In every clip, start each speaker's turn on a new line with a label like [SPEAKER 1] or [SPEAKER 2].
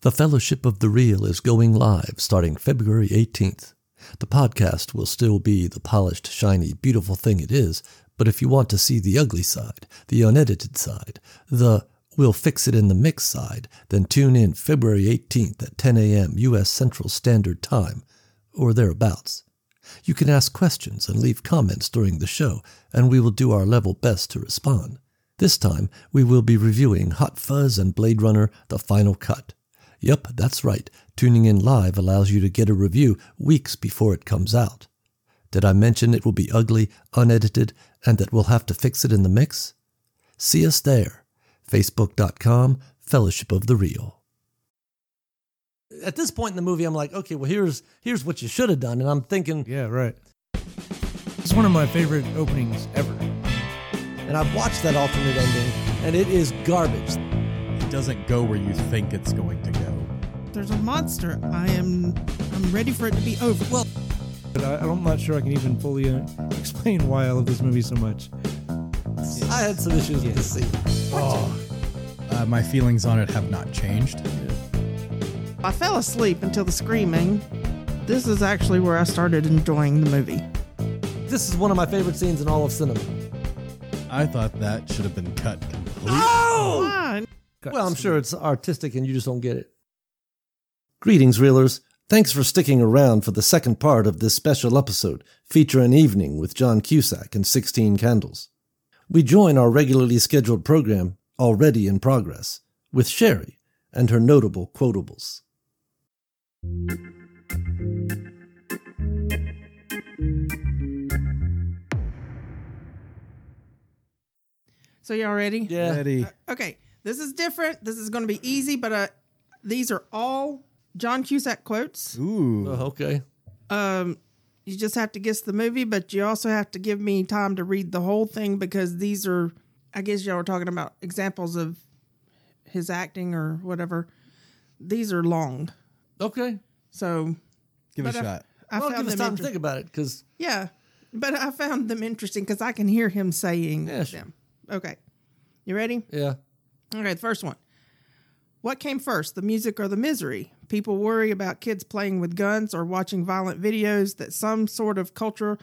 [SPEAKER 1] The Fellowship of the Real is going live starting February 18th. The podcast will still be the polished, shiny, beautiful thing it is, but if you want to see the ugly side, the unedited side, the we'll fix it in the mix side, then tune in February 18th at 10 a.m. U.S. Central Standard Time, or thereabouts. You can ask questions and leave comments during the show, and we will do our level best to respond. This time, we will be reviewing Hot Fuzz and Blade Runner The Final Cut. Yep, that's right. Tuning in live allows you to get a review weeks before it comes out. Did I mention it will be ugly, unedited, and that we'll have to fix it in the mix? See us there. Facebook.com, Fellowship of the Real. At this point in the movie, I'm like, okay, well, here's here's what you should have done. And I'm thinking,
[SPEAKER 2] Yeah, right. It's one of my favorite openings ever.
[SPEAKER 1] and I've watched that alternate ending, and it is garbage.
[SPEAKER 3] It doesn't go where you think it's going to go.
[SPEAKER 4] There's a monster. I am I'm ready for it to be over. Well,
[SPEAKER 2] But I, I'm not sure I can even fully uh, explain why I love this movie so much.
[SPEAKER 1] I had some issues with this scene.
[SPEAKER 3] Uh, my feelings on it have not changed.
[SPEAKER 4] I fell asleep until the screaming. This is actually where I started enjoying the movie.
[SPEAKER 1] This is one of my favorite scenes in all of cinema.
[SPEAKER 3] I thought that should have been cut completely.
[SPEAKER 4] Ah!
[SPEAKER 1] Oh!
[SPEAKER 4] Fine.
[SPEAKER 1] Well, I'm sure it's artistic and you just don't get it. Greetings, Reelers. Thanks for sticking around for the second part of this special episode, Feature an Evening with John Cusack and 16 Candles. We join our regularly scheduled program, already in progress, with Sherry and her notable quotables.
[SPEAKER 4] So y'all ready?
[SPEAKER 3] Ready.
[SPEAKER 4] Okay. This is different. This is going to be easy, but uh, these are all John Cusack quotes.
[SPEAKER 3] Ooh.
[SPEAKER 1] Oh, okay.
[SPEAKER 4] Um, you just have to guess the movie, but you also have to give me time to read the whole thing because these are, I guess y'all were talking about examples of his acting or whatever. These are long,
[SPEAKER 1] Okay.
[SPEAKER 4] so
[SPEAKER 3] Give it
[SPEAKER 4] but
[SPEAKER 3] a
[SPEAKER 4] I-
[SPEAKER 3] shot.
[SPEAKER 4] I
[SPEAKER 1] Well,
[SPEAKER 4] found
[SPEAKER 1] give us
[SPEAKER 4] them
[SPEAKER 1] time to
[SPEAKER 4] inter-
[SPEAKER 1] think about it because
[SPEAKER 4] Yeah, but I found them interesting because I can hear him saying
[SPEAKER 1] Yeah, sure.
[SPEAKER 4] them. Okay, you ready?
[SPEAKER 1] Yeah.
[SPEAKER 4] Okay, the first one. What came first, the music or the misery? People worry about kids playing with guns or watching violent videos that some sort of culture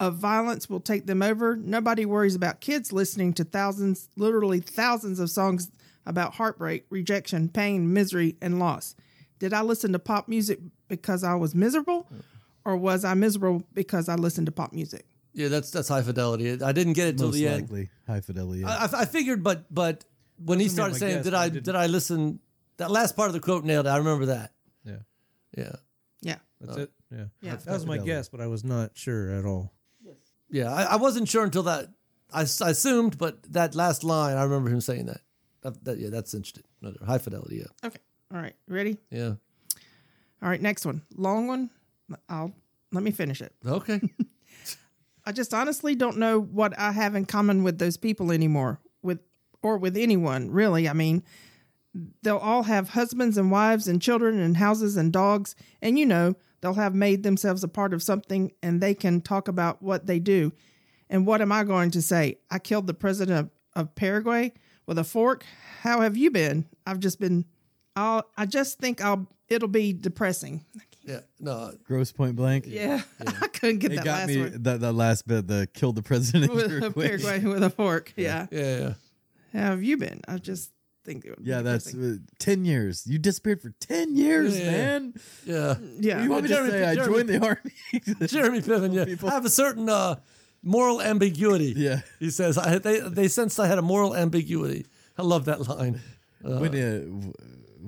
[SPEAKER 4] of violence will take them over. Nobody worries about kids listening to thousands, literally thousands of songs about heartbreak, rejection, pain, misery, and loss. Did I listen to pop music because I was miserable? Or was I miserable because I listened to pop music?
[SPEAKER 1] Yeah, that's that's high fidelity. I didn't get it till
[SPEAKER 3] Most
[SPEAKER 1] the end.
[SPEAKER 3] likely. High fidelity.
[SPEAKER 4] Uh,
[SPEAKER 1] I, I- I figured, but but when he
[SPEAKER 2] Doesn't mean
[SPEAKER 1] started
[SPEAKER 2] my
[SPEAKER 1] saying,
[SPEAKER 2] guess,
[SPEAKER 1] "Did
[SPEAKER 2] but
[SPEAKER 1] I
[SPEAKER 2] I didn't.
[SPEAKER 1] did I listen?" That last part of the quote nailed it. I remember that.
[SPEAKER 2] Yeah.
[SPEAKER 1] Yeah,
[SPEAKER 4] Yeah.
[SPEAKER 2] That's it. Yeah.
[SPEAKER 4] Yeah.
[SPEAKER 2] That was my guess, but I was not sure at all.
[SPEAKER 1] yeah. I, I wasn't sure until that. I, s- I assumed, but that last line, I remember him saying that. That, that- yeah, that's interesting. Another high fidelity. Yeah,
[SPEAKER 4] Okay. All right. Ready?
[SPEAKER 1] yeah.
[SPEAKER 4] All right, next one. Long one. I'll let me finish it.
[SPEAKER 1] Okay.
[SPEAKER 4] I just honestly don't know what I have in common with those people anymore, with or with anyone, really. I mean, they'll all have husbands and wives and children and houses and dogs, and you know, they'll have made themselves a part of something and they can talk about what they do. And what am I going to say? I killed the president of, of Paraguay with a fork. How have you been? I've just been I'll I just think I'll it'll be depressing.
[SPEAKER 1] yeah. No.
[SPEAKER 3] Gross point blank.
[SPEAKER 4] Yeah. I couldn't get
[SPEAKER 3] It
[SPEAKER 4] that
[SPEAKER 3] got
[SPEAKER 4] last
[SPEAKER 3] me
[SPEAKER 4] one.
[SPEAKER 3] that, that last bit, the killed the president.
[SPEAKER 4] With
[SPEAKER 3] real
[SPEAKER 4] a
[SPEAKER 3] quick.
[SPEAKER 4] Paraguay with a fork. Yeah.
[SPEAKER 1] Yeah. yeah.
[SPEAKER 4] How have you been? I just think it would be
[SPEAKER 3] Yeah, that's
[SPEAKER 4] depressing.
[SPEAKER 3] uh, 10 years. You disappeared for 10 years,
[SPEAKER 1] Yeah.
[SPEAKER 3] man.
[SPEAKER 1] Yeah.
[SPEAKER 4] yeah.
[SPEAKER 3] You want me to
[SPEAKER 1] Jeremy-
[SPEAKER 3] say I
[SPEAKER 1] Jeremy-
[SPEAKER 3] joined the army?
[SPEAKER 1] Jeremy Piven. Yeah, I have a certain uh, moral ambiguity.
[SPEAKER 3] Yeah.
[SPEAKER 1] He says I, they they sensed I had a moral ambiguity. I love that line.
[SPEAKER 3] when uh, w-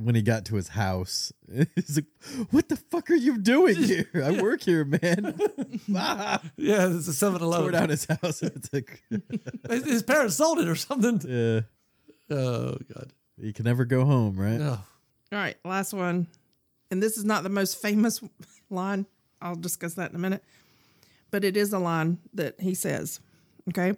[SPEAKER 3] when he got to his house, he's like, "What the fuck are you doing here? I work here, man." ah,
[SPEAKER 1] Yeah, it's a Seven
[SPEAKER 3] tore
[SPEAKER 1] Eleven.
[SPEAKER 3] down his house. It's like,
[SPEAKER 1] His- His parents sold it or something.
[SPEAKER 3] yeah,
[SPEAKER 1] Oh God.
[SPEAKER 3] you can never go home, right?
[SPEAKER 1] Oh.
[SPEAKER 4] All right, last one. And this is not the most famous line. I'll discuss that in a minute. But it is a line that he says. Okay.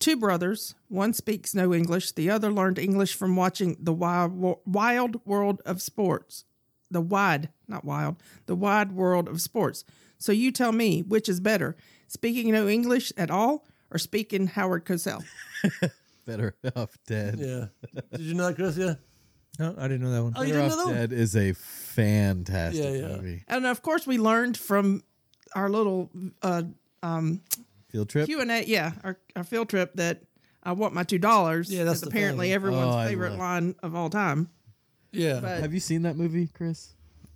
[SPEAKER 4] Two brothers, one speaks no English, the other learned English from watching the wild, wo- wild world of sports. The wide, not wild, the wide world of sports. So you tell me which is better, speaking no English at all or speaking Howard Cosell?
[SPEAKER 3] Better off dead.
[SPEAKER 1] Yeah. Did you know that, Chris? Yeah.
[SPEAKER 2] No, I didn't know that one.
[SPEAKER 1] Oh, you
[SPEAKER 3] Better
[SPEAKER 1] didn't
[SPEAKER 3] Off
[SPEAKER 1] know that one?
[SPEAKER 3] Dead is a fantastic
[SPEAKER 1] Yeah, yeah.
[SPEAKER 3] movie.
[SPEAKER 4] And of course, we learned from our little uh, um,
[SPEAKER 3] Field trip.
[SPEAKER 4] Q and A, yeah, our, our field trip that I want my two dollars.
[SPEAKER 1] Yeah, that's the
[SPEAKER 4] apparently
[SPEAKER 1] thing.
[SPEAKER 4] everyone's
[SPEAKER 3] Oh, I
[SPEAKER 4] favorite
[SPEAKER 3] love-
[SPEAKER 4] line of all time.
[SPEAKER 1] Yeah.
[SPEAKER 4] But
[SPEAKER 3] Have you seen that movie, Chris?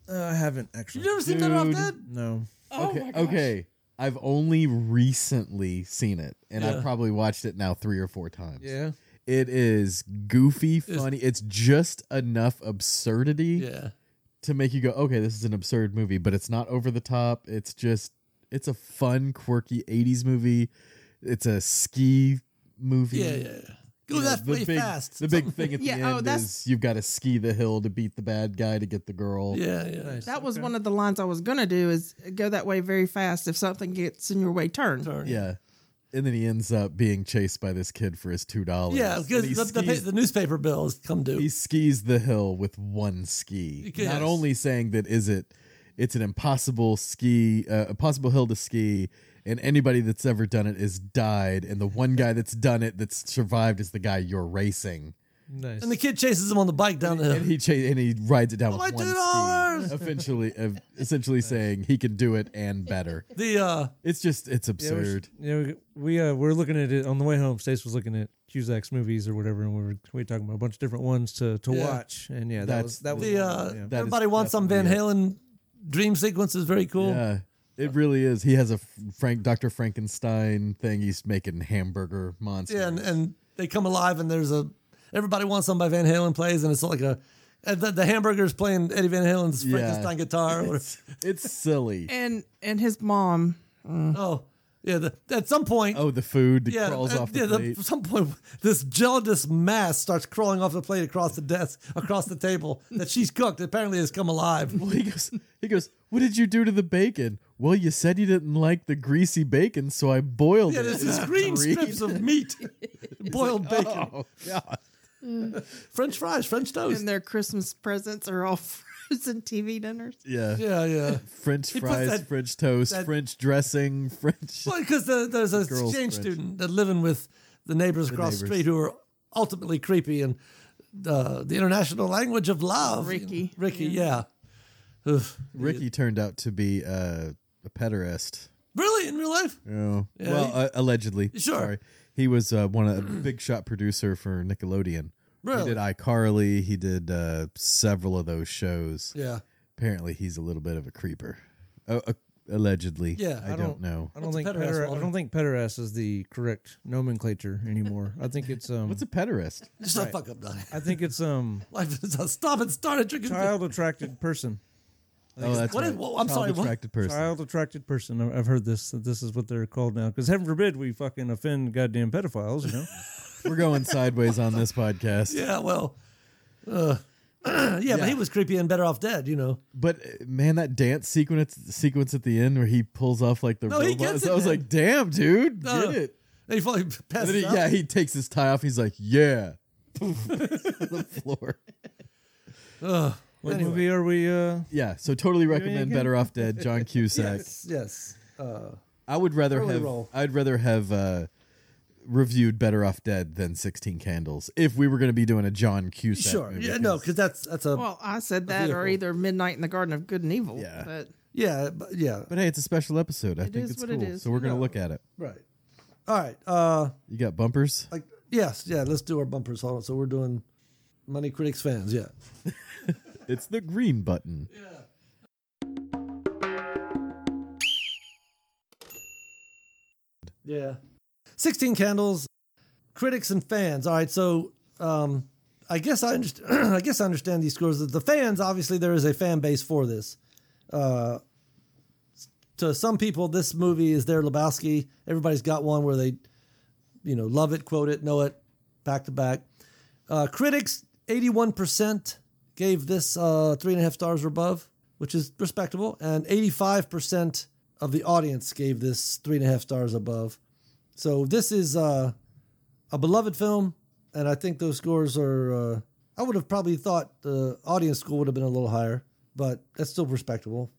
[SPEAKER 2] Uh, I haven't
[SPEAKER 1] you
[SPEAKER 2] actually.
[SPEAKER 1] never seen Better Off
[SPEAKER 3] Dude.
[SPEAKER 1] Dead?
[SPEAKER 2] No.
[SPEAKER 4] oh
[SPEAKER 3] okay,
[SPEAKER 4] my gosh.
[SPEAKER 3] okay. I've only recently seen it, and
[SPEAKER 1] Yeah.
[SPEAKER 3] I've probably watched it now three or four times.
[SPEAKER 2] Yeah.
[SPEAKER 3] It is goofy, funny. It's just enough absurdity
[SPEAKER 1] Yeah.
[SPEAKER 3] to make you go, okay, this is an absurd movie, but it's not over the top. It's just, it's a fun, quirky 80s movie. It's a ski movie.
[SPEAKER 1] Yeah, yeah. yeah. Go
[SPEAKER 3] You know,
[SPEAKER 1] that way
[SPEAKER 3] big,
[SPEAKER 1] fast.
[SPEAKER 3] The big thing at
[SPEAKER 4] Yeah,
[SPEAKER 3] the
[SPEAKER 4] oh,
[SPEAKER 3] end
[SPEAKER 4] that's-
[SPEAKER 3] is you've got to ski the hill to beat the bad guy to get the girl.
[SPEAKER 1] Yeah, yeah.
[SPEAKER 2] Nice.
[SPEAKER 4] That was
[SPEAKER 2] Okay.
[SPEAKER 4] one of the lines I was gonna do is go that way very fast. If something gets in your way, turn.
[SPEAKER 1] Turn.
[SPEAKER 3] Yeah. And then he ends up being chased by this kid for his two dollars.
[SPEAKER 1] Yeah, because the, the, pa- the newspaper bill has come due.
[SPEAKER 3] he skis the hill with one ski.
[SPEAKER 1] Yes.
[SPEAKER 3] Not only saying that is it, it's an impossible ski, uh, impossible hill to ski, and anybody that's ever done it is died, and the one guy that's done it that's survived is the guy you're racing,
[SPEAKER 2] Nice.
[SPEAKER 1] and the kid chases him on the bike down the hill.
[SPEAKER 3] and he cha- and he rides it down
[SPEAKER 1] Oh,
[SPEAKER 3] with
[SPEAKER 1] my
[SPEAKER 3] one
[SPEAKER 1] $2!
[SPEAKER 3] ski, eventually, uh, essentially saying he can do it and better.
[SPEAKER 1] the uh,
[SPEAKER 3] It's just it's
[SPEAKER 2] Yeah, we
[SPEAKER 3] absurd.
[SPEAKER 2] should- Yeah, we, we uh we're looking at it on the way home. Stace was looking at Cusack's movies or whatever, and we were we were talking about a bunch of different ones to to
[SPEAKER 1] Yeah.
[SPEAKER 2] watch. And yeah, that
[SPEAKER 3] That's
[SPEAKER 2] was that was
[SPEAKER 1] the
[SPEAKER 2] one of
[SPEAKER 1] uh,
[SPEAKER 2] them, yeah.
[SPEAKER 3] That is
[SPEAKER 1] everybody wants some Van Halen dream sequence is very cool.
[SPEAKER 3] Yeah, it really is. He has a Frank Dr. Frankenstein thing. He's making hamburger monsters.
[SPEAKER 1] Yeah, and, and they come alive, and there's a everybody wants some by Van Halen plays, and it's like a and the, the hamburgers playing Eddie Van Halen's
[SPEAKER 3] Yeah.
[SPEAKER 1] Frankenstein guitar. Or, whatever.
[SPEAKER 3] it's silly.
[SPEAKER 4] And and his mom,
[SPEAKER 1] oh, yeah. The, at some point,
[SPEAKER 3] Oh, the food that
[SPEAKER 1] yeah,
[SPEAKER 3] crawls
[SPEAKER 1] at,
[SPEAKER 3] off
[SPEAKER 1] yeah,
[SPEAKER 3] uh, the
[SPEAKER 1] the-
[SPEAKER 3] plate.
[SPEAKER 1] at some point, this gelatinous mass starts crawling off the plate across the desk, across the table that she's cooked. Apparently, has come alive.
[SPEAKER 3] Well, he goes, he goes, what did you do to the bacon? Well, you said you didn't like the greasy bacon, so I boiled
[SPEAKER 1] Yeah,
[SPEAKER 3] it.
[SPEAKER 1] there's these green strips of meat, boiled bacon,
[SPEAKER 3] Oh, God.
[SPEAKER 1] French fries, French toast.
[SPEAKER 4] and their Christmas presents are all frozen TV dinners.
[SPEAKER 3] Yeah.
[SPEAKER 1] yeah, yeah.
[SPEAKER 3] French
[SPEAKER 1] puts
[SPEAKER 3] fries,
[SPEAKER 1] that-
[SPEAKER 3] French toast,
[SPEAKER 1] that-
[SPEAKER 3] French dressing, French.
[SPEAKER 1] Well, because the, there's a
[SPEAKER 3] girl's
[SPEAKER 1] exchange
[SPEAKER 3] French.
[SPEAKER 1] student that living with the neighbors across the
[SPEAKER 3] neighbors.
[SPEAKER 1] street who are ultimately creepy and uh, the international language of love.
[SPEAKER 4] Ricky.
[SPEAKER 1] Ricky, yeah. Oof.
[SPEAKER 3] Ricky turned out to be uh, a pederast.
[SPEAKER 1] Really, in real life?
[SPEAKER 3] Oh, well,
[SPEAKER 1] he-
[SPEAKER 3] uh, allegedly.
[SPEAKER 1] Sure.
[SPEAKER 3] Sorry. He was uh, one of a big shot producer for Nickelodeon.
[SPEAKER 1] Really?
[SPEAKER 3] He did iCarly. He did uh, several of those shows.
[SPEAKER 1] Yeah.
[SPEAKER 3] Apparently, he's a little bit of a creeper. Uh, uh, allegedly.
[SPEAKER 1] Yeah,
[SPEAKER 3] I,
[SPEAKER 1] I don't-
[SPEAKER 3] don't, know.
[SPEAKER 2] I don't
[SPEAKER 1] What's a
[SPEAKER 2] think
[SPEAKER 1] pederast,
[SPEAKER 2] peder- I
[SPEAKER 1] Walter?
[SPEAKER 2] don't think pederast is the correct nomenclature anymore. I think it's um
[SPEAKER 3] What's a pederast?
[SPEAKER 1] Just not fuck up, Donnie.
[SPEAKER 2] I think it's um
[SPEAKER 1] Life is a stop and start at drinking.
[SPEAKER 2] child attracted person.
[SPEAKER 3] Oh, that's
[SPEAKER 1] What
[SPEAKER 3] right.
[SPEAKER 1] is- well, I'm
[SPEAKER 3] Child
[SPEAKER 1] sorry, what?
[SPEAKER 3] Attracted person.
[SPEAKER 2] Child attracted person. I- I've heard this that this is what they're called now. Because heaven forbid we fucking offend goddamn pedophiles, you know.
[SPEAKER 3] We're going sideways on this podcast.
[SPEAKER 1] Yeah, well. Uh, yeah, but he was creepy and better off dead, you know.
[SPEAKER 3] But uh, man, that dance sequence sequence at the end where he pulls off like the
[SPEAKER 1] No, he
[SPEAKER 3] robot.
[SPEAKER 1] gets it,
[SPEAKER 3] I was
[SPEAKER 1] man.
[SPEAKER 3] like, damn, dude,
[SPEAKER 1] No.
[SPEAKER 3] get it.
[SPEAKER 1] Uh, And he finally
[SPEAKER 3] And
[SPEAKER 1] passes
[SPEAKER 3] then he,
[SPEAKER 1] out.
[SPEAKER 3] yeah, he takes his tie off. He's like, yeah, the floor.
[SPEAKER 1] Ugh.
[SPEAKER 2] What
[SPEAKER 1] Anyway.
[SPEAKER 2] movie are we? uh
[SPEAKER 3] Yeah, so totally recommend
[SPEAKER 2] again?
[SPEAKER 3] Better Off Dead, John Cusack.
[SPEAKER 1] Yes, yes. Uh,
[SPEAKER 3] I would rather
[SPEAKER 1] Early
[SPEAKER 3] have
[SPEAKER 1] roll.
[SPEAKER 3] I'd rather have uh, reviewed Better Off Dead than Sixteen Candles if we were going to be doing a John Cusack.
[SPEAKER 1] sure.
[SPEAKER 3] movie,
[SPEAKER 1] Yeah, no, because that's that's a
[SPEAKER 4] Well, I said that, or
[SPEAKER 1] vehicle.
[SPEAKER 4] either Midnight in the Garden of Good and Evil.
[SPEAKER 3] Yeah.
[SPEAKER 4] But
[SPEAKER 1] yeah, but, yeah,
[SPEAKER 3] But hey, it's a special episode. I think
[SPEAKER 4] is
[SPEAKER 3] it's
[SPEAKER 4] what it
[SPEAKER 3] cool,
[SPEAKER 4] is.
[SPEAKER 3] so we're going to
[SPEAKER 1] No.
[SPEAKER 3] look at it.
[SPEAKER 1] right. All right. Uh,
[SPEAKER 3] You got bumpers.
[SPEAKER 1] like yes, yeah. Let's do our bumpers. Hold on. So we're doing money critics fans. Yeah.
[SPEAKER 3] It's the green button.
[SPEAKER 1] Yeah. 16 Candles, critics and fans. All right, so um, I guess I understand. I guess I understand these scores. The fans, obviously, there is a fan base for this. Uh, to some people, this movie is their Lebowski. Everybody's got one where they, you know, love it, quote it, know it, back to back. Uh, critics, 81% gave this uh, three and a half stars or above, which is respectable. And 85% of the audience gave this three and a half stars above. So this is uh, a beloved film. And I think those scores are, uh, I would have probably thought the audience score would have been a little higher, but that's still respectable.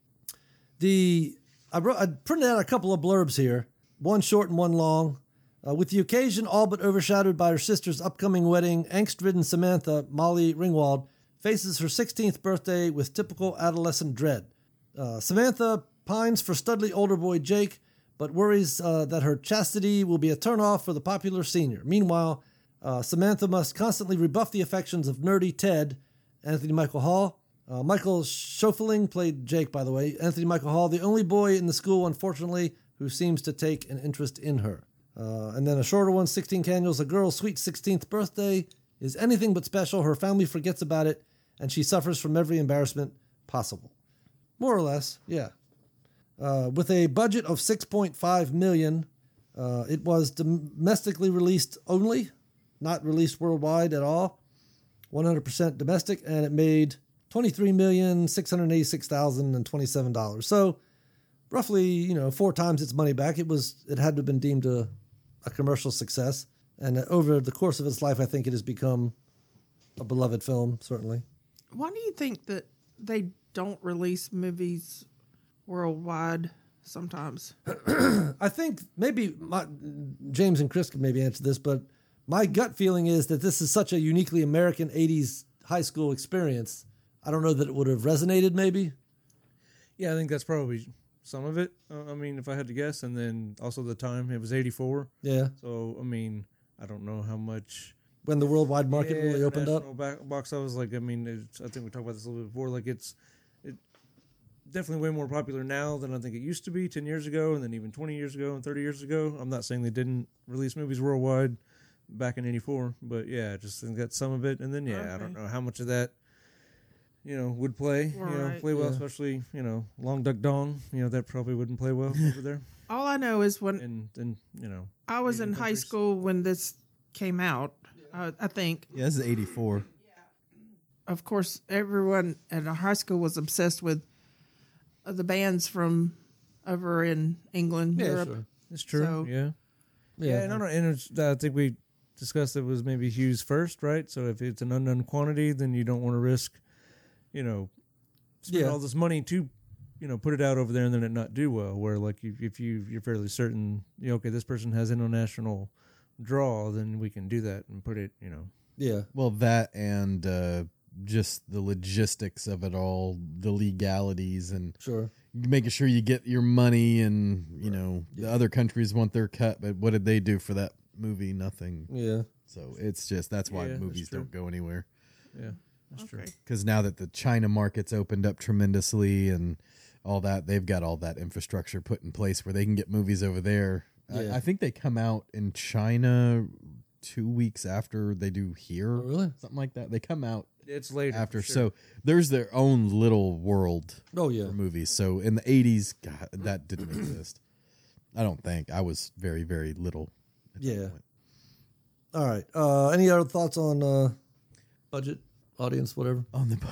[SPEAKER 1] The I, wrote, I printed out a couple of blurbs here, one short and one long. Uh, with the occasion all but overshadowed by her sister's upcoming wedding, angst ridden Samantha, Molly Ringwald, faces her 16th birthday with typical adolescent dread. Uh, Samantha pines for studly older boy Jake, but worries uh, that her chastity will be a turnoff for the popular senior. Meanwhile, uh, Samantha must constantly rebuff the affections of nerdy Ted, Anthony Michael Hall. Uh, Michael Schofeling played Jake, by the way. Anthony Michael Hall, the only boy in the school, unfortunately, who seems to take an interest in her. Uh, and then a shorter one, 16 Candles, a girl's sweet 16th birthday is anything but special. Her family forgets about it, and she suffers from every embarrassment possible. More or less, yeah. Uh, with a budget of 6.5 million, uh, it was domestically released only, not released worldwide at all. 100% domestic, and it made $23,686,027. So, roughly you know four times its money back. It was it had to have been deemed a, a commercial success, and over the course of its life, I think it has become a beloved film. Certainly,
[SPEAKER 4] Why do you think that they don't release movies worldwide sometimes?
[SPEAKER 1] I think maybe my, James and Chris can maybe answer this, but my gut feeling is that this is such a uniquely American '80s high school experience. I don't know that it would have resonated. Maybe
[SPEAKER 2] Yeah, I think that's probably some of it. Uh, I mean, if I had to guess, and then also the time it was '84.
[SPEAKER 1] yeah,
[SPEAKER 2] So I mean, I don't know how much
[SPEAKER 1] when the worldwide market
[SPEAKER 2] Yeah,
[SPEAKER 1] really opened up.
[SPEAKER 2] international ba- box office. Like I mean, it's, I think we talked about this a little bit before. Like it's it definitely way more popular now than I think it used to be ten years ago, and then even twenty years ago and thirty years ago. I'm not saying they didn't release movies worldwide back in '84, but yeah, I just think that's some of it. And then yeah, I don't
[SPEAKER 4] Okay.
[SPEAKER 2] know how much of that. You know, would play, you know,
[SPEAKER 4] Right.
[SPEAKER 2] play well,
[SPEAKER 1] Yeah.
[SPEAKER 2] especially you know, Long Duck Dong. You know, that probably wouldn't play well over there.
[SPEAKER 4] All I know is when
[SPEAKER 2] And then you know,
[SPEAKER 4] I was
[SPEAKER 2] Asian
[SPEAKER 4] in high
[SPEAKER 2] countries.
[SPEAKER 4] school when this came out. uh, I, I think,
[SPEAKER 3] Yeah, this is 84.
[SPEAKER 4] of course, everyone at our high school was obsessed with uh, the bands from over in England, Europe.
[SPEAKER 2] it's true.
[SPEAKER 4] So-
[SPEAKER 2] yeah,
[SPEAKER 1] Yeah,
[SPEAKER 2] Yeah, no, no, and it's, I think we discussed it was maybe Hughes first, right? So if it's an unknown quantity, then you don't want to risk, you know, spend
[SPEAKER 1] Yeah.
[SPEAKER 2] all this money to, you know, put it out over there and then it not do well. Where like you, if you you're fairly certain, you know, okay, this person has international draw, then we can do that and put it, you know,
[SPEAKER 1] yeah.
[SPEAKER 3] Well, that and uh, just the logistics of it all, the legalities, and
[SPEAKER 1] Sure.
[SPEAKER 3] making sure you get your money. And you know, the other countries want their cut, but what did they do for that movie? Nothing.
[SPEAKER 1] Yeah.
[SPEAKER 3] So it's just that's why
[SPEAKER 2] Yeah, that's
[SPEAKER 3] movies
[SPEAKER 2] true.
[SPEAKER 3] don't go anywhere.
[SPEAKER 2] yeah, that's true.
[SPEAKER 4] Okay.
[SPEAKER 3] Because now that the China market's opened up tremendously and all that, they've got all that infrastructure put in place where they can get movies over there.
[SPEAKER 1] Yeah.
[SPEAKER 3] I, I think they come out in China two weeks after they do here.
[SPEAKER 1] Oh, really?
[SPEAKER 3] Something like that. They come out
[SPEAKER 2] It's later
[SPEAKER 3] after.
[SPEAKER 2] for sure.
[SPEAKER 3] So there's their own little world
[SPEAKER 1] Oh yeah.
[SPEAKER 3] for movies. So in the 80s, God, that didn't exist. I don't think. I was very, very little. at that
[SPEAKER 1] Yeah.
[SPEAKER 3] point.
[SPEAKER 1] All right. Uh, any other thoughts on uh, budget, audience, whatever?
[SPEAKER 3] on the bu-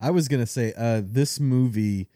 [SPEAKER 3] I was gonna say uh this movie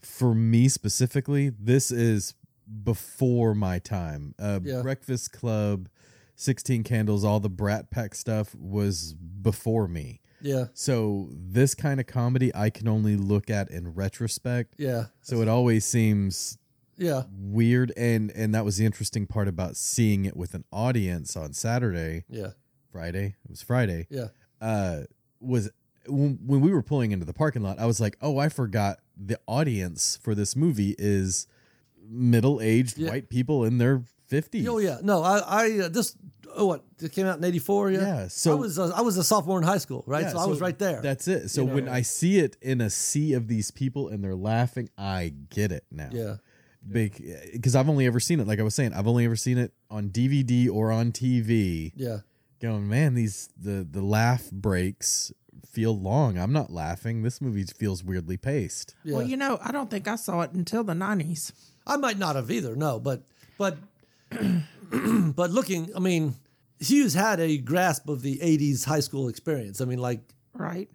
[SPEAKER 3] for me specifically this is before my time uh
[SPEAKER 1] Yeah.
[SPEAKER 3] breakfast club 16 candles all the brat pack stuff was before me
[SPEAKER 1] Yeah.
[SPEAKER 3] so this kind of comedy I can only look at in retrospect
[SPEAKER 1] Yeah.
[SPEAKER 3] so it always seems
[SPEAKER 1] Yeah.
[SPEAKER 3] weird and and that was the interesting part about seeing it with an audience on Saturday
[SPEAKER 1] Yeah.
[SPEAKER 3] Friday it was Friday
[SPEAKER 1] Yeah.
[SPEAKER 3] uh, was when, when we were pulling into the parking lot, I was like, oh, I forgot the audience for this movie is middle aged
[SPEAKER 1] Yeah.
[SPEAKER 3] white people in their 50s.
[SPEAKER 1] Oh yeah. No, I, I uh, this. Oh, what? It came out in '84. Yeah.
[SPEAKER 3] Yeah, so-
[SPEAKER 1] I was uh, I was a sophomore in high school, right?
[SPEAKER 3] Yeah,
[SPEAKER 1] so, I was right there.
[SPEAKER 3] That's it. So when I see it in a sea of these people and they're laughing, I get it now.
[SPEAKER 1] yeah.
[SPEAKER 3] Because I've only ever seen it, like I was saying, I've only ever seen it on DVD or on TV.
[SPEAKER 1] Yeah.
[SPEAKER 3] Going, man, these the the laugh breaks feel long. I'm not laughing. This movie feels weirdly paced.
[SPEAKER 1] Yeah.
[SPEAKER 4] Well, you know, I don't think I saw it until the 90s.
[SPEAKER 1] I might not have either. No, but but but looking, I mean, Hughes had a grasp of the '80s high school experience. I mean, like
[SPEAKER 4] Right.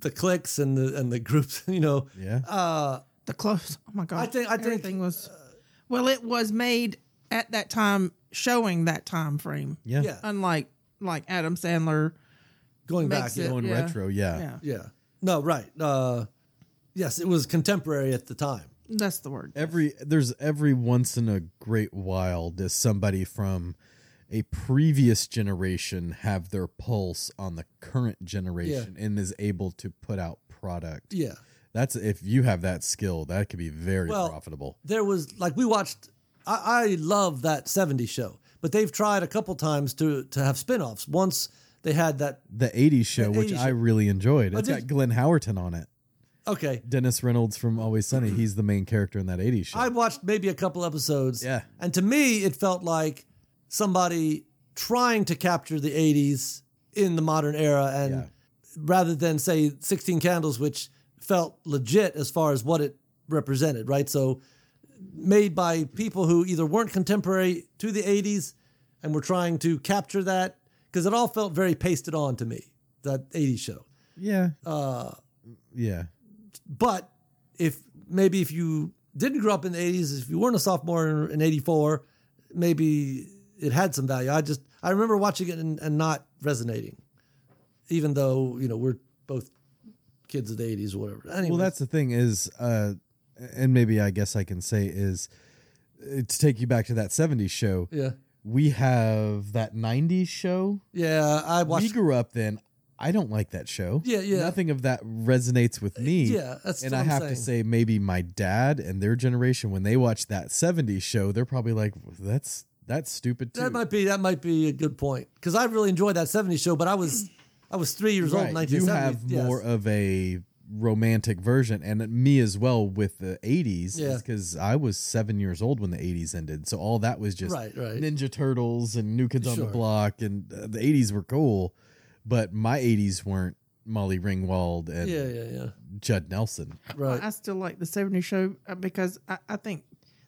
[SPEAKER 1] the cliques and the and the groups. You know.
[SPEAKER 3] Yeah.
[SPEAKER 1] Uh,
[SPEAKER 4] The clothes. Oh my god!
[SPEAKER 1] I think- I think,
[SPEAKER 4] everything was. well, it was made at that time, showing that time frame.
[SPEAKER 3] Yeah.
[SPEAKER 1] yeah.
[SPEAKER 4] Unlike like Adam Sandler,
[SPEAKER 1] Going back.
[SPEAKER 4] makes
[SPEAKER 1] yeah.
[SPEAKER 4] it-
[SPEAKER 3] Going
[SPEAKER 4] yeah.
[SPEAKER 3] retro,
[SPEAKER 4] yeah,
[SPEAKER 1] Yeah. No, right. Uh, yes, it was contemporary at the time.
[SPEAKER 4] that's the word.
[SPEAKER 3] every there's every once in a great while does somebody from a previous generation have their pulse on the current generation and is able to put out product.
[SPEAKER 1] Yeah.
[SPEAKER 3] That's if you have that skill, that could be very
[SPEAKER 1] Well,
[SPEAKER 3] profitable.
[SPEAKER 1] there was like we watched I, I love that 70s show but they've tried a couple times to to have spin-offs once they had that
[SPEAKER 3] The 80s show,
[SPEAKER 1] The
[SPEAKER 3] which
[SPEAKER 1] 80s
[SPEAKER 3] I
[SPEAKER 1] show.
[SPEAKER 3] really enjoyed.
[SPEAKER 1] Oh,
[SPEAKER 3] It's
[SPEAKER 1] did-
[SPEAKER 3] got Glenn Howerton on it.
[SPEAKER 1] okay
[SPEAKER 3] Dennis Reynolds from Always Sunny, he's the main character in that 80s show.
[SPEAKER 1] i watched maybe a couple episodes
[SPEAKER 3] Yeah.
[SPEAKER 1] and to me it felt like somebody trying to capture the 80s in the modern era and
[SPEAKER 3] Yeah.
[SPEAKER 1] rather than say 16 candles which felt legit as far as what it represented right so made by people who either weren't contemporary to the 80s and were trying to capture that because it all felt very pasted on to me that 80s show
[SPEAKER 3] yeah.
[SPEAKER 1] uh,
[SPEAKER 3] Yeah.
[SPEAKER 1] but if maybe if you didn't grow up in the 80s if you weren't a sophomore in, in 84 maybe it had some value i just i remember watching it and, and not resonating even though you know we're both kids of the 80s or whatever anyway
[SPEAKER 3] Well, that's the thing is, uh, and maybe I guess I can say is uh, to take you back to that 70s show.
[SPEAKER 1] yeah
[SPEAKER 3] We have that 90s show.
[SPEAKER 1] yeah i
[SPEAKER 3] we
[SPEAKER 1] watched
[SPEAKER 3] grew up then. I don't like that show.
[SPEAKER 1] Yeah, yeah.
[SPEAKER 3] Nothing of that resonates with me.
[SPEAKER 1] yeah that's
[SPEAKER 3] And
[SPEAKER 1] what
[SPEAKER 3] I
[SPEAKER 1] I'm
[SPEAKER 3] have
[SPEAKER 1] saying.
[SPEAKER 3] to say, maybe my dad and their generation, when they watch that 70s show, they're probably like, that's that's stupid too.
[SPEAKER 1] that might be that might be a good point because i really enjoyed that 70s show but i was i was three years old in
[SPEAKER 3] Right. You
[SPEAKER 1] 1970
[SPEAKER 3] have
[SPEAKER 1] yes.
[SPEAKER 3] more of a romantic version, and me as well with the 80s.
[SPEAKER 1] Yeah.
[SPEAKER 3] Because I was seven years old when the 80s ended. So all that was just
[SPEAKER 1] right right
[SPEAKER 3] Ninja Turtles and New Kids on the
[SPEAKER 1] Sure.
[SPEAKER 3] Block, and uh, the 80s were cool, but my 80s weren't Molly Ringwald and
[SPEAKER 1] yeah yeah yeah
[SPEAKER 3] Judd Nelson.
[SPEAKER 1] right
[SPEAKER 4] I
[SPEAKER 3] uh,
[SPEAKER 4] still like the 70s show uh, because I, I think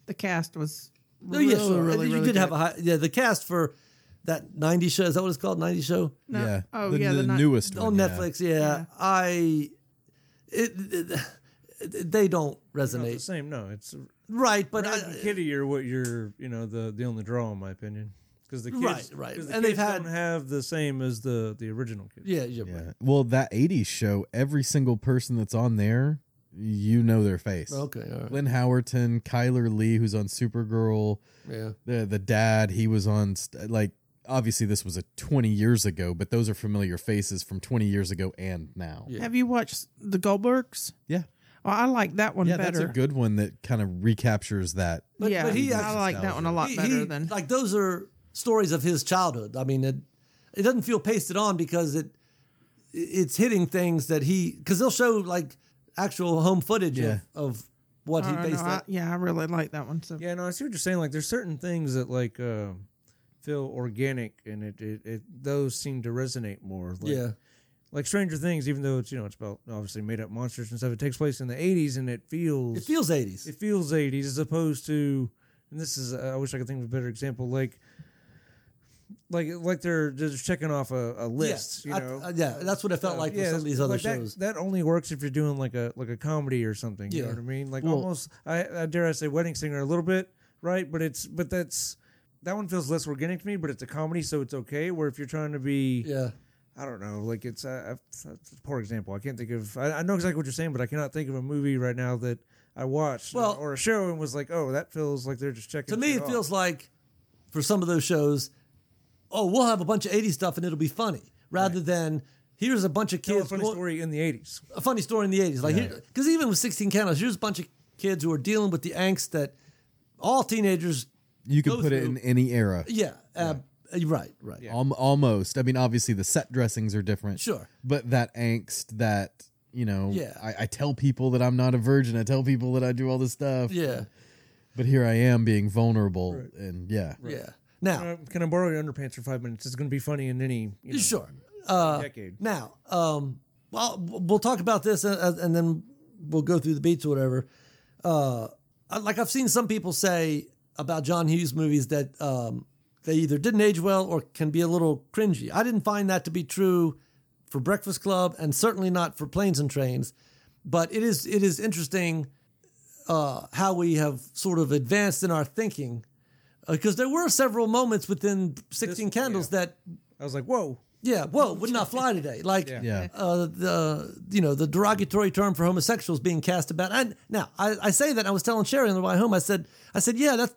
[SPEAKER 4] the cast was
[SPEAKER 1] No,
[SPEAKER 4] really,
[SPEAKER 1] Oh, yeah, sure. And
[SPEAKER 4] really,
[SPEAKER 1] you
[SPEAKER 4] really
[SPEAKER 1] did have
[SPEAKER 4] good.
[SPEAKER 1] a high, yeah. The cast for that '90 show is that what it's called? '90 show
[SPEAKER 4] No.
[SPEAKER 3] Yeah.
[SPEAKER 4] Oh,
[SPEAKER 3] the,
[SPEAKER 4] yeah.
[SPEAKER 3] The,
[SPEAKER 4] The, ni-
[SPEAKER 3] newest
[SPEAKER 1] on
[SPEAKER 3] one, yeah.
[SPEAKER 1] Netflix. Yeah,
[SPEAKER 4] Yeah.
[SPEAKER 1] I it, it- it- they don't
[SPEAKER 2] Not the
[SPEAKER 1] resonate,
[SPEAKER 2] same. No, it's
[SPEAKER 1] right? But
[SPEAKER 2] but
[SPEAKER 1] I,
[SPEAKER 2] Kitty are what you're. You know the the only draw in my opinion because the kids
[SPEAKER 1] Right, right.
[SPEAKER 2] 'cause the
[SPEAKER 1] And they've
[SPEAKER 2] kids
[SPEAKER 1] had-
[SPEAKER 2] don't have the same as the the original kids.
[SPEAKER 1] yeah, yeah, right.
[SPEAKER 3] Yeah. Well, that 80s show, every single person that's on there, you know their face.
[SPEAKER 1] Okay, all right.
[SPEAKER 3] Lynn Howerton, Kyler Lee, who's on Supergirl,
[SPEAKER 1] yeah,
[SPEAKER 3] the the dad, he was on st- like obviously this was a 20 years ago, but those are familiar faces from 20 years ago and now.
[SPEAKER 1] Yeah.
[SPEAKER 4] Have you watched The Goldbergs?
[SPEAKER 3] Yeah.
[SPEAKER 4] Oh, I like that one
[SPEAKER 3] Yeah,
[SPEAKER 4] better.
[SPEAKER 3] that's a good one that kind of recaptures that.
[SPEAKER 1] But-
[SPEAKER 4] yeah,
[SPEAKER 1] but he
[SPEAKER 4] I
[SPEAKER 1] actually-
[SPEAKER 4] like that one a lot
[SPEAKER 1] He-
[SPEAKER 4] better
[SPEAKER 1] he-
[SPEAKER 4] than.
[SPEAKER 1] like those are stories of his childhood. I mean, it it doesn't feel pasted on because it it's hitting things that he because they'll show like actual home footage
[SPEAKER 3] Yeah.
[SPEAKER 1] of, of what he
[SPEAKER 4] I don't
[SPEAKER 1] based
[SPEAKER 4] know, I-
[SPEAKER 1] that.
[SPEAKER 4] yeah, I really like that one. So
[SPEAKER 2] Yeah, no, I see what you're saying. Like, there's certain things that like um feel organic, and it, it it those seem to resonate more. Like,
[SPEAKER 1] Yeah.
[SPEAKER 2] like Stranger Things, even though it's you know it's about obviously made up monsters and stuff, it takes place in the 80s, and it feels
[SPEAKER 1] It feels 80s.
[SPEAKER 2] it feels 80s as opposed to, and this is I wish I could think of a better example. Like, like like they're just checking off a, a list.
[SPEAKER 1] I-
[SPEAKER 2] you know.
[SPEAKER 1] uh, yeah, that's what it felt
[SPEAKER 2] Uh,
[SPEAKER 1] like with some of these
[SPEAKER 2] like
[SPEAKER 1] other
[SPEAKER 2] that-
[SPEAKER 1] shows.
[SPEAKER 2] That, only works if you're doing like a like a comedy or something. You know
[SPEAKER 1] Yeah.
[SPEAKER 2] what I mean? Like
[SPEAKER 3] Well-
[SPEAKER 2] almost I, I dare I say wedding singer a little bit, right? But it's but that's that one feels less organic to me, but it's a comedy, so it's okay. Where if you're trying to be,
[SPEAKER 1] yeah,
[SPEAKER 2] I don't know, like it's a, poor example. I can't think of. I, I know exactly what you're saying, but I cannot think of a movie right now that I watched
[SPEAKER 1] Well-
[SPEAKER 2] or a show and was like, oh, that feels like they're just checking.
[SPEAKER 1] to me,
[SPEAKER 2] shit
[SPEAKER 1] it
[SPEAKER 2] off.
[SPEAKER 1] feels like for some of those shows, oh, we'll have a bunch of 80s stuff and it'll be funny, rather than here's a bunch of
[SPEAKER 2] Tell a
[SPEAKER 1] kids.
[SPEAKER 2] funny
[SPEAKER 1] go-
[SPEAKER 2] story in the '80s.
[SPEAKER 1] a funny story in the 80s. Like, because even with 16 Candles, here's a bunch of kids who are dealing with the angst that all teenagers,
[SPEAKER 3] You can
[SPEAKER 1] Go
[SPEAKER 3] put it in
[SPEAKER 1] through.
[SPEAKER 3] any era.
[SPEAKER 1] yeah, uh, right, right.
[SPEAKER 3] Al- almost. I mean, obviously the set dressings are different.
[SPEAKER 1] Sure.
[SPEAKER 3] But that angst that, you know,
[SPEAKER 1] Yeah.
[SPEAKER 3] I, I tell people that I'm not a virgin. I tell people that I do all this stuff.
[SPEAKER 1] Yeah,
[SPEAKER 3] But here I am being vulnerable. And yeah.
[SPEAKER 1] yeah. Now,
[SPEAKER 2] Uh, can I borrow your underpants for five minutes? It's going to be funny in any you know,
[SPEAKER 1] sure. Uh,
[SPEAKER 2] decade.
[SPEAKER 1] Now, um, well, we'll talk about this and, and then we'll go through the beats or whatever. Uh, I- like I've seen some people say about John Hughes movies that um, they either didn't age well or can be a little cringy. I didn't find that to be true for Breakfast Club and certainly not for Planes and Trains. But it is it is interesting uh, how we have sort of advanced in our thinking because there were several moments within Sixteen Candles that
[SPEAKER 2] I was like, whoa.
[SPEAKER 1] yeah, whoa, would not fly today. Like,
[SPEAKER 3] Yeah.
[SPEAKER 1] uh, the you know the derogatory term for homosexuals being cast about. And now I, I say that I was telling Sherry on the way home. I said I said yeah that's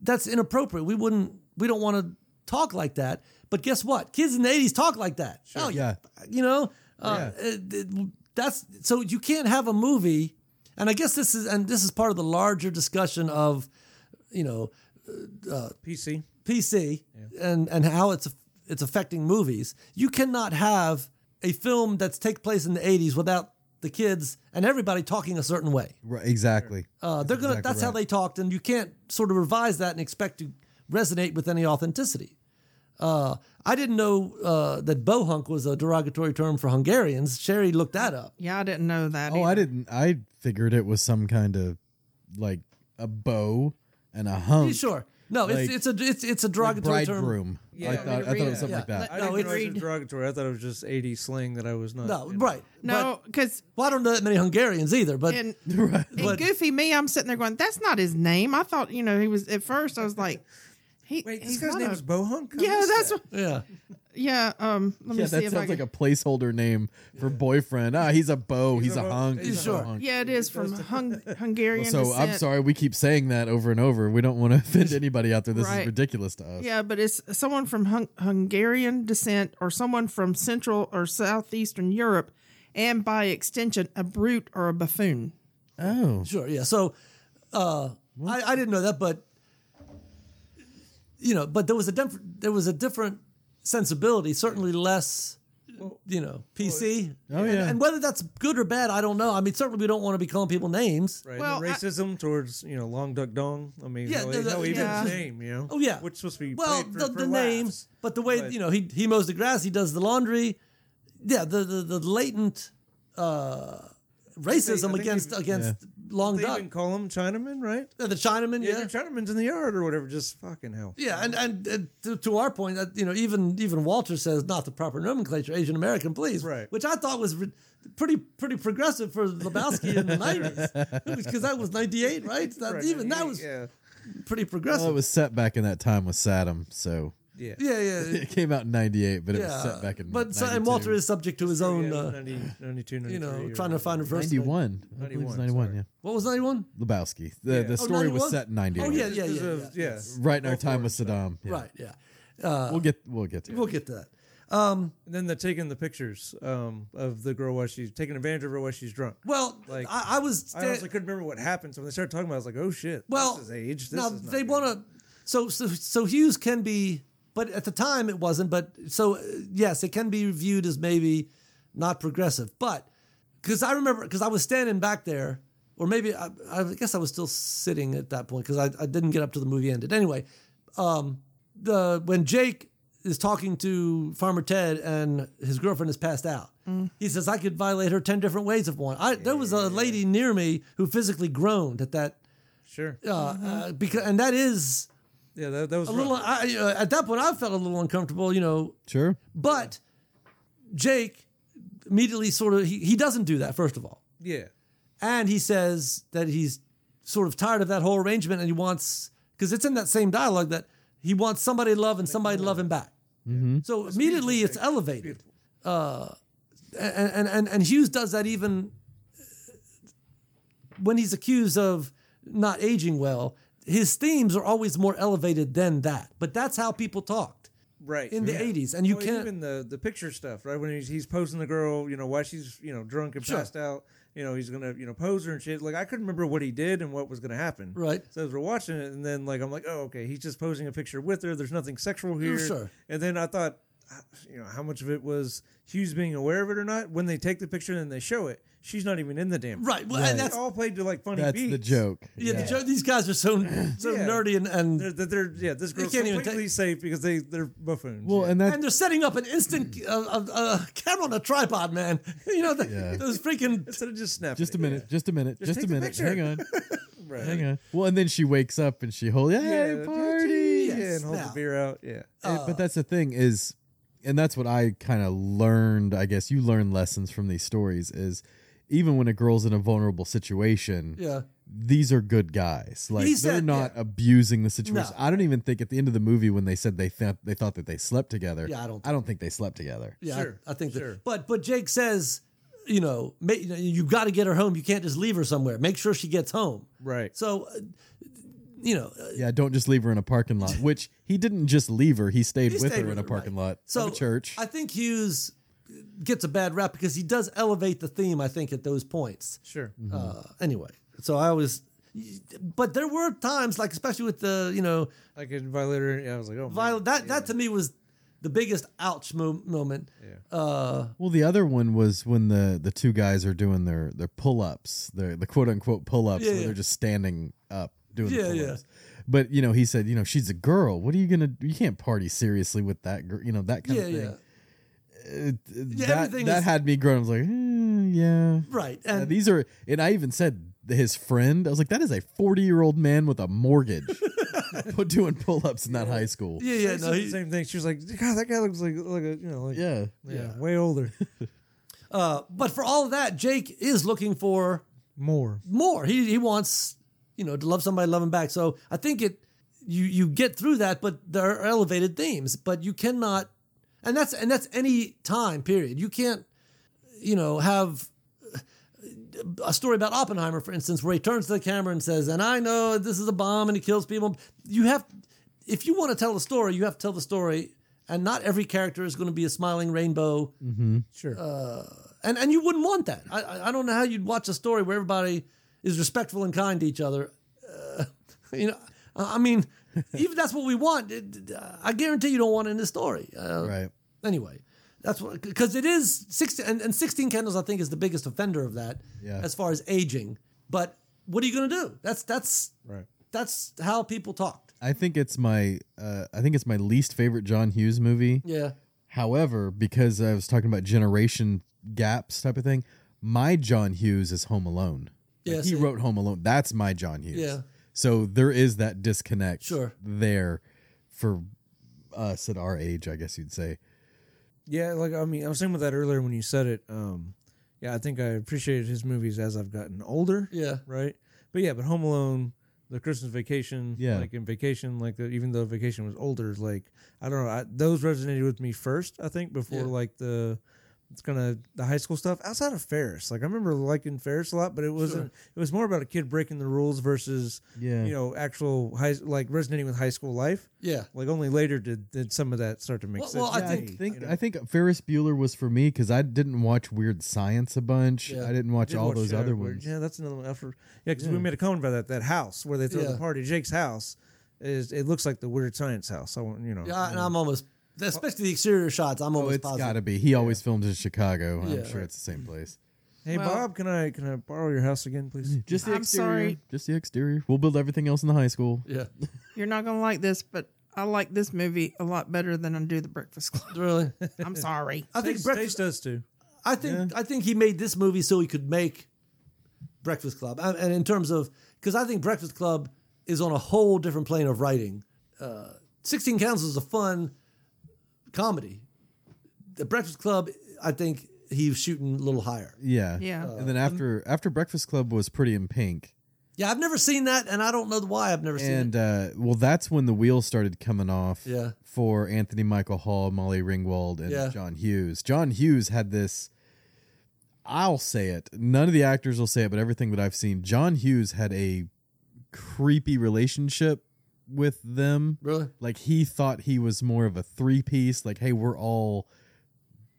[SPEAKER 1] that's inappropriate. We wouldn't we don't want to talk like that. But guess what? Kids in the 80s talk like that. Oh,
[SPEAKER 3] Yeah.
[SPEAKER 1] You know, uh, it- it- that's so you can't have a movie. And I guess this is, and this is part of the larger discussion of, you know,
[SPEAKER 2] PC.
[SPEAKER 1] PC and and how it's it's affecting movies. You cannot have a film that's take place in the 80s without the kids and everybody talking a certain way.
[SPEAKER 3] Right, exactly.
[SPEAKER 1] Uh, they're gonna.
[SPEAKER 3] exactly
[SPEAKER 1] that's how
[SPEAKER 3] right.
[SPEAKER 1] they talked, and you can't sort of revise that and expect to resonate with any authenticity. Uh, I didn't know uh, that bohunk was a derogatory term for Hungarians. Sherry looked that up.
[SPEAKER 4] Yeah, I didn't know that.
[SPEAKER 3] Oh, I
[SPEAKER 4] either.
[SPEAKER 3] didn't. I figured it was some kind of like a bow and a hump.
[SPEAKER 1] Sure, no,
[SPEAKER 3] Like-
[SPEAKER 1] it's it's a it's it's a
[SPEAKER 3] Like
[SPEAKER 1] derogatory term.
[SPEAKER 3] bridegroom.
[SPEAKER 2] Yeah,
[SPEAKER 3] I
[SPEAKER 2] we
[SPEAKER 3] thought,
[SPEAKER 2] could
[SPEAKER 3] I thought
[SPEAKER 4] read
[SPEAKER 3] it
[SPEAKER 4] it.
[SPEAKER 3] was something
[SPEAKER 1] Yeah.
[SPEAKER 3] like that.
[SPEAKER 2] I
[SPEAKER 1] No,
[SPEAKER 2] didn't
[SPEAKER 1] it's-
[SPEAKER 2] realize it was derogatory. I thought it was just 80 slang that I was not.
[SPEAKER 1] No,
[SPEAKER 2] you know.
[SPEAKER 1] right?
[SPEAKER 4] No, because
[SPEAKER 1] But, well, I don't know that many Hungarians either, but
[SPEAKER 4] and,
[SPEAKER 3] right.
[SPEAKER 4] and
[SPEAKER 1] But-
[SPEAKER 4] goofy me, I'm sitting there going, "That's not his name." I thought, you know, he was at first. I was like, "He,
[SPEAKER 2] Wait, this
[SPEAKER 4] he's
[SPEAKER 2] guy's
[SPEAKER 4] not
[SPEAKER 2] name
[SPEAKER 4] a-
[SPEAKER 2] is Bohunk? I
[SPEAKER 4] yeah,
[SPEAKER 2] missed
[SPEAKER 4] that's
[SPEAKER 2] that.
[SPEAKER 4] what,
[SPEAKER 1] yeah.
[SPEAKER 4] yeah." Um, let me
[SPEAKER 3] Yeah,
[SPEAKER 4] see
[SPEAKER 3] that
[SPEAKER 4] if I
[SPEAKER 3] sounds
[SPEAKER 4] can.
[SPEAKER 3] like a placeholder name for boyfriend. Ah, he's a beau. He's,
[SPEAKER 2] a
[SPEAKER 3] a
[SPEAKER 2] beau.
[SPEAKER 3] hunk.
[SPEAKER 2] He's
[SPEAKER 1] a
[SPEAKER 3] a
[SPEAKER 1] sure.
[SPEAKER 3] hunk.
[SPEAKER 4] yeah, it is from hung, Hungarian.
[SPEAKER 3] so I'm
[SPEAKER 4] descent.
[SPEAKER 3] sorry we keep saying that over and over. We don't want to offend anybody out there. This
[SPEAKER 4] Right.
[SPEAKER 3] is ridiculous to us.
[SPEAKER 4] Yeah, but it's someone from hung- Hungarian descent or someone from Central or Southeastern Europe, and by extension, a brute or a buffoon.
[SPEAKER 3] Oh,
[SPEAKER 1] Sure, yeah. So uh,
[SPEAKER 2] Hmm?
[SPEAKER 1] I, I didn't know that, but you know, but there was a diff- there was a different sensibility, certainly less, you know, PC.
[SPEAKER 3] Oh,
[SPEAKER 1] And-
[SPEAKER 3] yeah.
[SPEAKER 1] and whether that's good or bad, I don't know. I mean, certainly we don't want to be calling people names.
[SPEAKER 2] Right.
[SPEAKER 4] Well,
[SPEAKER 2] and the
[SPEAKER 4] I-
[SPEAKER 2] racism towards, you know, Long Duck Dong. I mean,
[SPEAKER 1] Yeah,
[SPEAKER 2] yeah,
[SPEAKER 1] the- the-
[SPEAKER 2] even
[SPEAKER 4] yeah.
[SPEAKER 2] his name, you know?
[SPEAKER 1] Oh yeah,
[SPEAKER 2] Which is supposed to be
[SPEAKER 1] well
[SPEAKER 2] played for,
[SPEAKER 1] the,
[SPEAKER 2] for
[SPEAKER 1] the
[SPEAKER 2] laughs.
[SPEAKER 1] names, but the way
[SPEAKER 2] But-
[SPEAKER 1] you know he he mows the grass, he does the laundry. Yeah, the the, the latent uh, racism
[SPEAKER 2] think
[SPEAKER 1] against
[SPEAKER 2] they've-
[SPEAKER 1] against long
[SPEAKER 2] They
[SPEAKER 1] duck,
[SPEAKER 2] even call him Chinaman, right?
[SPEAKER 1] Uh, the Chinaman.
[SPEAKER 2] Yeah,
[SPEAKER 1] Yeah,
[SPEAKER 2] the Chinaman's in the yard or whatever. Just fucking hell.
[SPEAKER 1] Yeah, and and, and to, to our point, that you know, even even Walter says not the proper nomenclature, Asian American, please,
[SPEAKER 2] Right.
[SPEAKER 1] Which I thought was re- pretty pretty progressive for Lebowski in the nineties, because that was ninety eight, right? That,
[SPEAKER 2] Right,
[SPEAKER 1] Even that
[SPEAKER 2] yeah,
[SPEAKER 1] was
[SPEAKER 2] yeah,
[SPEAKER 1] pretty
[SPEAKER 3] well,
[SPEAKER 1] progressive.
[SPEAKER 3] it was set back in that time with Saddam. So
[SPEAKER 2] yeah.
[SPEAKER 1] yeah, yeah,
[SPEAKER 3] it came out in '98, but it was
[SPEAKER 1] yeah.
[SPEAKER 3] set back in.
[SPEAKER 1] but so, and
[SPEAKER 3] 92.
[SPEAKER 1] Walter is subject to his own,
[SPEAKER 2] Oh, Yeah,
[SPEAKER 1] uh,
[SPEAKER 2] 90, 92,
[SPEAKER 1] you
[SPEAKER 2] 93
[SPEAKER 1] know,
[SPEAKER 2] or
[SPEAKER 1] trying to
[SPEAKER 2] whatever.
[SPEAKER 1] find a verse.
[SPEAKER 3] 91. I believe it
[SPEAKER 2] 91,
[SPEAKER 3] was 91.
[SPEAKER 2] sorry.
[SPEAKER 3] Yeah.
[SPEAKER 1] What was ninety one?
[SPEAKER 3] Lebowski. The
[SPEAKER 2] Yeah.
[SPEAKER 3] the
[SPEAKER 2] Oh,
[SPEAKER 3] story
[SPEAKER 1] 91?
[SPEAKER 3] was set in 98.
[SPEAKER 1] Oh yeah, yeah,
[SPEAKER 2] This
[SPEAKER 1] yeah,
[SPEAKER 2] is a-
[SPEAKER 1] yeah.
[SPEAKER 2] yeah.
[SPEAKER 3] Right in our
[SPEAKER 2] Go for
[SPEAKER 3] time
[SPEAKER 2] it.
[SPEAKER 3] with Saddam. Yeah.
[SPEAKER 1] right, yeah. Uh,
[SPEAKER 3] We'll get we'll get to it.
[SPEAKER 1] we'll get to that.
[SPEAKER 2] And then they're taking the pictures um, of the girl while she's taking advantage of her while she's drunk.
[SPEAKER 1] Well,
[SPEAKER 2] Like,
[SPEAKER 1] I, I was
[SPEAKER 2] I honestly couldn't remember what happened. So when they started talking about it, I was like, oh shit.
[SPEAKER 1] Well,
[SPEAKER 2] this is age. This
[SPEAKER 1] now
[SPEAKER 2] is not
[SPEAKER 1] they
[SPEAKER 2] good.
[SPEAKER 1] want to. So, so so Hughes can be, but at the time it wasn't. But so uh, yes, it can be viewed as maybe not progressive. But because I remember, because I was standing back there, or maybe I, I guess I was still sitting at that point because I, I didn't get up till the movie ended. Anyway, um, the when Jake is talking to Farmer Ted and his girlfriend has passed out. He says I could violate her ten different ways if one. I, there was a lady near me who physically groaned at that
[SPEAKER 2] Sure.
[SPEAKER 1] uh, uh, because and that is
[SPEAKER 2] Yeah, that, that was
[SPEAKER 1] a little.
[SPEAKER 2] rough.
[SPEAKER 1] I, uh, at that point, I felt a little uncomfortable, you know.
[SPEAKER 3] Sure.
[SPEAKER 1] But Jake immediately sort of he, he doesn't do that first of all,
[SPEAKER 2] Yeah.
[SPEAKER 1] and he says that he's sort of tired of that whole arrangement, and he wants because it's in that same dialogue that he wants somebody to love and somebody to love him back.
[SPEAKER 2] Mm-hmm.
[SPEAKER 1] So immediately it's elevated, uh, and, and and and Hughes does that even uh, when he's accused of not aging well. His themes are always more elevated than that, but that's how people talked
[SPEAKER 2] Right.
[SPEAKER 1] in the
[SPEAKER 2] yeah.
[SPEAKER 1] '80s, and you
[SPEAKER 2] Well,
[SPEAKER 1] can't.
[SPEAKER 2] even the the picture stuff, right? When he's he's posing the girl, you know, why she's you know drunk and
[SPEAKER 1] Sure.
[SPEAKER 2] passed out. You know, he's gonna you know pose her and shit. Like I couldn't remember what he did and what was gonna happen.
[SPEAKER 1] Right.
[SPEAKER 2] So as we're watching it, and then like I'm like, oh okay, he's just posing a picture with her. There's nothing sexual here.
[SPEAKER 1] Oh, sure.
[SPEAKER 2] And then I thought, ah, you know, how much of it was Hughes being aware of it or not? When they take the picture and they show it, she's not even in the damn.
[SPEAKER 1] Right. Well, and
[SPEAKER 2] They
[SPEAKER 1] that's
[SPEAKER 2] all played to like funny
[SPEAKER 3] That's
[SPEAKER 2] beats.
[SPEAKER 3] the joke.
[SPEAKER 1] yeah. The joke, these guys are so so
[SPEAKER 2] Yeah.
[SPEAKER 1] nerdy and and
[SPEAKER 2] They're, they're, they're- yeah, this girl's
[SPEAKER 1] can't even
[SPEAKER 2] completely safe because they they're buffoons.
[SPEAKER 3] Well, and that
[SPEAKER 1] and they're setting up an instant uh, uh, uh, camera on a tripod, man. You know, the,
[SPEAKER 3] Yeah.
[SPEAKER 1] those freaking
[SPEAKER 2] instead of just snapping.
[SPEAKER 3] just a
[SPEAKER 2] it.
[SPEAKER 3] minute, just a minute, just,
[SPEAKER 2] take
[SPEAKER 3] a
[SPEAKER 2] the
[SPEAKER 3] minute.
[SPEAKER 2] picture.
[SPEAKER 3] Hang on.
[SPEAKER 2] Right.
[SPEAKER 3] Hang on. Well, and then she wakes up and she holds, hey,
[SPEAKER 2] Yeah,
[SPEAKER 3] party.
[SPEAKER 2] Yeah, and hold
[SPEAKER 1] Now-
[SPEAKER 2] the beer out. Yeah.
[SPEAKER 3] And-
[SPEAKER 1] Uh.
[SPEAKER 3] but that's the thing is, and that's what I kind of learned. I guess you learn lessons from these stories. Is even when a girl's in a vulnerable situation,
[SPEAKER 1] yeah,
[SPEAKER 3] these are good guys. Like
[SPEAKER 1] He
[SPEAKER 3] they're
[SPEAKER 1] said-
[SPEAKER 3] not abusing the situation.
[SPEAKER 1] No.
[SPEAKER 3] I don't even think at the end of the movie when they said they thought they thought that they slept together.
[SPEAKER 1] Yeah, I don't
[SPEAKER 3] I don't think they slept together.
[SPEAKER 1] yeah. I-
[SPEAKER 2] Sure,
[SPEAKER 1] I, think that.
[SPEAKER 2] sure.
[SPEAKER 1] But but Jake says, you know, ma- you know, you've got to get her home. You can't just leave her somewhere. Make sure she gets home.
[SPEAKER 2] Right.
[SPEAKER 1] So uh,
[SPEAKER 5] you know, uh,
[SPEAKER 3] Yeah, don't just leave her in a parking lot. Which he didn't just leave her; he stayed
[SPEAKER 1] He
[SPEAKER 3] with
[SPEAKER 1] stayed
[SPEAKER 3] her in a
[SPEAKER 1] right.
[SPEAKER 3] parking lot
[SPEAKER 1] So
[SPEAKER 3] of a church.
[SPEAKER 1] I think Hughes gets a bad rap because he does elevate the theme. I think at those points.
[SPEAKER 2] Sure.
[SPEAKER 3] Hmm.
[SPEAKER 1] Uh, anyway, so I always, but there were times like especially with the you know
[SPEAKER 2] Like in Violator, yeah, I was like, oh, man.
[SPEAKER 1] viol- that that to me was the biggest ouch mo- moment. Uh,
[SPEAKER 3] well, the other one was when the the two guys are doing their their pull ups, their the quote unquote pull ups,
[SPEAKER 1] Yeah,
[SPEAKER 3] where
[SPEAKER 1] yeah.
[SPEAKER 3] they're just standing up doing
[SPEAKER 1] Yeah,
[SPEAKER 3] the
[SPEAKER 1] yeah.
[SPEAKER 3] pull ups. But you know, he said, you know, she's a girl. What are you gonna? You can't party seriously with that girl. You know that kind
[SPEAKER 1] yeah,
[SPEAKER 3] of thing.
[SPEAKER 1] yeah,
[SPEAKER 3] It- it-
[SPEAKER 1] Yeah,
[SPEAKER 3] that
[SPEAKER 1] everything
[SPEAKER 3] that
[SPEAKER 1] is-
[SPEAKER 3] had me grown. I was like, eh, yeah.
[SPEAKER 1] right.
[SPEAKER 3] Now,
[SPEAKER 1] And
[SPEAKER 3] these are, and I even said his friend. I was like, that is a forty-year-old man with a mortgage, put doing pull-ups in that high school.
[SPEAKER 1] yeah, yeah,
[SPEAKER 2] She
[SPEAKER 1] no,
[SPEAKER 2] said
[SPEAKER 1] he-
[SPEAKER 2] the same thing. She was like, God, that guy looks like like a you know like yeah,
[SPEAKER 3] Yeah.
[SPEAKER 1] Yeah.
[SPEAKER 2] way older.
[SPEAKER 1] uh, but for all of that, Jake is looking for
[SPEAKER 2] More.
[SPEAKER 1] more. He he wants you know to love somebody, love him back. So I think it you you get through that, but there are elevated themes, but you cannot, and that's and that's any time period. You can't you know have a story about Oppenheimer, for instance, where he turns to the camera and says, "And I know this is a bomb and it kills people." You have if you want to tell the story, you have to tell the story. And not every character is going to be a smiling rainbow Uh,
[SPEAKER 2] Sure.
[SPEAKER 1] and and you wouldn't want that. I- I I don't know how you'd watch a story where everybody is respectful and kind to each other. Uh, you know, I I mean, even that's what we want. It- I guarantee you don't want it in this story. Uh,
[SPEAKER 3] Right.
[SPEAKER 1] Anyway, that's what because it is sixteen and, and sixteen candles. I think is the biggest offender of that.
[SPEAKER 3] Yeah.
[SPEAKER 1] As far as aging, but what are you going to do? That's that's
[SPEAKER 2] right.
[SPEAKER 1] that's how people talked.
[SPEAKER 3] I think it's my, uh, I think it's my least favorite John Hughes movie.
[SPEAKER 1] Yeah.
[SPEAKER 3] However, because I was talking about generation gaps type of thing, my John Hughes is Home Alone.
[SPEAKER 1] Yeah,
[SPEAKER 3] Like, he
[SPEAKER 1] see.
[SPEAKER 3] wrote Home Alone. That's my John Hughes.
[SPEAKER 1] Yeah.
[SPEAKER 3] So there is that disconnect
[SPEAKER 1] Sure.
[SPEAKER 3] there for us at our age, I guess you'd say.
[SPEAKER 2] Yeah, like I mean, I was saying with that earlier when you said it. Um, yeah, I think I appreciated his movies as I've gotten older.
[SPEAKER 1] Yeah.
[SPEAKER 2] Right. But yeah, but Home Alone, the Christmas Vacation,
[SPEAKER 3] Yeah.
[SPEAKER 2] like in Vacation, like the, even though Vacation was older, like I don't know, I, those resonated with me first. I think before
[SPEAKER 1] Yeah.
[SPEAKER 2] like the it's kind of the high school stuff outside of Ferris. Like I remember liking Ferris a lot, but it wasn't. It was more about a kid breaking the rules versus
[SPEAKER 3] Yeah.
[SPEAKER 2] you know actual high like resonating with high school life.
[SPEAKER 1] Yeah.
[SPEAKER 2] Like only later did, did some of that start to make
[SPEAKER 1] Well-
[SPEAKER 2] sense.
[SPEAKER 1] well, I think-
[SPEAKER 2] to me,
[SPEAKER 3] I think
[SPEAKER 2] you know?
[SPEAKER 3] I think Ferris Bueller was for me because I didn't watch Weird Science a bunch.
[SPEAKER 1] Yeah.
[SPEAKER 3] I didn't watch
[SPEAKER 2] did
[SPEAKER 3] all
[SPEAKER 2] watch
[SPEAKER 3] those
[SPEAKER 2] Shadow
[SPEAKER 3] other
[SPEAKER 2] Bird.
[SPEAKER 3] ones.
[SPEAKER 2] Yeah, that's another one. After, yeah, because we made a comment about that. That house where they throw
[SPEAKER 1] Yeah.
[SPEAKER 2] the party, Jake's house, is it looks like the Weird Science house. I want you know.
[SPEAKER 1] Yeah. And I'm almost, especially the exterior shots. I'm
[SPEAKER 3] Oh,
[SPEAKER 1] almost
[SPEAKER 3] it's
[SPEAKER 1] positive.
[SPEAKER 3] got to be. He always films in Chicago.
[SPEAKER 1] Yeah.
[SPEAKER 3] I'm sure it's the same place.
[SPEAKER 2] Hey
[SPEAKER 4] Well-
[SPEAKER 2] Bob, can I can I borrow your house again, please?
[SPEAKER 3] Just the
[SPEAKER 4] I'm
[SPEAKER 3] exterior.
[SPEAKER 4] sorry.
[SPEAKER 3] Just the exterior. We'll build everything else in the high school.
[SPEAKER 1] Yeah.
[SPEAKER 4] You're not gonna like this, but I like this movie a lot better than I do The Breakfast Club.
[SPEAKER 1] Really.
[SPEAKER 4] I'm sorry.
[SPEAKER 1] I think
[SPEAKER 2] Taste,
[SPEAKER 1] breakfast.
[SPEAKER 2] Taste does too.
[SPEAKER 1] I think I think he made this movie so he could make Breakfast Club, and and in terms of because I think Breakfast Club is on a whole different plane of writing. Uh, Sixteen Candles is a fun comedy. The Breakfast Club, I think he's shooting a little higher.
[SPEAKER 3] Yeah. Uh,
[SPEAKER 4] Yeah.
[SPEAKER 3] and then after after Breakfast Club was Pretty in Pink,
[SPEAKER 1] Yeah, I've never seen that, and I don't know why I've never seen
[SPEAKER 3] and
[SPEAKER 1] it.
[SPEAKER 3] uh, well, that's when the wheels started coming off.
[SPEAKER 1] Yeah.
[SPEAKER 3] For Anthony Michael Hall, Molly Ringwald, and
[SPEAKER 1] Yeah.
[SPEAKER 3] John Hughes. John Hughes had this. I'll say it. None of the actors will say it, but everything that I've seen, John Hughes had a creepy relationship with them.
[SPEAKER 1] Really?
[SPEAKER 3] Like he thought he was more of a three piece. Like, hey, we're all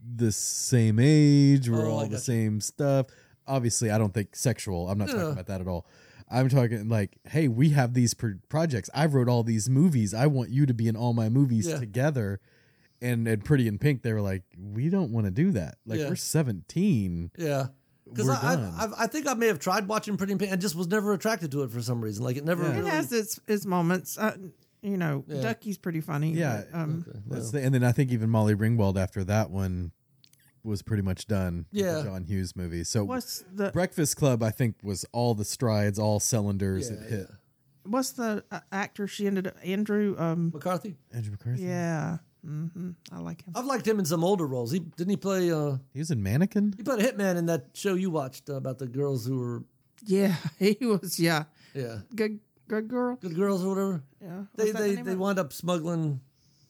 [SPEAKER 3] the same age. We're
[SPEAKER 1] Oh, I
[SPEAKER 3] all the
[SPEAKER 1] gotcha.
[SPEAKER 3] same stuff. Obviously, I don't think sexual. I'm not
[SPEAKER 1] No.
[SPEAKER 3] talking about that at all. I'm talking like, hey, we have these pro- projects. I wrote all these movies. I want you to be in all my movies
[SPEAKER 1] Yeah.
[SPEAKER 3] together. And and Pretty in Pink, they were like, we don't want to do that. Like
[SPEAKER 1] Yeah.
[SPEAKER 3] we're 17.
[SPEAKER 1] Yeah. Because
[SPEAKER 3] We're
[SPEAKER 1] I,
[SPEAKER 3] done.
[SPEAKER 1] I, I, I think I may have tried watching Pretty in Pink and just was never attracted to it for some reason. Like it never
[SPEAKER 3] Yeah.
[SPEAKER 1] really.
[SPEAKER 4] It has its its moments. Uh, you know,
[SPEAKER 1] Yeah.
[SPEAKER 4] Ducky's pretty funny.
[SPEAKER 3] Yeah.
[SPEAKER 4] but, um,
[SPEAKER 3] That's the, and then I think even Molly Ringwald after that one was pretty much done. with the
[SPEAKER 1] Yeah.
[SPEAKER 3] John Hughes movie. So
[SPEAKER 4] what's the
[SPEAKER 3] Breakfast Club, I think, was all the strides, all cylinders.
[SPEAKER 1] Yeah,
[SPEAKER 3] it hit
[SPEAKER 4] what's the uh, actor she ended up Andrew? Um,
[SPEAKER 1] McCarthy.
[SPEAKER 3] Andrew McCarthy.
[SPEAKER 4] yeah, hmm I like
[SPEAKER 3] Oh.
[SPEAKER 4] him.
[SPEAKER 1] I've liked him in some older roles. He didn't he play. Uh,
[SPEAKER 3] He was in Mannequin.
[SPEAKER 1] He played a hitman in that show you watched uh, about the girls who were,
[SPEAKER 4] Yeah, he was. Yeah,
[SPEAKER 1] yeah,
[SPEAKER 4] good good girl.
[SPEAKER 1] good girls or whatever.
[SPEAKER 4] Yeah,
[SPEAKER 1] They
[SPEAKER 4] What's that the
[SPEAKER 1] they
[SPEAKER 4] name
[SPEAKER 1] they
[SPEAKER 4] of it?
[SPEAKER 1] wind up smuggling.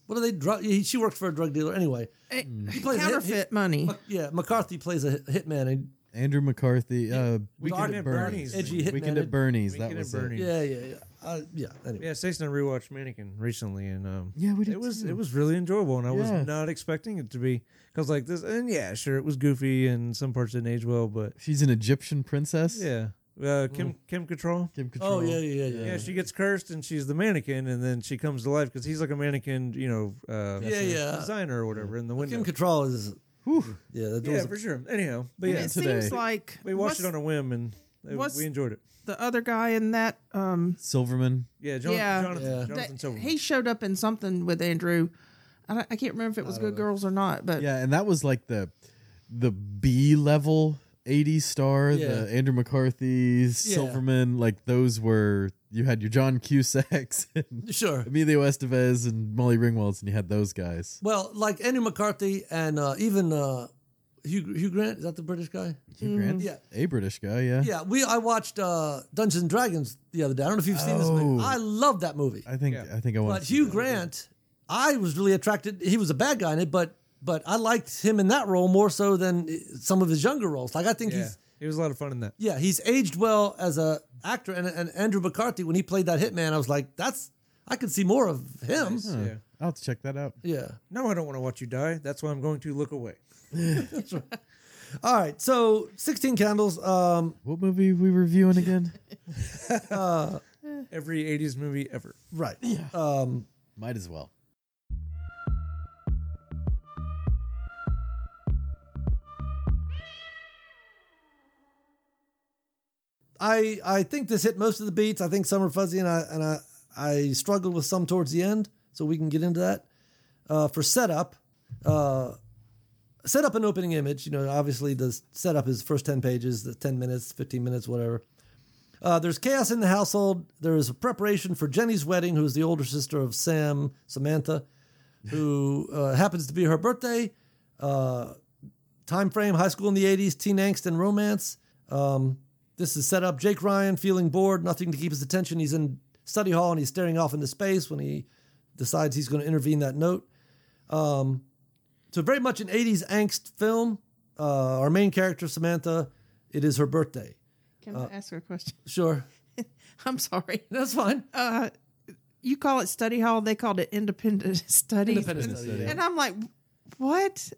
[SPEAKER 1] What are they? Drug? he- She worked for a drug dealer anyway.
[SPEAKER 4] Eh,
[SPEAKER 1] plays hit-
[SPEAKER 4] counterfeit money.
[SPEAKER 1] Mc- yeah, McCarthy plays a hit- hitman, and
[SPEAKER 3] Andrew McCarthy. Uh, Weekend
[SPEAKER 2] Weekend
[SPEAKER 3] at
[SPEAKER 2] at
[SPEAKER 3] Bernie's.
[SPEAKER 2] Bernie's.
[SPEAKER 1] Edgy hitting
[SPEAKER 3] Weekend
[SPEAKER 1] at
[SPEAKER 3] at Bernie's. that
[SPEAKER 2] Weekend at
[SPEAKER 3] was
[SPEAKER 2] Bernie's.
[SPEAKER 3] it.
[SPEAKER 1] Yeah, yeah, yeah. Uh, yeah. Anyway.
[SPEAKER 2] Yeah, Stason rewatched Mannequin recently, and um,
[SPEAKER 3] Yeah, we did
[SPEAKER 2] It was
[SPEAKER 3] too.
[SPEAKER 2] it was really enjoyable, and I
[SPEAKER 3] Yeah.
[SPEAKER 2] was not expecting it to be because like this, and yeah, sure, it was goofy, and some parts didn't age well, but
[SPEAKER 3] She's an Egyptian princess.
[SPEAKER 2] yeah, uh, Kim
[SPEAKER 3] Mm.
[SPEAKER 2] Kim Cattrall.
[SPEAKER 3] Kim Cattrall.
[SPEAKER 1] Oh yeah, yeah, yeah, yeah.
[SPEAKER 2] Yeah, she gets cursed and she's the mannequin, and then she comes to life because he's like a mannequin, you know, uh,
[SPEAKER 1] Yeah, yeah.
[SPEAKER 2] designer or whatever in the window.
[SPEAKER 1] Kim Cattrall is.
[SPEAKER 3] Whew.
[SPEAKER 1] Yeah, that
[SPEAKER 2] yeah,
[SPEAKER 1] was
[SPEAKER 2] for sure. Anyhow, but
[SPEAKER 4] And
[SPEAKER 2] yeah,
[SPEAKER 4] it
[SPEAKER 3] today.
[SPEAKER 4] seems like
[SPEAKER 2] we watched
[SPEAKER 4] what's
[SPEAKER 2] it on a whim and uh,
[SPEAKER 4] what's-
[SPEAKER 2] we enjoyed it.
[SPEAKER 4] the other guy in that. Um,
[SPEAKER 3] Silverman.
[SPEAKER 2] Yeah, Jonathan,
[SPEAKER 4] Yeah.
[SPEAKER 2] Jonathan,
[SPEAKER 1] Yeah.
[SPEAKER 2] Jonathan
[SPEAKER 4] that-
[SPEAKER 2] Silverman.
[SPEAKER 4] he showed up in something with Andrew. I, don't- I can't remember if it was Good Girls or not, but
[SPEAKER 3] Yeah, and that was like the the B level 80s star,
[SPEAKER 1] Yeah.
[SPEAKER 3] the Andrew McCarthy's,
[SPEAKER 1] Yeah.
[SPEAKER 3] Silverman, like those were you had your John Cusacks and
[SPEAKER 1] sure.
[SPEAKER 3] Emilio Estevez and Molly Ringwalds and you had those guys.
[SPEAKER 1] Well, like Andrew McCarthy and uh, even uh, Hugh, Hugh Grant is that the British guy?
[SPEAKER 3] Hugh Grant?
[SPEAKER 1] Yeah.
[SPEAKER 3] A British guy, yeah.
[SPEAKER 1] Yeah, we I watched uh, Dungeons and Dragons the other day. I don't know if you've seen this
[SPEAKER 3] Oh.
[SPEAKER 1] movie. I love that movie.
[SPEAKER 3] I think
[SPEAKER 2] Yeah.
[SPEAKER 3] I think I want
[SPEAKER 1] But Hugh Grant, I was really attracted. He was a bad guy in it, but but I liked him in that role more so than eh, some of his younger roles. Like I think
[SPEAKER 2] yeah,
[SPEAKER 1] he's
[SPEAKER 2] he was a lot of fun in that.
[SPEAKER 1] yeah he's aged well as a actor. And, and Andrew McCarthy when he played that hitman, I was like that's I could see more of him.
[SPEAKER 2] Yeah.
[SPEAKER 3] I'll have to check that out.
[SPEAKER 1] Yeah.
[SPEAKER 2] No, I don't want to watch you die. That's why I'm going to look away.
[SPEAKER 1] All right. So sixteen candles. Um,
[SPEAKER 3] What movie we reviewing again?
[SPEAKER 2] Every '80s movie ever.
[SPEAKER 1] right. Um,
[SPEAKER 3] Might as well.
[SPEAKER 1] I I think this hit most of the beats. I think some are fuzzy, and I and I I struggled with some towards the end, so we can get into that. Uh, for setup, uh, set up an opening image. You know, obviously the setup is first ten pages, the ten minutes, fifteen minutes, whatever. Uh, there's chaos in the household. There is a preparation for Jenny's wedding, who's the older sister of Sam, Samantha, who uh, happens to be her birthday. Uh, time frame: high school in the '80s, teen angst and romance. Um, this is set up. Jake Ryan feeling bored, nothing to keep his attention. He's in study hall and he's staring off into space when he decides he's going to intervene that note. Um, so very much an '80s angst film. Uh, our main character Samantha, it is her birthday.
[SPEAKER 4] can I ask her a question?
[SPEAKER 1] Sure,
[SPEAKER 4] I'm sorry.
[SPEAKER 1] that's fine.
[SPEAKER 4] Uh, you call it study hall; they called it independent studies.
[SPEAKER 1] Independent study, yeah.
[SPEAKER 4] and I'm like, what?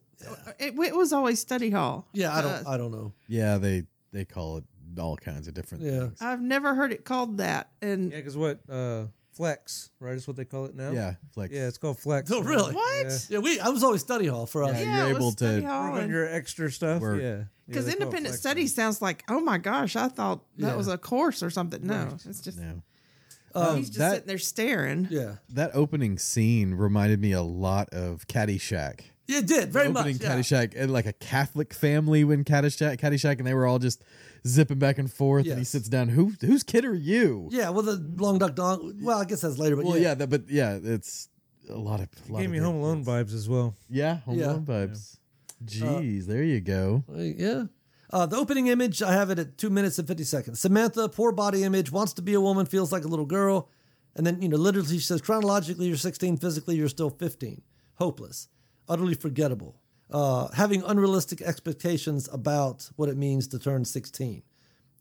[SPEAKER 4] It, it was always study hall.
[SPEAKER 1] Yeah, I
[SPEAKER 4] to
[SPEAKER 1] don't.
[SPEAKER 4] us.
[SPEAKER 1] I don't know.
[SPEAKER 3] Yeah, they they call it all kinds of different
[SPEAKER 1] Yeah.
[SPEAKER 3] things.
[SPEAKER 4] I've never heard it called that. And
[SPEAKER 2] Yeah, because what? Uh, flex, right? Is what they call it now.
[SPEAKER 3] Yeah, like
[SPEAKER 2] yeah, it's called flex.
[SPEAKER 1] Oh, really?
[SPEAKER 4] what?
[SPEAKER 1] Yeah, we. I was always study hall for us.
[SPEAKER 3] Yeah.
[SPEAKER 1] Yeah,
[SPEAKER 3] you're
[SPEAKER 4] it was
[SPEAKER 3] able to
[SPEAKER 4] study hall
[SPEAKER 2] Work on
[SPEAKER 4] and-
[SPEAKER 2] your extra stuff.
[SPEAKER 3] Work.
[SPEAKER 2] Yeah,
[SPEAKER 4] Because
[SPEAKER 2] Yeah, they call it
[SPEAKER 4] independent
[SPEAKER 2] flex
[SPEAKER 4] study sounds like, oh my gosh, I thought that
[SPEAKER 1] Yeah. Um,
[SPEAKER 4] was a course or something. No, it's just
[SPEAKER 3] no.
[SPEAKER 4] he's just
[SPEAKER 3] that-
[SPEAKER 4] sitting there staring.
[SPEAKER 1] yeah,
[SPEAKER 3] That opening scene reminded me a lot of Caddyshack.
[SPEAKER 1] it did very much.
[SPEAKER 3] opening
[SPEAKER 1] Yeah.
[SPEAKER 3] Caddyshack and like a Catholic family when Caddyshack, Caddyshack, and they were all just zipping back and forth. And he
[SPEAKER 1] Yes.
[SPEAKER 3] sits down. Who whose kid are you?
[SPEAKER 1] yeah, well, the long duck dong. Well, I guess that's later, but
[SPEAKER 3] Well,
[SPEAKER 1] yeah,
[SPEAKER 3] yeah, that, but yeah, it's a lot of. A lot
[SPEAKER 2] Gave
[SPEAKER 3] of
[SPEAKER 2] me Home Alone vibes as well.
[SPEAKER 3] Yeah, Home
[SPEAKER 1] Yeah. Uh,
[SPEAKER 3] Alone vibes. Jeez, there you go.
[SPEAKER 1] Like, Yeah. Uh, the opening image, I have it at two minutes and 50 seconds. Samantha, poor body image, wants to be a woman, feels like a little girl. And then, you know, literally she says, chronologically, you're 16, physically, you're still 15. Hopeless, utterly forgettable, uh, having unrealistic expectations about what it means to turn 16.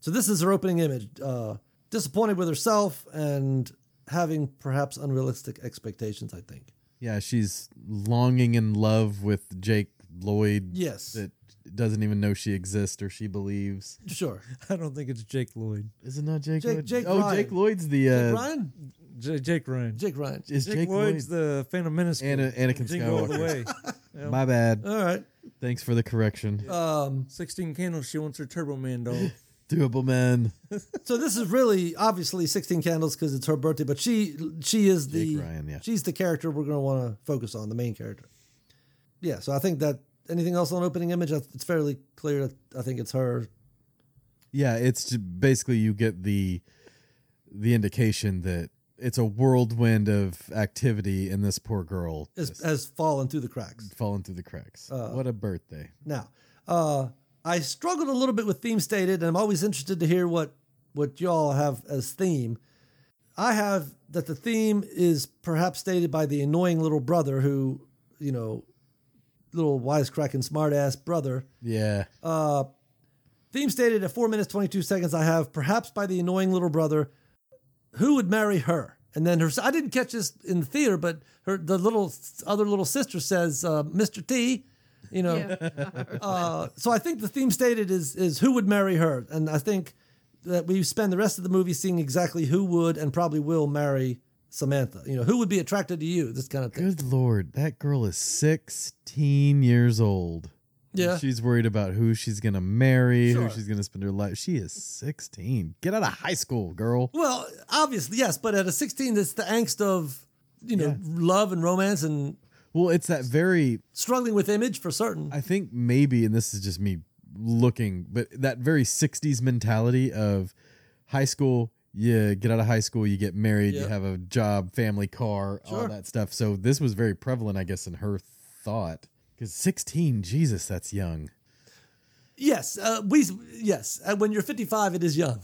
[SPEAKER 1] So this is her opening image. Uh, disappointed with herself and having perhaps unrealistic expectations, I think.
[SPEAKER 3] Yeah, she's longing in love with Jake Lloyd.
[SPEAKER 1] Yes.
[SPEAKER 3] that doesn't even know she exists or she believes.
[SPEAKER 1] Sure.
[SPEAKER 2] I don't think it's Jake Lloyd.
[SPEAKER 3] Is it not Jake?
[SPEAKER 1] Jake-
[SPEAKER 3] Lloyd?
[SPEAKER 1] Jake
[SPEAKER 3] oh,
[SPEAKER 1] Ryan.
[SPEAKER 3] Jake Lloyd's the. Uh,
[SPEAKER 1] Ryan?
[SPEAKER 2] J- Jake Ryan.
[SPEAKER 1] Jake Ryan.
[SPEAKER 3] Is
[SPEAKER 2] Jake,
[SPEAKER 3] Jake, Lloyd?
[SPEAKER 2] Lloyd's the Phantom Menace.
[SPEAKER 3] Ana- Anakin
[SPEAKER 2] Jingle all the
[SPEAKER 3] Skywalker.
[SPEAKER 2] way.
[SPEAKER 3] My bad.
[SPEAKER 1] All right.
[SPEAKER 3] Thanks for the correction.
[SPEAKER 1] Um,
[SPEAKER 2] Sixteen candles. She wants her Turbo Man doll.
[SPEAKER 3] Doable man.
[SPEAKER 1] So this is really obviously 16 candles because it's her birthday, but she she is the
[SPEAKER 3] Jake Ryan, yeah.
[SPEAKER 1] she's the character we're going to want to focus on, the main character. Yeah, so I think that anything else on opening image, I- it's fairly clear. I think it's her.
[SPEAKER 3] Yeah, it's ju- basically you get the the indication that it's a whirlwind of activity, and this poor girl
[SPEAKER 1] Is,
[SPEAKER 3] just
[SPEAKER 1] has fallen through the cracks.
[SPEAKER 3] falling through the cracks.
[SPEAKER 1] Uh.
[SPEAKER 3] what a birthday!
[SPEAKER 1] Now, uh, I struggled a little bit with theme stated, and I'm always interested to hear what what y'all have as theme. I have that the theme is perhaps stated by the annoying little brother who, you know, little wisecracking smartass brother.
[SPEAKER 3] Yeah,
[SPEAKER 1] Theme stated at 4 minutes 22 seconds, I have perhaps by the annoying little brother, who would marry her? And then her, I didn't catch this in the theater, but her the little other little sister says, uh, Mr. T, you know. Uh, so I think the theme stated is is who would marry her, and I think that we spend the rest of the movie seeing exactly who would and probably will marry Samantha. You know, who would be attracted to you, this kind of thing.
[SPEAKER 3] Good lord, that girl is 16 years old.
[SPEAKER 1] Yeah,
[SPEAKER 3] She's worried about who she's going to marry,
[SPEAKER 1] Sure.
[SPEAKER 3] who she's going to spend her life. She is 16. Get out of high school, girl.
[SPEAKER 1] Well, obviously, yes, but at a 16, it's the angst of, you know,
[SPEAKER 3] Yeah.
[SPEAKER 1] love and romance and
[SPEAKER 3] Well, it's that very
[SPEAKER 1] struggling with image for certain.
[SPEAKER 3] I think maybe, and this is just me looking, but that very 60s mentality of high school, you get out of high school, you get married,
[SPEAKER 1] Yeah.
[SPEAKER 3] you have a job, family, car,
[SPEAKER 1] Sure.
[SPEAKER 3] all that stuff. So this was very prevalent, I guess, in her thought. Because 16, Jesus, that's young.
[SPEAKER 1] yes, uh, we yes, uh, when you're 55 it is young.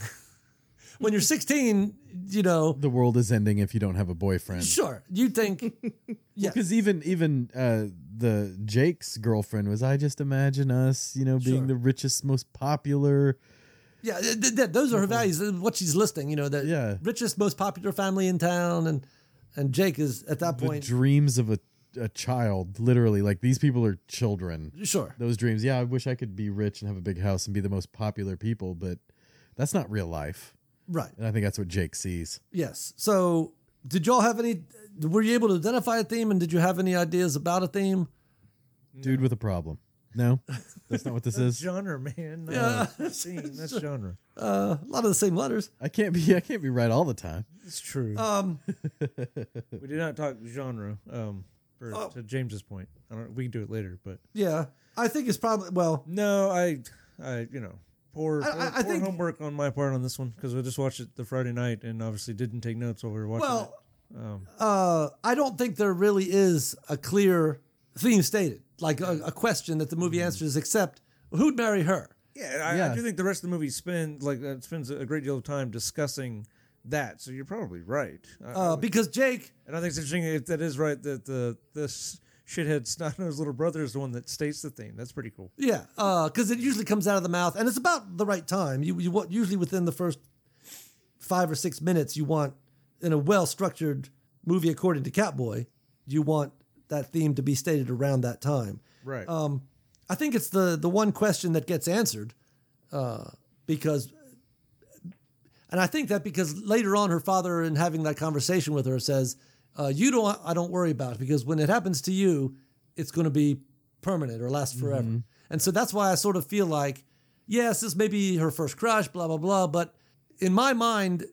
[SPEAKER 1] when you're 16, you know,
[SPEAKER 3] The world is ending if you don't have a boyfriend.
[SPEAKER 1] sure, you think yes.
[SPEAKER 3] Because even even uh, the Jake's girlfriend was, I just imagine us, you know, being
[SPEAKER 1] Sure.
[SPEAKER 3] the richest, most popular.
[SPEAKER 1] Yeah, th- th- th- those are her values. uh, What she's listing, you know, the
[SPEAKER 3] Yeah.
[SPEAKER 1] richest, most popular family in town, and and Jake is at that
[SPEAKER 3] The
[SPEAKER 1] point.
[SPEAKER 3] dreams of a, a child, literally, like these people are children.
[SPEAKER 1] sure,
[SPEAKER 3] those dreams. Yeah, I wish I could be rich and have a big house and be the most popular people, but that's not real life.
[SPEAKER 1] right.
[SPEAKER 3] And I think that's what Jake sees.
[SPEAKER 1] Yes. So, did y'all have any? Were you able to identify a theme, and did you have any ideas about a theme?
[SPEAKER 3] Dude with a problem. No, that's not what this is.
[SPEAKER 2] Genre, man. No, that's scene. That's genre.
[SPEAKER 1] Uh, a lot of the same letters.
[SPEAKER 3] I can't be. I can't be right all the time.
[SPEAKER 2] It's true.
[SPEAKER 1] Um,
[SPEAKER 2] Uh, we did not talk genre. Um, for,
[SPEAKER 1] Oh.
[SPEAKER 2] to James's point, I don't. We can do it later, but
[SPEAKER 1] yeah, I think it's probably well.
[SPEAKER 2] no, I, I, you know, poor,
[SPEAKER 1] I-
[SPEAKER 2] poor,
[SPEAKER 1] I- I
[SPEAKER 2] poor
[SPEAKER 1] think-
[SPEAKER 2] homework on my part on this one because I just watched it the Friday night and obviously didn't take notes while we were watching.
[SPEAKER 1] Well,
[SPEAKER 2] it. Um,
[SPEAKER 1] uh, I don't think there really is a clear theme stated, like a, a question that the movie answers, except who'd marry her.
[SPEAKER 2] Yeah, I, I
[SPEAKER 3] Yeah.
[SPEAKER 2] do think the rest of the movie spend like uh, spends a great deal of time discussing that. So you're probably right. I- I
[SPEAKER 1] Uh,
[SPEAKER 2] would-
[SPEAKER 1] because Jake,
[SPEAKER 2] and I think it's interesting if that is right that the this shithead snot nosed little brother is the one that states the theme. That's pretty cool.
[SPEAKER 1] yeah, because it usually comes out of the mouth, and it's about the right time. You you want usually within the first five or six minutes, you want in a well structured movie according to Catboy, you want that theme to be stated around that time.
[SPEAKER 2] Right.
[SPEAKER 1] Um, I think it's the the one question that gets answered, uh, because, and I think that because later on her father, in having that conversation with her, says, uh, "You don't, I don't worry about it because when it happens to you, it's going to be permanent or last forever." And so that's why I sort of feel like, yes, this may be her first crush, blah blah blah, but in my mind,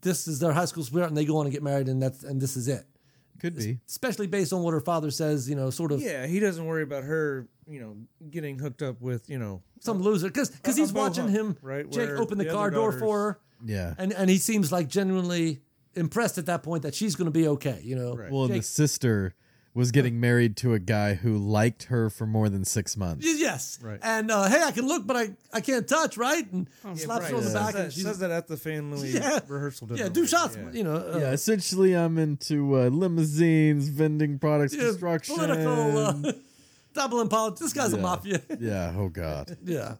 [SPEAKER 1] this is their high school sweetheart, and they go on and get married, and that's and this is it.
[SPEAKER 3] Could be.
[SPEAKER 1] Especially based on what her father says, you know, sort of
[SPEAKER 2] yeah, he doesn't worry about her, you know, getting hooked up with, you know,
[SPEAKER 1] some loser because
[SPEAKER 2] A- a
[SPEAKER 1] he's
[SPEAKER 2] Bo
[SPEAKER 1] watching
[SPEAKER 2] Hunt,
[SPEAKER 1] him
[SPEAKER 2] right,
[SPEAKER 1] Jake
[SPEAKER 2] where
[SPEAKER 1] open the,
[SPEAKER 2] the other
[SPEAKER 1] car door
[SPEAKER 2] daughters-
[SPEAKER 1] for her
[SPEAKER 3] Yeah.
[SPEAKER 1] and and he seems like genuinely impressed at that point that she's going to be okay you know
[SPEAKER 2] Right.
[SPEAKER 3] Well, and the
[SPEAKER 1] Jake-
[SPEAKER 3] sister was getting married to a guy who liked her for more than six months.
[SPEAKER 1] Y- yes
[SPEAKER 2] Right. Oh,
[SPEAKER 1] and uh, hey I can look but I I can't touch right and slaps her on the
[SPEAKER 2] Says
[SPEAKER 1] back
[SPEAKER 2] that-
[SPEAKER 1] and she's
[SPEAKER 2] says that at the family
[SPEAKER 1] Yeah.
[SPEAKER 2] rehearsal dinner.
[SPEAKER 1] yeah do shots you know uh,
[SPEAKER 3] Yeah, essentially, I'm into uh, limousines, vending products,
[SPEAKER 1] yeah,
[SPEAKER 3] construction.
[SPEAKER 1] political uh, doubling politics this guy's a
[SPEAKER 3] Yeah.
[SPEAKER 1] mafia
[SPEAKER 3] yeah. Oh God.
[SPEAKER 1] yeah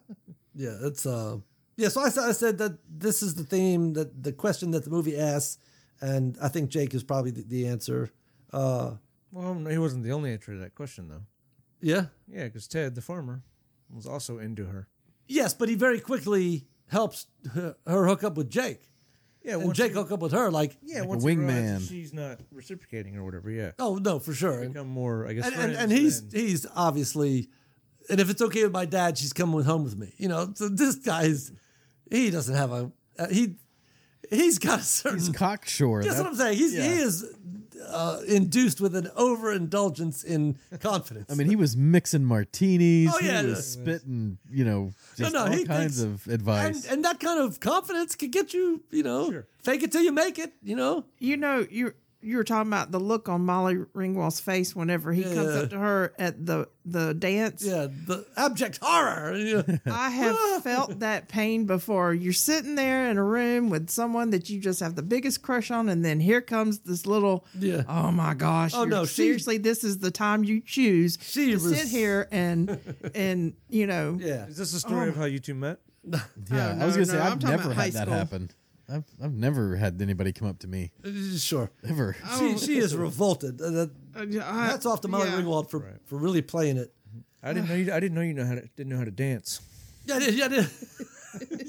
[SPEAKER 1] yeah that's uh yeah so I, sa- I said that this is the theme that the question that the movie asks and I think Jake is probably the, the answer uh
[SPEAKER 2] Well, no, he wasn't the only answer to that question though.
[SPEAKER 1] yeah
[SPEAKER 2] Yeah, because Ted, the farmer, was also into her.
[SPEAKER 1] Yes, but he very quickly helps her, her hook up with Jake,
[SPEAKER 2] Yeah,
[SPEAKER 1] and Jake hook up with her. Like,
[SPEAKER 2] Yeah,
[SPEAKER 3] Like a
[SPEAKER 2] once he realizes
[SPEAKER 3] wingman.
[SPEAKER 2] She's not reciprocating or whatever. Yeah,
[SPEAKER 1] oh no, for sure. And
[SPEAKER 2] become more. I guess.
[SPEAKER 1] and, and,
[SPEAKER 2] friends
[SPEAKER 1] he's
[SPEAKER 2] than-
[SPEAKER 1] he's obviously, and if it's okay with my dad, she's coming home with me. You know, so this guy's he doesn't have a uh, he he's got a certain.
[SPEAKER 3] He's cocksure.
[SPEAKER 1] that's
[SPEAKER 3] That-
[SPEAKER 1] what I'm saying. He's, He
[SPEAKER 3] yeah.
[SPEAKER 1] is uh, induced with an overindulgence in confidence.
[SPEAKER 3] I mean, he was mixing martinis.
[SPEAKER 1] Oh, yeah,
[SPEAKER 3] he
[SPEAKER 1] yeah.
[SPEAKER 3] was spitting. You know, just
[SPEAKER 1] no,
[SPEAKER 3] all
[SPEAKER 1] he
[SPEAKER 3] kinds
[SPEAKER 1] thinks-
[SPEAKER 3] of advice.
[SPEAKER 1] and, and that kind of confidence can get you, you know,
[SPEAKER 2] Sure.
[SPEAKER 1] fake it till you make it. You know,
[SPEAKER 4] You know, you you were talking about the look on Molly Ringwald's face whenever he
[SPEAKER 1] Yeah,
[SPEAKER 4] comes
[SPEAKER 1] yeah.
[SPEAKER 4] up to her at the the dance.
[SPEAKER 1] Yeah, the abject horror. Yeah.
[SPEAKER 4] I have felt that pain before. You're sitting there in a room with someone that you just have the biggest crush on, and then here comes this little.
[SPEAKER 1] Yeah.
[SPEAKER 4] Oh my gosh!
[SPEAKER 1] Oh,
[SPEAKER 4] you're-
[SPEAKER 1] no, she-
[SPEAKER 4] seriously, this is the time you choose
[SPEAKER 1] She
[SPEAKER 4] to
[SPEAKER 1] was-
[SPEAKER 4] sit here and and you know.
[SPEAKER 1] yeah.
[SPEAKER 2] Is this the story of how you two met?
[SPEAKER 3] Yeah,
[SPEAKER 4] Oh,
[SPEAKER 3] I was gonna
[SPEAKER 4] no,
[SPEAKER 3] say
[SPEAKER 4] no,
[SPEAKER 3] I've
[SPEAKER 4] I'm talking
[SPEAKER 3] never
[SPEAKER 4] about high
[SPEAKER 3] had that
[SPEAKER 4] school.
[SPEAKER 3] happen. I've I've never had anybody come up to me
[SPEAKER 1] Uh, Sure.
[SPEAKER 3] ever.
[SPEAKER 1] She, she is revolted. Uh, that-
[SPEAKER 4] Uh, yeah, I-
[SPEAKER 1] That's off to Molly
[SPEAKER 4] yeah.
[SPEAKER 1] Ringwald for, for really playing it.
[SPEAKER 2] I didn't know you. I didn't know you know how to didn't know how to dance.
[SPEAKER 1] Yeah, yeah, yeah.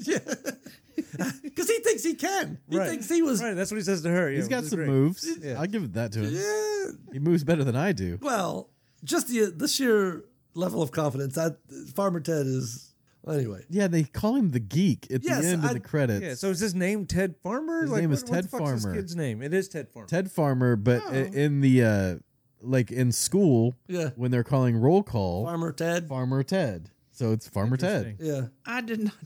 [SPEAKER 1] yeah. Because he thinks he can. He thinks he was.
[SPEAKER 2] Right, that's what he says to her. Yeah,
[SPEAKER 3] He's got
[SPEAKER 2] which is
[SPEAKER 3] some
[SPEAKER 2] great.
[SPEAKER 3] moves. I'll give that to him.
[SPEAKER 1] Yeah.
[SPEAKER 3] He moves better than I do.
[SPEAKER 1] Well, just the the sheer level of confidence. I, Farmer Ted is. Well, anyway.
[SPEAKER 3] Yeah, they call him the geek at
[SPEAKER 1] Yes,
[SPEAKER 3] the end
[SPEAKER 1] I-
[SPEAKER 3] of the credits.
[SPEAKER 2] Yeah. So is his name Ted Farmer?
[SPEAKER 3] His name is
[SPEAKER 2] what- what
[SPEAKER 3] Ted
[SPEAKER 2] the fuck's this
[SPEAKER 3] Farmer.
[SPEAKER 2] kid's name. It is Ted Farmer.
[SPEAKER 3] Ted Farmer, but i- in the uh like in school,
[SPEAKER 1] Yeah.
[SPEAKER 3] when they're calling roll call,
[SPEAKER 1] Farmer Ted.
[SPEAKER 3] Farmer Ted. So it's Farmer Ted.
[SPEAKER 2] Interesting.
[SPEAKER 1] Yeah.
[SPEAKER 4] I did not.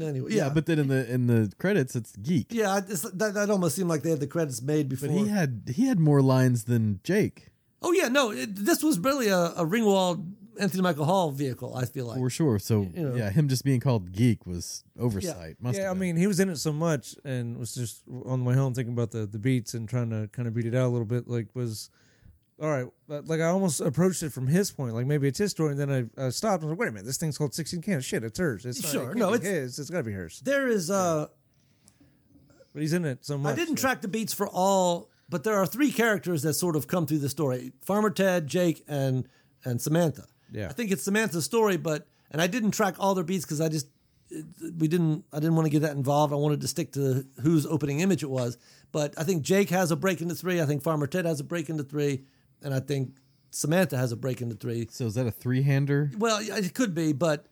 [SPEAKER 1] Anyway.
[SPEAKER 3] Yeah, but then in the in the credits, it's geek.
[SPEAKER 1] Yeah, I- it's, that, that almost seemed like they had the credits made before.
[SPEAKER 3] but he had he had more lines than Jake
[SPEAKER 1] oh yeah, no, it, this was really a, a Ringwald Anthony Michael Hall vehicle. I feel like.
[SPEAKER 3] for sure. So
[SPEAKER 1] know.
[SPEAKER 3] yeah, him just being called geek was oversight. Must
[SPEAKER 2] Yeah, I
[SPEAKER 3] have been.
[SPEAKER 2] mean, he was in it so much, and was just on the way home thinking about the the beats and trying to kind of beat it out a little bit. Like was, all right, but, like I almost approached it from his point, like maybe it's his story, and then I, I stopped and was like, wait a minute, this thing's called sixteen cans. Shit, it's hers. It's not,
[SPEAKER 1] Sure,
[SPEAKER 2] it can't
[SPEAKER 1] no,
[SPEAKER 2] be
[SPEAKER 1] it's-
[SPEAKER 2] his. It's got to be hers.
[SPEAKER 1] there is. Uh,
[SPEAKER 2] But he's in it so much.
[SPEAKER 1] I didn't
[SPEAKER 2] so-
[SPEAKER 1] track the beats for all, but there are three characters that sort of come through the story: Farmer Ted, Jake, and and Samantha.
[SPEAKER 2] Yeah.
[SPEAKER 1] I think it's Samantha's story, but and I didn't track all their beats because I just it- we didn't I didn't want to get that involved. I wanted to stick to whose opening image it was. But I think Jake has a break into three. I think Farmer Ted has a break into three, and I think Samantha has a break into three.
[SPEAKER 3] So is that a three hander?
[SPEAKER 1] Well, yeah, it could be, but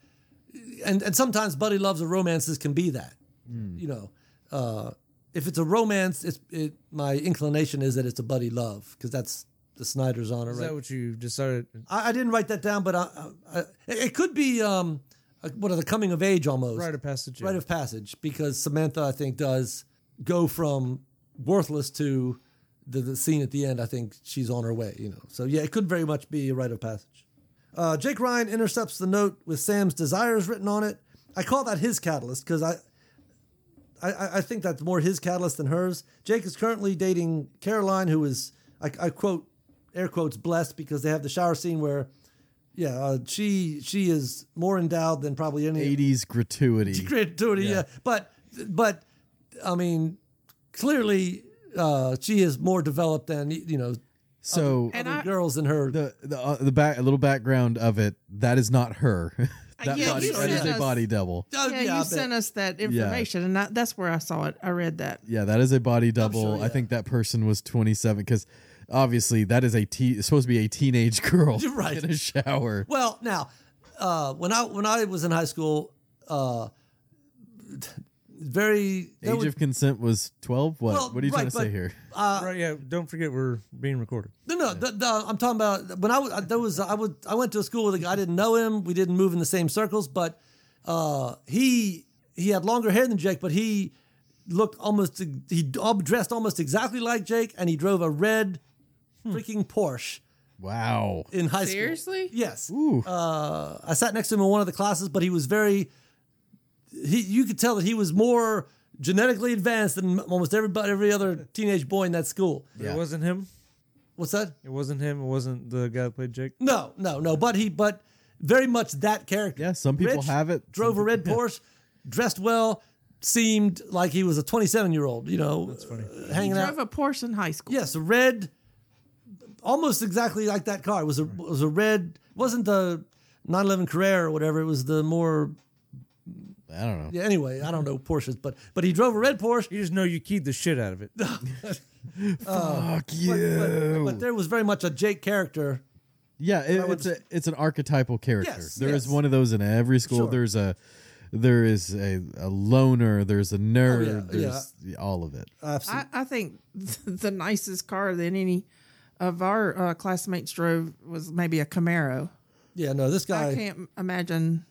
[SPEAKER 1] and and sometimes buddy loves or romances can be that. You know, uh, if it's a romance, it's it. My inclination is that it's a buddy love because that's the Snyder's honor.
[SPEAKER 2] Is
[SPEAKER 1] Right?
[SPEAKER 2] that what you decided?
[SPEAKER 1] I, I didn't write that down, but I, I, I, it could be um, uh, what are the coming of age almost
[SPEAKER 2] Rite of passage. yeah.
[SPEAKER 1] rite of passage because Samantha I think does go from worthless to the, the scene at the end. I think she's on her way, you know. So yeah, it could very much be a rite of passage. Uh, Jake Ryan intercepts the note with Sam's desires written on it. I call that his catalyst because I, I- I, I think that's more his catalyst than hers. Jake is currently dating Caroline, who is I, I quote air quotes blessed because they have the shower scene where, yeah, uh, she she is more endowed than probably any
[SPEAKER 3] Eighties gratuity.
[SPEAKER 1] gratuity. Yeah. uh, but but I mean, clearly uh, she is more developed than you know
[SPEAKER 3] So
[SPEAKER 4] And
[SPEAKER 1] the
[SPEAKER 4] I,
[SPEAKER 1] girls in her.
[SPEAKER 3] the the uh, the back a little background of it. That is not her. that
[SPEAKER 4] yeah,
[SPEAKER 3] body,
[SPEAKER 1] you
[SPEAKER 3] that is
[SPEAKER 1] sent
[SPEAKER 3] a
[SPEAKER 4] us-
[SPEAKER 3] body double.
[SPEAKER 1] Oh,
[SPEAKER 4] yeah,
[SPEAKER 1] I
[SPEAKER 4] you
[SPEAKER 1] bet.
[SPEAKER 4] sent us that information, and I, that's where I saw it. I read that.
[SPEAKER 3] Yeah, that is a body double.
[SPEAKER 1] sure, yeah.
[SPEAKER 3] I think that person was 27 because obviously that is a te- it's supposed to be a teenage girl
[SPEAKER 1] You're right.
[SPEAKER 3] in a shower.
[SPEAKER 1] Well, now uh, when I when I was in high school, uh, very there
[SPEAKER 3] Age
[SPEAKER 1] was-
[SPEAKER 3] of consent was 12. What?
[SPEAKER 1] Well,
[SPEAKER 3] what are you
[SPEAKER 1] right,
[SPEAKER 3] trying to say
[SPEAKER 1] but-
[SPEAKER 3] here?
[SPEAKER 2] right, yeah. Don't forget we're being recorded.
[SPEAKER 1] No, no, the, the, I'm talking about when I was. There was I would I went to a school with a guy. I didn't know him. We didn't move in the same circles, but uh, he he had longer hair than Jake, but he looked almost he dressed almost exactly like Jake, and he drove a red freaking Porsche
[SPEAKER 3] Wow.
[SPEAKER 1] in high school.
[SPEAKER 4] Seriously?
[SPEAKER 1] Yes.
[SPEAKER 3] Ooh.
[SPEAKER 1] Uh, I sat next to him in one of the classes, but he was very. He, you could tell that he was more genetically advanced than almost everybody, every other teenage boy in that school.
[SPEAKER 2] But
[SPEAKER 3] Yeah.
[SPEAKER 2] It wasn't him.
[SPEAKER 1] What's that?
[SPEAKER 2] It wasn't him. It wasn't the guy that played Jake.
[SPEAKER 1] No, no, no. But he, but very much that character.
[SPEAKER 3] yeah, some people
[SPEAKER 1] Rich
[SPEAKER 3] have it. some
[SPEAKER 1] Drove a
[SPEAKER 3] people-
[SPEAKER 1] red Porsche, dressed well, seemed like he was a 27 year old. You know, that's
[SPEAKER 2] funny.
[SPEAKER 1] hanging
[SPEAKER 4] Drove
[SPEAKER 1] out.
[SPEAKER 4] a Porsche in high school.
[SPEAKER 1] yes, a red, almost exactly like that car. It was a it was a red. Wasn't the 911 Carrera or whatever. It was the more.
[SPEAKER 3] I don't know.
[SPEAKER 1] Yeah, anyway, I don't know Porsches, but but he drove a red Porsche.
[SPEAKER 2] You just know you keyed the shit out of it.
[SPEAKER 3] Fuck you.
[SPEAKER 1] But, but there was very much a Jake character.
[SPEAKER 3] Yeah, it,
[SPEAKER 1] would
[SPEAKER 3] it's a it's an archetypal character. There
[SPEAKER 1] Yes,
[SPEAKER 3] is
[SPEAKER 1] yes.
[SPEAKER 3] one of those in every school.
[SPEAKER 1] Sure.
[SPEAKER 3] There's a there is a, a loner. There's a nerd.
[SPEAKER 1] Oh, yeah,
[SPEAKER 3] there's all of it.
[SPEAKER 1] Absolutely.
[SPEAKER 4] I, I think the nicest car that any of our uh, classmates drove was maybe a Camaro.
[SPEAKER 1] yeah, no, this
[SPEAKER 4] I
[SPEAKER 1] guy.
[SPEAKER 4] can't imagine.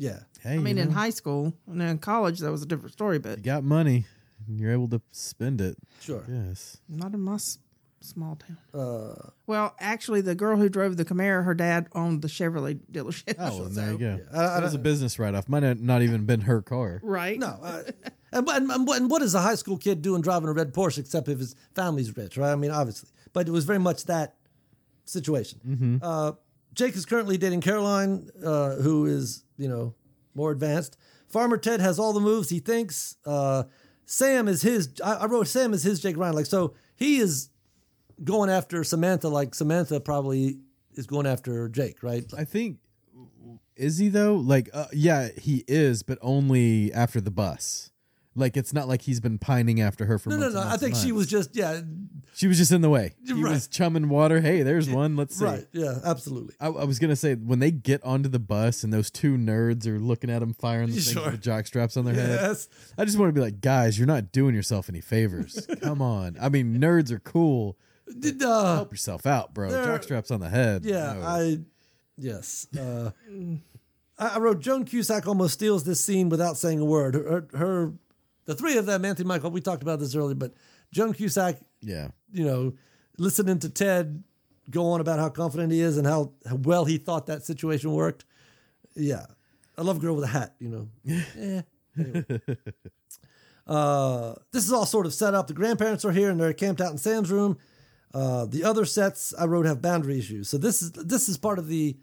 [SPEAKER 1] Yeah,
[SPEAKER 3] Hey,
[SPEAKER 4] I mean,
[SPEAKER 3] you,
[SPEAKER 4] in
[SPEAKER 3] know,
[SPEAKER 4] high school and in college, that was a different story. But
[SPEAKER 3] you got money. and you're able to spend it.
[SPEAKER 1] Sure.
[SPEAKER 3] Yes.
[SPEAKER 4] Not in my s- small town.
[SPEAKER 1] Uh,
[SPEAKER 4] Well, actually, the girl who drove the Camaro, her dad owned the Chevrolet dealership.
[SPEAKER 3] Oh, well, there you
[SPEAKER 4] so-
[SPEAKER 3] go.
[SPEAKER 1] I- I
[SPEAKER 3] that was a business write off. Might have not even been her car.
[SPEAKER 4] Right?
[SPEAKER 1] no. Uh, and, and, and what- and what is a high school kid doing driving a red Porsche except if his family's rich, right? I mean, obviously. But it was very much that situation. Uh, Jake is currently dating Caroline, uh, who is, you know, more advanced. Farmer Ted has all the moves he thinks. Uh, Sam is his. I, I wrote Sam is his Jake Ryan. Like, so he is going after Samantha, like Samantha probably is going after Jake, right?
[SPEAKER 3] I think is he though? Like, uh, yeah, he is, but only after the bus. Like, it's not like he's been pining after her for.
[SPEAKER 1] no, no,
[SPEAKER 3] months
[SPEAKER 1] no.
[SPEAKER 3] and
[SPEAKER 1] I
[SPEAKER 3] months
[SPEAKER 1] think
[SPEAKER 3] and
[SPEAKER 1] she
[SPEAKER 3] months.
[SPEAKER 1] was just, yeah,
[SPEAKER 3] She was just in the way. He
[SPEAKER 1] Right.
[SPEAKER 3] was chumming water. Hey, there's one. Let's see.
[SPEAKER 1] right. Yeah, absolutely.
[SPEAKER 3] I, I was gonna say when they get onto the bus and those two nerds are looking at him firing the
[SPEAKER 1] Sure.
[SPEAKER 3] things with jock straps on their head.
[SPEAKER 1] Yes.
[SPEAKER 3] I just want to be like, guys, you're not doing yourself any favors. Come on. I mean, nerds are cool.
[SPEAKER 1] Did, uh,
[SPEAKER 3] Help yourself out, bro.
[SPEAKER 1] They're-
[SPEAKER 3] Jock straps on the head.
[SPEAKER 1] Yeah,
[SPEAKER 3] Oh, No.
[SPEAKER 1] I. Yes. Uh, I I wrote Joan Cusack almost steals this scene without saying a word. Her, her, her- the three of them, Anthony Michael. We talked about this earlier, but Joan Cusack,
[SPEAKER 3] yeah.
[SPEAKER 1] you know, listening to Ted go on about how confident he is and how, how well he thought that situation worked. Yeah, I love a girl with a hat. You know. Eh. Anyway. Uh, this is all sort of set up. The grandparents are here and they're camped out in Sam's room. Uh, the other sets I wrote have boundary issues. So this is this is part of the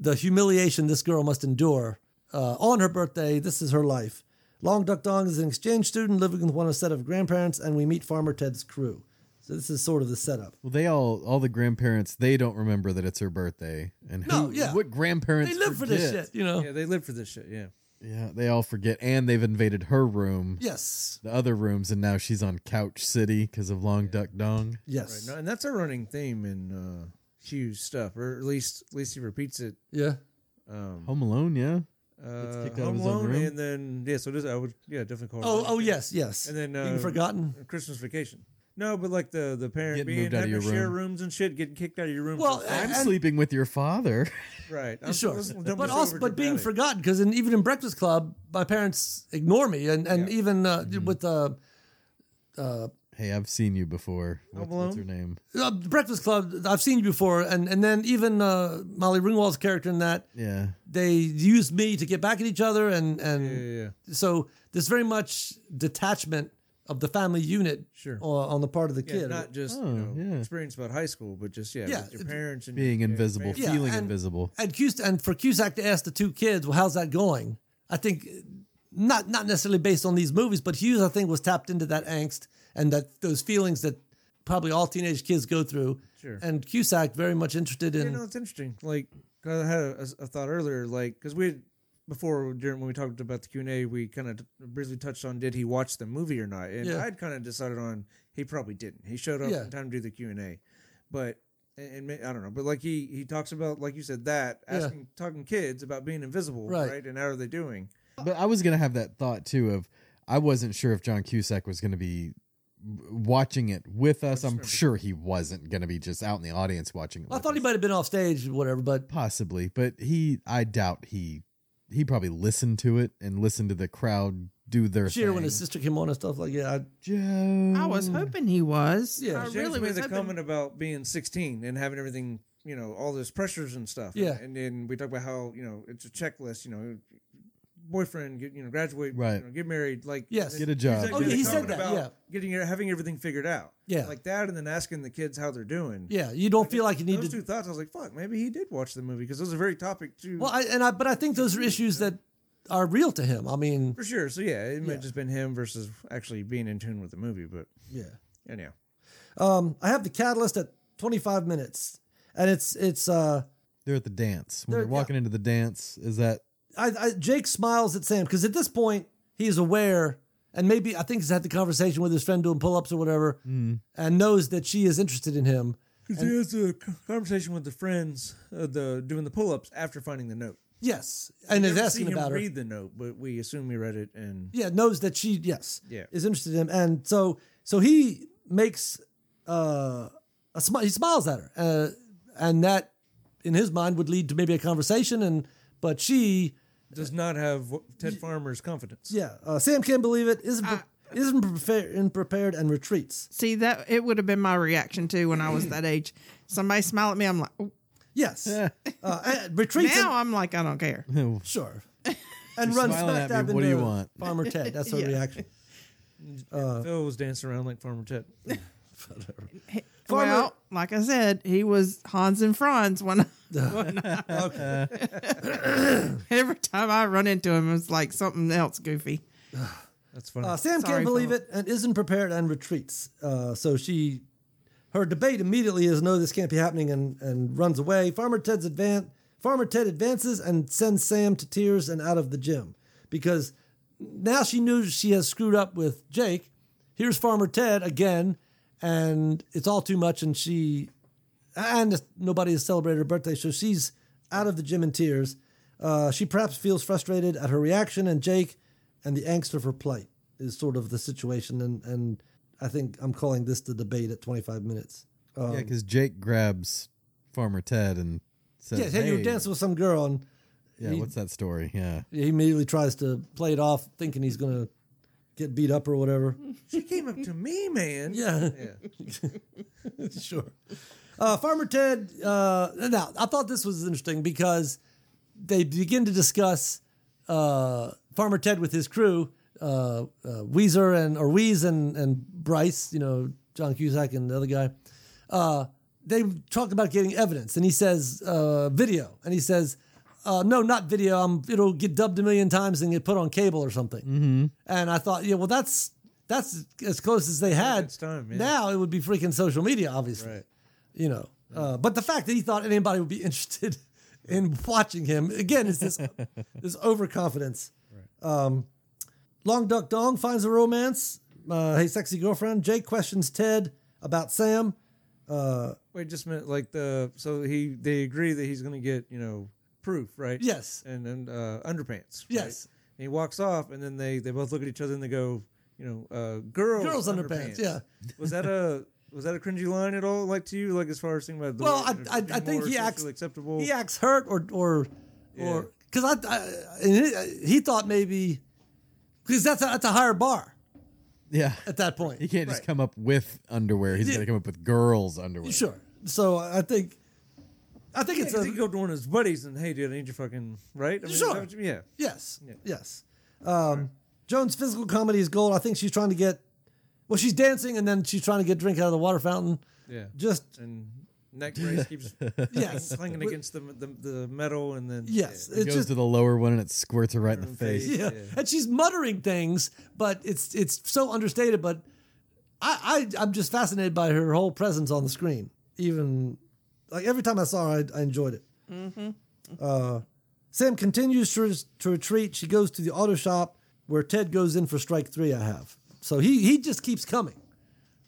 [SPEAKER 1] the humiliation this girl must endure uh, on her birthday. This is her life. Long Duck Dong is an exchange student living with one of a set of grandparents, and we meet Farmer Ted's crew. So this is sort of the setup.
[SPEAKER 3] Well, they all, all the grandparents, they don't remember that it's her birthday. And
[SPEAKER 1] No,
[SPEAKER 3] who,
[SPEAKER 1] yeah.
[SPEAKER 3] what grandparents
[SPEAKER 1] They live for this
[SPEAKER 3] forget?
[SPEAKER 1] shit, you know.
[SPEAKER 2] Yeah, they live for this shit. Yeah.
[SPEAKER 3] Yeah, they all forget, and they've invaded her room,
[SPEAKER 1] Yes,
[SPEAKER 3] the other rooms, and now she's on Couch City because of Long Duck Dong.
[SPEAKER 1] yes,
[SPEAKER 2] No, and that's a running theme in uh, Hugh's stuff, or at least at least he repeats it.
[SPEAKER 1] yeah.
[SPEAKER 2] Um,
[SPEAKER 3] Home Alone, yeah.
[SPEAKER 2] uh,
[SPEAKER 3] kicked out of
[SPEAKER 2] Home
[SPEAKER 3] his own
[SPEAKER 2] Alone,
[SPEAKER 3] room.
[SPEAKER 2] and then yeah, so this I would yeah definitely call. it
[SPEAKER 1] Oh,
[SPEAKER 2] running
[SPEAKER 1] oh,
[SPEAKER 2] theme.
[SPEAKER 1] yes, yes.
[SPEAKER 2] And then
[SPEAKER 1] Being
[SPEAKER 2] uh,
[SPEAKER 1] forgotten.
[SPEAKER 2] Christmas vacation. No, but like the the parent
[SPEAKER 3] Getting
[SPEAKER 2] being
[SPEAKER 3] moved out of
[SPEAKER 2] having to
[SPEAKER 3] your
[SPEAKER 2] share
[SPEAKER 3] room.
[SPEAKER 2] rooms and shit, getting kicked out of your room.
[SPEAKER 1] Well,
[SPEAKER 2] for-
[SPEAKER 1] and-
[SPEAKER 3] I'm
[SPEAKER 1] and-
[SPEAKER 3] sleeping with your father.
[SPEAKER 2] right,
[SPEAKER 1] Sure,
[SPEAKER 2] let's dump
[SPEAKER 1] but
[SPEAKER 2] this
[SPEAKER 1] also,
[SPEAKER 2] over
[SPEAKER 1] but
[SPEAKER 2] to
[SPEAKER 1] being
[SPEAKER 2] Daddy.
[SPEAKER 1] forgotten because in, even in Breakfast Club, my parents ignore me, and and
[SPEAKER 2] Yeah.
[SPEAKER 1] even uh, with uh, uh,
[SPEAKER 3] Hey, I've seen you before. What,
[SPEAKER 2] Home
[SPEAKER 3] what's
[SPEAKER 2] Alone?
[SPEAKER 3] her name?
[SPEAKER 1] uh, Breakfast Club, I've seen you before, and and then even uh, Molly Ringwald's character in that
[SPEAKER 3] Yeah.
[SPEAKER 1] they used me to get back at each other, and
[SPEAKER 2] Yeah,
[SPEAKER 1] and
[SPEAKER 2] yeah, yeah.
[SPEAKER 1] so there's very much detachment of the family unit
[SPEAKER 2] Sure.
[SPEAKER 1] o- on the part of the
[SPEAKER 2] Yeah,
[SPEAKER 1] kid.
[SPEAKER 2] not just
[SPEAKER 3] Oh,
[SPEAKER 2] you know,
[SPEAKER 3] yeah.
[SPEAKER 2] experience about high school, but just yeah,
[SPEAKER 1] Yeah,
[SPEAKER 2] with
[SPEAKER 1] it-
[SPEAKER 2] your parents and
[SPEAKER 3] Being
[SPEAKER 2] yeah,
[SPEAKER 3] invisible,
[SPEAKER 2] fam-
[SPEAKER 1] Yeah,
[SPEAKER 3] feeling
[SPEAKER 1] and-
[SPEAKER 3] invisible.
[SPEAKER 1] and Cus- and for Cusack to ask the two kids, well, how's that going? I think uh, not not necessarily based on these movies, but Hughes I think was tapped into that angst and that those feelings that probably all teenage kids go through.
[SPEAKER 2] Sure.
[SPEAKER 1] And Cusack very much interested in
[SPEAKER 2] You know, it's interesting. Like, 'cause I had a, a thought earlier, like, because we had, before during when we talked about the Q and A, we kind of briefly touched on did he watch the movie or not, and
[SPEAKER 1] Yeah.
[SPEAKER 2] I'd kind of decided on he probably didn't. He showed up
[SPEAKER 1] Yeah.
[SPEAKER 2] in time to do the Q and A, but and, and may- I don't know, but like he he talks about like you said that
[SPEAKER 1] Yeah.
[SPEAKER 2] asking talking kids about being invisible,
[SPEAKER 1] Right.
[SPEAKER 2] right. And how are they doing?
[SPEAKER 3] But I was gonna have that thought too of I wasn't sure if John Cusack was gonna be w- watching it with us. I'm sure he wasn't gonna be just out in the audience watching it.
[SPEAKER 1] I
[SPEAKER 3] with
[SPEAKER 1] thought he
[SPEAKER 3] us.
[SPEAKER 1] might have been off stage or whatever, but
[SPEAKER 3] possibly, but he I doubt he he probably listened to it and listened to the crowd do their
[SPEAKER 1] cheer when
[SPEAKER 3] thing.
[SPEAKER 1] his sister came on and stuff like yeah, I,
[SPEAKER 3] Joe.
[SPEAKER 4] I was hoping he was.
[SPEAKER 1] Mm. Yeah,
[SPEAKER 4] I
[SPEAKER 2] James
[SPEAKER 4] really
[SPEAKER 2] made
[SPEAKER 4] was
[SPEAKER 2] the
[SPEAKER 4] hoping.
[SPEAKER 2] comment about being 16 and having everything, you know, all those pressures and stuff.
[SPEAKER 1] Yeah.
[SPEAKER 2] And then we talk about how, you know, it's a checklist, you know, boyfriend, get, you know, graduate,
[SPEAKER 3] Right.
[SPEAKER 2] you know, get married, like
[SPEAKER 1] Yes.
[SPEAKER 2] then
[SPEAKER 3] Get a job.
[SPEAKER 2] he's
[SPEAKER 1] Oh, yeah,
[SPEAKER 2] made a
[SPEAKER 1] he said
[SPEAKER 2] comment
[SPEAKER 1] that,
[SPEAKER 2] about
[SPEAKER 1] yeah.
[SPEAKER 2] Getting your- having everything figured out.
[SPEAKER 1] Yeah.
[SPEAKER 2] Like that and then asking the kids how they're doing.
[SPEAKER 1] yeah, you don't feel like you need
[SPEAKER 2] Those
[SPEAKER 1] to
[SPEAKER 2] two thoughts, I was like, fuck, maybe he did watch the movie because those are very topic too.
[SPEAKER 1] Well, I, and I, but I think those are issues that are real to him. I mean,
[SPEAKER 2] for sure. So yeah, it might
[SPEAKER 1] Yeah.
[SPEAKER 2] have just been him versus actually being in tune with the movie, but
[SPEAKER 1] yeah.
[SPEAKER 2] anyhow.
[SPEAKER 1] Um, I have the catalyst at 25 minutes, and it's it's. Uh,
[SPEAKER 3] They're at the dance. When
[SPEAKER 1] They're-
[SPEAKER 3] they're walking into the dance, is that
[SPEAKER 1] I, I Jake smiles at Sam because at this point he is aware, and maybe I think he's had the conversation with his friend doing pull-ups or whatever,
[SPEAKER 2] Mm.
[SPEAKER 1] and knows that she is interested in him.
[SPEAKER 2] Because he has a c- conversation with the friends, uh, the doing the pull-ups after finding the note.
[SPEAKER 1] Yes, and is
[SPEAKER 2] never
[SPEAKER 1] asking
[SPEAKER 2] see him
[SPEAKER 1] about her.
[SPEAKER 2] Read the note, but we assume he read it, and
[SPEAKER 1] yeah, knows that she yes
[SPEAKER 2] Yeah.
[SPEAKER 1] is interested in him, and so so he makes uh, a smile. He smiles at her, uh, and that in his mind would lead to maybe a conversation, and but she
[SPEAKER 2] does not have Ted Farmer's confidence.
[SPEAKER 1] yeah uh, Sam can't believe it isn't.
[SPEAKER 4] I,
[SPEAKER 1] isn't prepared, unprepared and retreats.
[SPEAKER 4] See that it would have been my reaction too when I was that age. Somebody smile at me, I'm like, "Oh."
[SPEAKER 1] Yes, uh, and retreats.
[SPEAKER 4] now
[SPEAKER 1] and-
[SPEAKER 4] I'm like, I don't care.
[SPEAKER 1] sure, and runs
[SPEAKER 3] smiling
[SPEAKER 1] smack
[SPEAKER 3] at me,
[SPEAKER 1] dab
[SPEAKER 3] what do you
[SPEAKER 1] into
[SPEAKER 3] want?
[SPEAKER 1] Farmer Ted. That's her
[SPEAKER 4] Yeah.
[SPEAKER 1] reaction.
[SPEAKER 2] Phil was dancing around like Farmer Ted.
[SPEAKER 1] Farmer-
[SPEAKER 4] well, like I said, he was Hans and Franz when. when I- Every time I run into him, it's like something else goofy.
[SPEAKER 2] That's funny.
[SPEAKER 1] Uh, Sam
[SPEAKER 4] Sorry,
[SPEAKER 1] can't believe
[SPEAKER 4] Philip.
[SPEAKER 1] it and isn't prepared and retreats. Uh, so she, her debate immediately is no, this can't be happening, and and runs away. Farmer Ted's advance. Farmer Ted advances and sends Sam to tears and out of the gym because now she knew she has screwed up with Jake. Here's Farmer Ted again, and it's all too much, and she and nobody has celebrated her birthday, so she's out of the gym in tears. Uh, she perhaps feels frustrated at her reaction and Jake, and the angst of her plight is sort of the situation. And, and I think I'm calling this the debate at 25 minutes. Um,
[SPEAKER 3] yeah, because Jake grabs Farmer Ted and says,
[SPEAKER 1] yeah, hey, you were dancing with some girl, and
[SPEAKER 3] Yeah, what's that story? Yeah.
[SPEAKER 1] he immediately tries to play it off, thinking he's gonna get beat up or whatever.
[SPEAKER 2] she came up to me, man.
[SPEAKER 1] Yeah. sure. Uh, Farmer Ted. Uh, now, I thought this was interesting because they begin to discuss uh, Farmer Ted with his crew, uh, uh, Weezer and or Weeze and and Bryce. You know, John Cusack and the other guy. Uh, they talk about getting evidence, and he says uh, video, and he says. Uh, no, not video. Um, it'll get dubbed a million times and get put on cable or something. Mm-hmm. And I thought, yeah, well, that's that's as close as they had.
[SPEAKER 2] It's time, yeah.
[SPEAKER 1] Now it would be freaking social media, obviously. You know, uh, but the fact that he thought anybody would be interested in watching him again is this this overconfidence. Um, Long Duck Dong finds a romance. Uh, hey, sexy girlfriend. Jake questions Ted about Sam.
[SPEAKER 2] Wait, just a minute. Like the so he they agree that he's gonna get you know proof, right?
[SPEAKER 1] Yes.
[SPEAKER 2] And then uh, underpants. right?
[SPEAKER 1] Yes.
[SPEAKER 2] And he walks off, and then they they both look at each other and they go, you know, uh, girls
[SPEAKER 1] Girls underpants, yeah.
[SPEAKER 2] Was that a was that a cringy line at all? Like to you, like as far as thinking about the
[SPEAKER 1] Well,
[SPEAKER 2] word,
[SPEAKER 1] I- I-
[SPEAKER 2] being
[SPEAKER 1] I think
[SPEAKER 2] more
[SPEAKER 1] he acts-
[SPEAKER 2] socially acceptable.
[SPEAKER 3] Oh.
[SPEAKER 1] He acts hurt or or or because I, I and he, he thought maybe because that's a, that's a higher bar
[SPEAKER 3] Yeah.
[SPEAKER 1] at that point.
[SPEAKER 3] He can't just
[SPEAKER 1] Right.
[SPEAKER 3] come up with underwear. He's
[SPEAKER 1] Yeah.
[SPEAKER 3] got to come up with girls' underwear.
[SPEAKER 1] Sure. So I think I think
[SPEAKER 2] Yeah,
[SPEAKER 1] it's
[SPEAKER 2] 'cause
[SPEAKER 1] a,
[SPEAKER 2] he could go to one of his buddies and hey, dude, I need your fucking right. I mean, is that
[SPEAKER 1] Sure.
[SPEAKER 2] what you- yeah.
[SPEAKER 1] Yes. Yes. Um, Joan's physical comedy is gold. I think she's trying to get, well, she's dancing and then she's trying to get drink out of the water fountain.
[SPEAKER 2] Yeah.
[SPEAKER 1] Just
[SPEAKER 2] and neck brace keeps
[SPEAKER 1] yes,
[SPEAKER 2] clanging
[SPEAKER 1] With-
[SPEAKER 2] against the, the the metal, and then
[SPEAKER 1] yes.
[SPEAKER 3] He
[SPEAKER 1] It's
[SPEAKER 3] goes
[SPEAKER 1] just
[SPEAKER 3] to the lower one and it squirts her right in the face.
[SPEAKER 1] yeah. and she's muttering things, but it's it's so understated. But I, I I'm just fascinated by her whole presence on the screen. Even like every time I saw her, I, I enjoyed it. Mm-hmm. Uh, Sam continues to, to retreat. She goes to the auto shop where Ted goes in for strike three. I have so he he just keeps coming.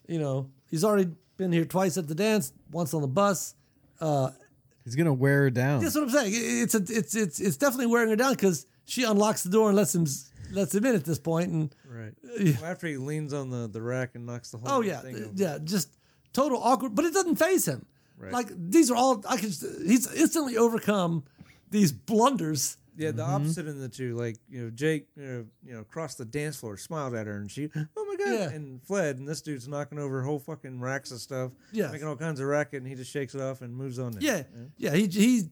[SPEAKER 1] You know he's already been here twice at the dance, once on the bus.
[SPEAKER 3] He's going to wear her down.
[SPEAKER 1] That's what I'm saying. It- It's a, it's it's it's definitely wearing her down because she unlocks the door and lets him s- lets him in at this point, and
[SPEAKER 2] Right. Well, after he leans on the, the rack and knocks the whole
[SPEAKER 1] Oh yeah,
[SPEAKER 2] thing
[SPEAKER 1] th-
[SPEAKER 2] over.
[SPEAKER 1] yeah, just total awkward. But it doesn't phase him. Like these are all I can. He's instantly overcome these blunders.
[SPEAKER 2] Yeah,
[SPEAKER 1] mm-hmm.
[SPEAKER 2] the opposite in the two. Like, you know, Jake, you know, you know, crossed the dance floor, smiled at her, and she, oh my God,
[SPEAKER 1] Yeah.
[SPEAKER 2] and fled. And this dude's knocking over whole fucking racks of stuff,
[SPEAKER 1] Yes.
[SPEAKER 2] making all kinds of racket, and he just shakes it off and moves on.
[SPEAKER 1] Yeah, yeah. He he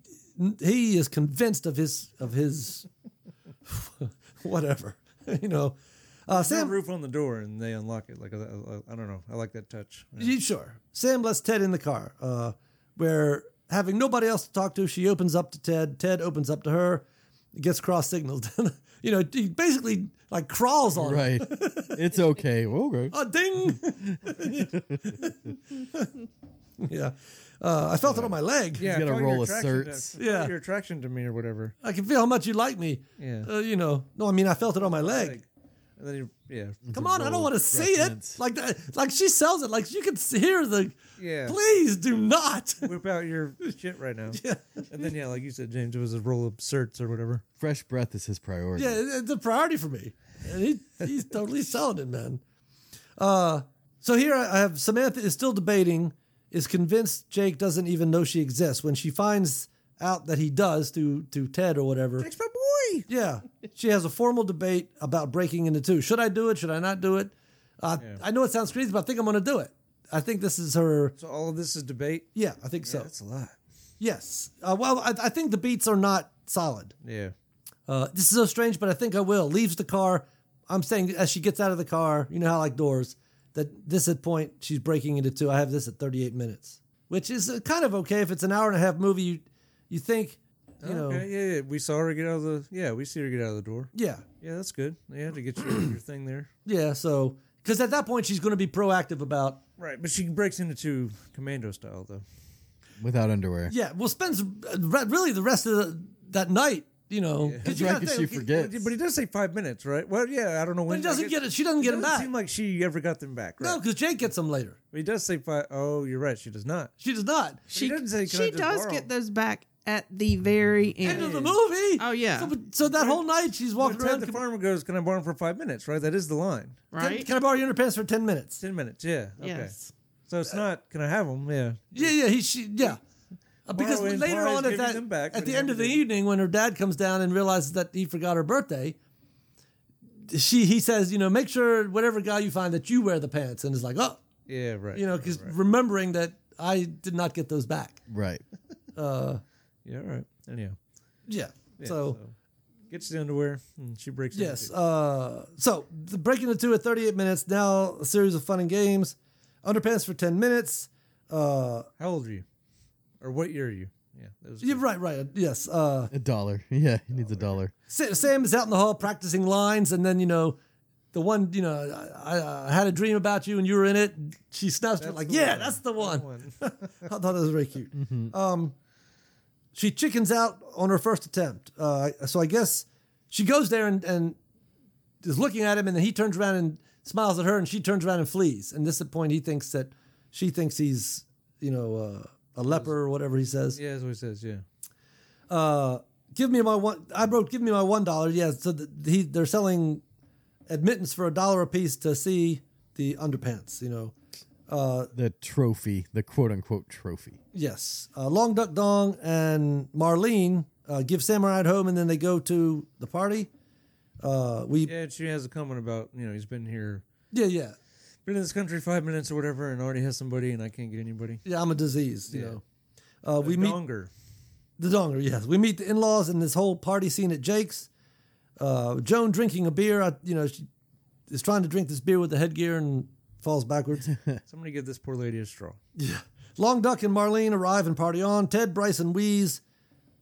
[SPEAKER 1] he is convinced of his of his whatever. You know, uh,
[SPEAKER 2] Sam
[SPEAKER 1] Sam.
[SPEAKER 2] roof on the door, and they unlock it. Like, I, I, I don't know. I like that touch. Yeah.
[SPEAKER 1] You sure? Sam lets Ted in the car, uh, where having nobody else to talk to, she opens up to Ted. Ted opens up to her, gets cross signaled. you know, he basically like crawls on her.
[SPEAKER 3] Right. it's okay. Okay.
[SPEAKER 1] a ding. yeah, uh, I felt it on my leg.
[SPEAKER 2] Yeah,
[SPEAKER 3] gotta
[SPEAKER 2] feel your
[SPEAKER 3] roll
[SPEAKER 2] attraction to-
[SPEAKER 3] asserts.
[SPEAKER 2] feel
[SPEAKER 1] Yeah.
[SPEAKER 2] your attraction to me or whatever.
[SPEAKER 1] I can feel how much you like me.
[SPEAKER 2] Yeah.
[SPEAKER 1] uh, you know. No, I mean I felt it on my leg.
[SPEAKER 2] Like, and then he, yeah,
[SPEAKER 1] Come on, I don't
[SPEAKER 3] roll
[SPEAKER 1] want to see it.
[SPEAKER 3] reference.
[SPEAKER 1] Like that. Like she sells it. Like you can s- hear the.
[SPEAKER 2] Yeah.
[SPEAKER 1] Please do not.
[SPEAKER 2] whip out your shit right now. Yeah. And then yeah, like you said, James, it was a roll of certs or whatever.
[SPEAKER 3] Fresh breath is his priority.
[SPEAKER 1] yeah, it- it's a priority for me. And he, he's totally selling it, man. Uh, so here I I have Samantha is still debating, is convinced Jake doesn't even know she exists when she finds out that he does through through Ted or whatever.
[SPEAKER 2] my boy.
[SPEAKER 3] really?
[SPEAKER 1] Yeah. She has a formal debate about breaking into two. Should I do it? Should I not do it? Uh, I know it sounds crazy, but I think I'm going to do it. I think this is her.
[SPEAKER 2] So all of this is debate.
[SPEAKER 1] Yeah, I think so.
[SPEAKER 2] That's a lot.
[SPEAKER 1] Yes. Uh, well, I, I think the beats are not solid.
[SPEAKER 2] Yeah.
[SPEAKER 1] Uh, this is so strange, but I think I will. Leaves the car. I'm saying as she gets out of the car, you know how I like doors, that this at point she's breaking into two. I have this at 38 minutes, which is uh, kind of okay if it's an hour and a half movie. You, you think, you
[SPEAKER 2] okay.
[SPEAKER 1] know,
[SPEAKER 2] Yeah, yeah. We saw her get out of the. Yeah, we see her get out of the door.
[SPEAKER 1] yeah,
[SPEAKER 2] Yeah, that's good. Yeah, to get your, your thing there.
[SPEAKER 1] yeah. So because at that point she's going to be proactive about
[SPEAKER 2] Right, but she breaks into two commando style though.
[SPEAKER 3] Without underwear.
[SPEAKER 1] yeah. Well, spends uh, re- really the rest of the, that night, you know,
[SPEAKER 3] That's
[SPEAKER 1] because
[SPEAKER 3] right, 'cause she forgets.
[SPEAKER 2] But he does say five minutes, right? Well, yeah, I don't know when.
[SPEAKER 1] But he doesn't get it. She doesn't get
[SPEAKER 2] doesn't
[SPEAKER 1] him back.
[SPEAKER 2] seem like she ever got them back. Right?
[SPEAKER 1] No, because Jake gets them later.
[SPEAKER 2] But he does say five. Oh, you're right. She does not.
[SPEAKER 1] She does not.
[SPEAKER 2] She doesn't say. "Can I
[SPEAKER 4] she
[SPEAKER 2] just
[SPEAKER 4] does
[SPEAKER 2] borrow
[SPEAKER 4] get
[SPEAKER 2] them?"
[SPEAKER 4] those back at the very end.
[SPEAKER 1] End of the movie.
[SPEAKER 4] Oh, yeah.
[SPEAKER 1] So, so that whole night she's
[SPEAKER 2] But
[SPEAKER 1] walking
[SPEAKER 2] Ted
[SPEAKER 1] around.
[SPEAKER 2] the farmer goes, "Can I borrow them for five minutes?" Right? That is the line.
[SPEAKER 1] Can-
[SPEAKER 4] right?
[SPEAKER 1] Can I borrow your underpants for ten minutes?
[SPEAKER 2] Ten minutes. Yeah. Okay.
[SPEAKER 4] yes.
[SPEAKER 2] So it's not. Can I have them? Yeah.
[SPEAKER 1] Yeah, yeah, he, she, yeah. Uh, Because
[SPEAKER 2] Borrowing,
[SPEAKER 1] later
[SPEAKER 2] borrowing,
[SPEAKER 1] on at
[SPEAKER 2] giving
[SPEAKER 1] that,
[SPEAKER 2] them back,
[SPEAKER 1] at
[SPEAKER 2] but
[SPEAKER 1] the
[SPEAKER 2] he
[SPEAKER 1] end of the
[SPEAKER 2] never did.
[SPEAKER 1] evening, when her dad comes down and realizes that he forgot her birthday, she he says, you know, make sure whatever guy you find that you wear the pants, and is like, oh,
[SPEAKER 2] Yeah. Right.
[SPEAKER 1] you know, because remembering that I did not get those back.
[SPEAKER 3] Right.
[SPEAKER 2] Yeah. Right. Anyhow.
[SPEAKER 1] Yeah.
[SPEAKER 2] Yeah,
[SPEAKER 1] so,
[SPEAKER 2] gets the underwear and she breaks. into
[SPEAKER 1] yes.
[SPEAKER 2] two.
[SPEAKER 1] Uh, so the breaking the two at 38 minutes. Now a series of fun and games. Underpants for 10 minutes. Uh,
[SPEAKER 2] How old are you? Or what year are you? Yeah. That was
[SPEAKER 1] yeah,
[SPEAKER 2] good.
[SPEAKER 1] right, right. Yes. Uh,
[SPEAKER 3] A dollar. Yeah, he needs a dollar.
[SPEAKER 1] Sa- Sam is out in the hall practicing lines, and then you know, the one you know, I, I, I had a dream about you, and you were in it. She snaps to it like,
[SPEAKER 2] the
[SPEAKER 1] "Yeah,
[SPEAKER 2] one.
[SPEAKER 1] that's the one."
[SPEAKER 2] One.
[SPEAKER 1] I thought that was very cute. Um, she chickens out on her first attempt. Uh, so I guess she goes there and, and is looking at him, and then he turns around and smiles at her, and she turns around and flees. And this is the point he thinks that she thinks he's you know uh, a leper or whatever he says.
[SPEAKER 2] Yeah, that's what he says. Yeah.
[SPEAKER 1] uh, give me my one. I wrote, give me my one dollar. Yeah, so the, he they're selling admittance for a dollar a piece to see the underpants. You know,
[SPEAKER 3] The trophy, the quote unquote trophy.
[SPEAKER 1] yes. Uh, Long Duck Dong and Marlene uh, give Sam a ride home, and then they go to the party. Uh, we yeah
[SPEAKER 2] Yeah, and she has a comment about you know he's been here,
[SPEAKER 1] yeah yeah,
[SPEAKER 2] been in this country five minutes or whatever, and already has somebody, and I can't get anybody.
[SPEAKER 1] I'm a disease. You
[SPEAKER 2] Yeah.
[SPEAKER 1] know. Uh, we meet
[SPEAKER 2] Longer.
[SPEAKER 1] the donger. Yes, we meet the in-laws in this whole party scene at Jake's. Uh, Joan drinking a beer. I, you know, she is trying to drink this beer with the headgear and falls backwards.
[SPEAKER 2] Somebody give this poor lady a straw.
[SPEAKER 1] Long Duck and Marlene arrive and party on. Ted, Bryce, and Wheeze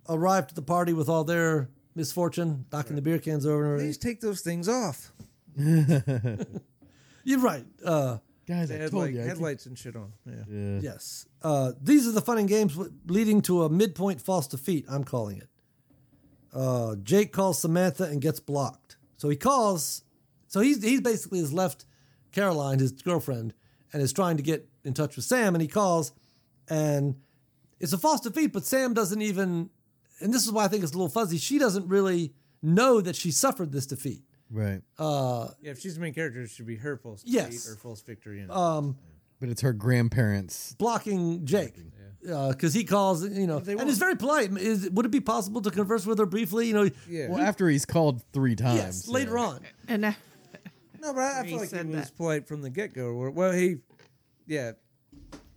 [SPEAKER 1] arrive to the party with all their misfortune, knocking the beer cans over. And
[SPEAKER 2] Please
[SPEAKER 1] everything.
[SPEAKER 2] take those things off.
[SPEAKER 1] You're right. Uh,
[SPEAKER 3] Guys,
[SPEAKER 2] They
[SPEAKER 3] I
[SPEAKER 2] had
[SPEAKER 3] told
[SPEAKER 2] like
[SPEAKER 3] you. I could-
[SPEAKER 2] headlights and shit on. Yeah.
[SPEAKER 3] Yeah.
[SPEAKER 1] yes. Uh, these are the fun and games w- leading to a midpoint false defeat, I'm calling it. Uh, Jake calls Samantha and gets blocked. So he calls. So he's, he's basically has left Caroline, his girlfriend, and is trying to get in touch with Sam, and he calls, and it's a false defeat, but Sam doesn't even, and this is why I think it's a little fuzzy. She doesn't really know that she suffered this defeat.
[SPEAKER 3] Right.
[SPEAKER 2] Yeah, if she's the main character, it should be her false defeat
[SPEAKER 1] Yes. Uh,
[SPEAKER 2] or false victory. You know.
[SPEAKER 3] But it's her grandparents.
[SPEAKER 1] blocking Jake because he calls, you know, and it's very polite. Is would it be possible to converse with her briefly? You know,
[SPEAKER 2] yeah.
[SPEAKER 3] Well, after he's called three times.
[SPEAKER 1] yes, later on.
[SPEAKER 4] And I,
[SPEAKER 2] no, but I, I
[SPEAKER 4] He
[SPEAKER 2] feel like he
[SPEAKER 4] said
[SPEAKER 2] was
[SPEAKER 4] that.
[SPEAKER 2] polite from the get go. Well, he, yeah,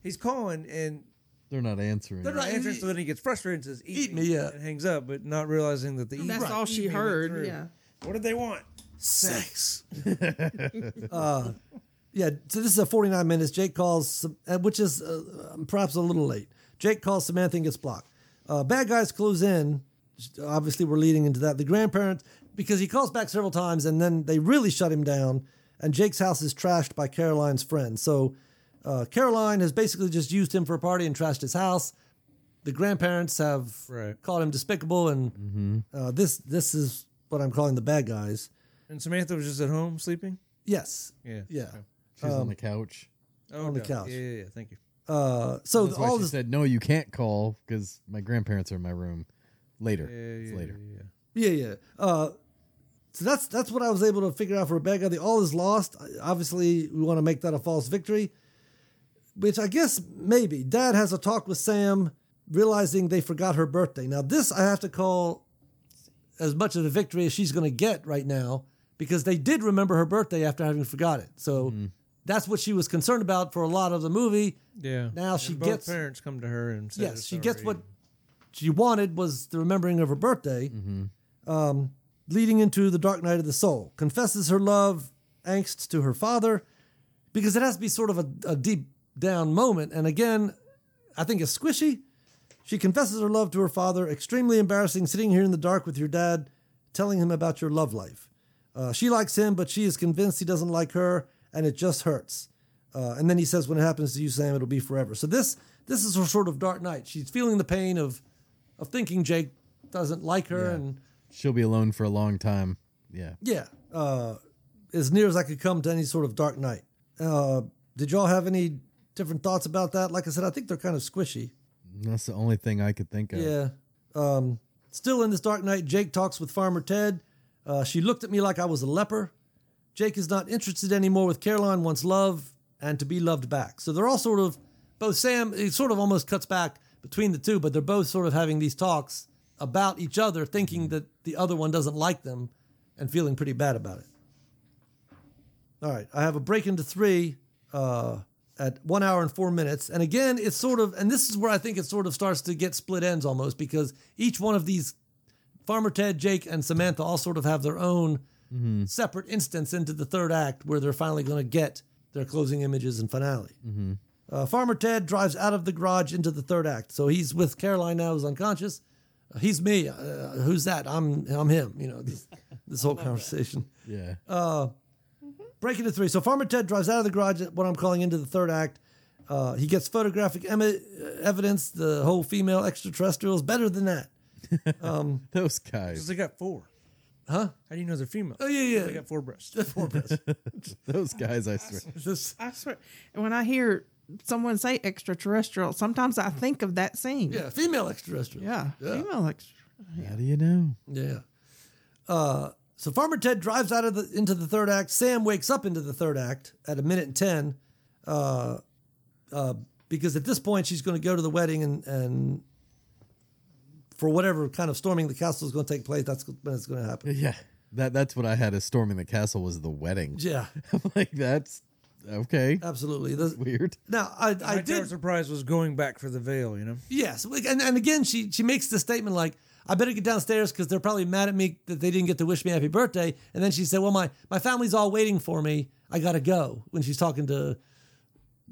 [SPEAKER 2] he's calling and
[SPEAKER 3] They're not answering.
[SPEAKER 1] They're not-
[SPEAKER 2] the entrance, so then he gets frustrated and says, "Eat,
[SPEAKER 1] Eat me, yeah.
[SPEAKER 2] and hangs up, but not realizing that the eat
[SPEAKER 4] that's
[SPEAKER 2] me-
[SPEAKER 4] all
[SPEAKER 2] eat
[SPEAKER 4] she
[SPEAKER 2] me went
[SPEAKER 4] heard.
[SPEAKER 2] through.
[SPEAKER 4] Yeah.
[SPEAKER 2] What did they want?
[SPEAKER 1] sex. uh, yeah, so this is a 49 minutes. Jake calls, uh, which is uh, perhaps a little late. Jake calls Samantha and gets blocked. Uh, bad guys close in. Obviously, we're leading into that. The grandparents, because he calls back several times and then they really shut him down. And Jake's house is trashed by Caroline's friend. So uh, Caroline has basically just used him for a party and trashed his house. The grandparents have
[SPEAKER 2] Right.
[SPEAKER 1] called him despicable, and uh, this this is what I'm calling the bad guys.
[SPEAKER 2] And Samantha was just at home sleeping.
[SPEAKER 1] Yes.
[SPEAKER 2] Yeah.
[SPEAKER 1] Yeah.
[SPEAKER 3] She's on the couch.
[SPEAKER 2] Oh,
[SPEAKER 1] On the
[SPEAKER 2] no.
[SPEAKER 1] couch.
[SPEAKER 2] Yeah, yeah, yeah. Thank you.
[SPEAKER 1] Uh, so
[SPEAKER 3] That's why
[SPEAKER 1] all
[SPEAKER 3] she
[SPEAKER 1] this,
[SPEAKER 3] said, "No, you can't call because my grandparents are in my room." Later,
[SPEAKER 2] Yeah,
[SPEAKER 3] It's
[SPEAKER 2] yeah,
[SPEAKER 3] later.
[SPEAKER 2] yeah, yeah.
[SPEAKER 1] yeah, yeah. Uh, so that's that's what I was able to figure out for Rebecca. The all is lost. Obviously, we want to make that a false victory, which I guess maybe Dad has a talk with Sam, realizing they forgot her birthday. Now this I have to call as much of a victory as she's going to get right now because they did remember her birthday after having forgot it. So
[SPEAKER 3] Mm-hmm.
[SPEAKER 1] that's what she was concerned about for a lot of the movie.
[SPEAKER 2] Yeah.
[SPEAKER 1] Now she
[SPEAKER 2] both
[SPEAKER 1] gets-
[SPEAKER 2] parents come to her and say
[SPEAKER 1] yes, she gets
[SPEAKER 2] sorry.
[SPEAKER 1] what she wanted was the remembering of her birthday, um, leading into the Dark Night of the Soul. Confesses her love, angst to her father, because it has to be sort of a, a deep down moment. And again, I think it's squishy. She confesses her love to her father. Extremely embarrassing, sitting here in the dark with your dad, telling him about your love life. Uh, she likes him, but she is convinced he doesn't like her, and it just hurts. Uh, and then he says, "When it happens to you, Sam, it'll be forever." So this this is her sort of dark night. She's feeling the pain of of thinking Jake doesn't like her, and
[SPEAKER 3] She'll be alone for a long time. Yeah.
[SPEAKER 1] yeah, uh, as near as I could come to any sort of dark night. Uh, did y'all have any different thoughts about that? Like I said, I think they're kind of squishy.
[SPEAKER 3] That's the only thing I could think of.
[SPEAKER 1] Yeah. Um, still in this dark night, Jake talks with Farmer Ted. Uh, she looked at me like I was a leper. Jake is not interested anymore with Caroline, wants love and to be loved back. So they're all sort of, both Sam, it sort of almost cuts back between the two, but they're both sort of having these talks about each other, thinking that the other one doesn't like them and feeling pretty bad about it. All right, I have a break into three uh, at one hour and four minutes, and again, it's sort of, and this is where I think it sort of starts to get split ends almost because each one of these, Farmer Ted, Jake, and Samantha, all sort of have their own separate instance into the third act where they're finally going to get their closing images and finale. Uh, Farmer Ted drives out of the garage into the third act, so he's with Caroline now, who's unconscious. Uh, he's me. Uh, who's that? I'm I'm him. You know, this, this whole conversation.
[SPEAKER 3] Yeah.
[SPEAKER 1] Break into three. So Farmer Ted drives out of the garage at what I'm calling into the third act. Uh, he gets photographic em- evidence. The whole female extraterrestrial is better than that.
[SPEAKER 2] 'Cause
[SPEAKER 3] Those guys.
[SPEAKER 2] they got four.
[SPEAKER 1] Huh?
[SPEAKER 2] How do you know they're female?
[SPEAKER 1] Oh yeah,
[SPEAKER 2] They
[SPEAKER 1] yeah.
[SPEAKER 2] got four breasts.
[SPEAKER 1] Four breasts.
[SPEAKER 3] Those guys, I swear.
[SPEAKER 1] This-
[SPEAKER 4] I swear, when I hear someone say extraterrestrial, sometimes I think of that scene.
[SPEAKER 1] yeah, female extraterrestrial.
[SPEAKER 4] Yeah. Female extra.
[SPEAKER 3] How do you know?
[SPEAKER 1] Yeah. Uh, so Farmer Ted drives out of the into the third act. Sam wakes up into the third act at a minute and ten, uh, uh, because at this point she's going to go to the wedding and and for whatever kind of storming the castle is going to take place, that's when it's going to happen.
[SPEAKER 3] Yeah. That that's what I had as storming the castle was the wedding.
[SPEAKER 1] Yeah,
[SPEAKER 3] I'm like, that's okay.
[SPEAKER 1] absolutely. The-
[SPEAKER 3] Weird.
[SPEAKER 1] now I, I
[SPEAKER 2] My tower
[SPEAKER 1] did
[SPEAKER 2] surprise was going back for the veil. You know,
[SPEAKER 1] Yes, like, and, and again, she she makes the statement like, "I better get downstairs because they're probably mad at me that they didn't get to wish me happy birthday." And then she said, "Well, my my family's all waiting for me. I gotta go." When she's talking to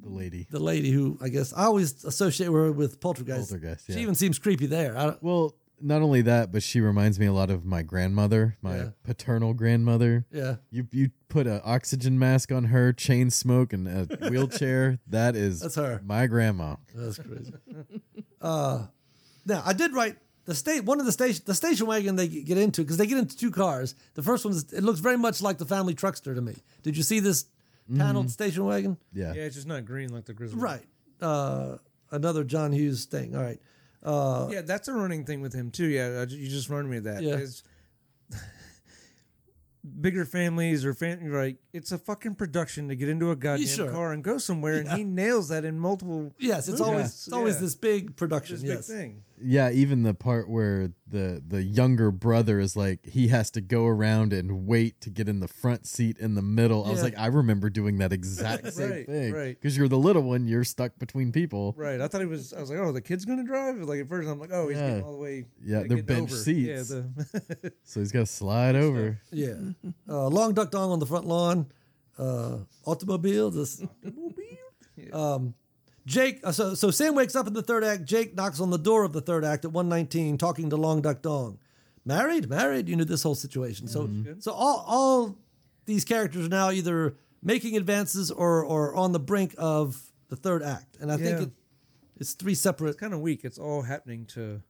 [SPEAKER 3] The lady.
[SPEAKER 1] the lady who I guess I always associate her with poltergeist.
[SPEAKER 3] Poltergeist,
[SPEAKER 1] She
[SPEAKER 3] yeah.
[SPEAKER 1] even seems creepy there. I don't,
[SPEAKER 3] Well, not only that, but she reminds me a lot of my grandmother, my
[SPEAKER 1] Yeah.
[SPEAKER 3] paternal grandmother.
[SPEAKER 1] yeah,
[SPEAKER 3] You you put an oxygen mask on her, chain smoke, and a wheelchair. That is
[SPEAKER 1] That's her.
[SPEAKER 3] My grandma.
[SPEAKER 1] that's crazy. uh, now I did write the state one of the station the station wagon they get into because they get into two cars. The first one it looks very much like the family truckster to me. Did you see this paneled station wagon?
[SPEAKER 3] Yeah.
[SPEAKER 2] yeah, it's just not green like the grizzly.
[SPEAKER 1] Right. Uh, another John Hughes thing. All right. Uh,
[SPEAKER 2] Yeah, that's a running thing with him too. Yeah, I ju- you just reminded me of that.
[SPEAKER 1] Yeah.
[SPEAKER 2] It's- bigger families or fam- like it's a fucking production to get into a goddamn
[SPEAKER 1] sure?
[SPEAKER 2] car and go somewhere, and he nails that in multiple.
[SPEAKER 1] yes, it's
[SPEAKER 2] movies.
[SPEAKER 1] always it's always
[SPEAKER 2] Yeah.
[SPEAKER 1] this big production.
[SPEAKER 2] This
[SPEAKER 1] yes.
[SPEAKER 2] big thing.
[SPEAKER 3] Yeah, even the part where the the younger brother is like he has to go around and wait to get in the front seat in the middle. I was
[SPEAKER 1] Yeah.
[SPEAKER 3] like, I remember doing that exact same
[SPEAKER 2] Right,
[SPEAKER 3] thing.
[SPEAKER 2] right.
[SPEAKER 3] Because you're the little one, you're stuck between people.
[SPEAKER 2] Right. I thought he was. I was like, oh, the kid's gonna drive. Like at first, I'm like, oh, he's
[SPEAKER 3] Yeah.
[SPEAKER 2] getting all the way.
[SPEAKER 3] Yeah,
[SPEAKER 2] like,
[SPEAKER 3] they're
[SPEAKER 2] getting
[SPEAKER 3] bench
[SPEAKER 2] over.
[SPEAKER 3] seats.
[SPEAKER 2] Yeah. The
[SPEAKER 3] So he's got to slide over.
[SPEAKER 1] Yeah. Uh, long duck dong on the front lawn. Uh, automobile. This. Um, Jake. Uh, so so Sam wakes up in the third act. Jake knocks on the door of the third act at one nineteen, talking to Long Duck Dong. Married, married. You know this whole situation. So
[SPEAKER 2] Mm-hmm.
[SPEAKER 1] so all all these characters are now either making advances or or on the brink of the third act, and I think
[SPEAKER 2] Yeah.
[SPEAKER 1] it, it's three separate.
[SPEAKER 2] kind of weak. It's all happening to.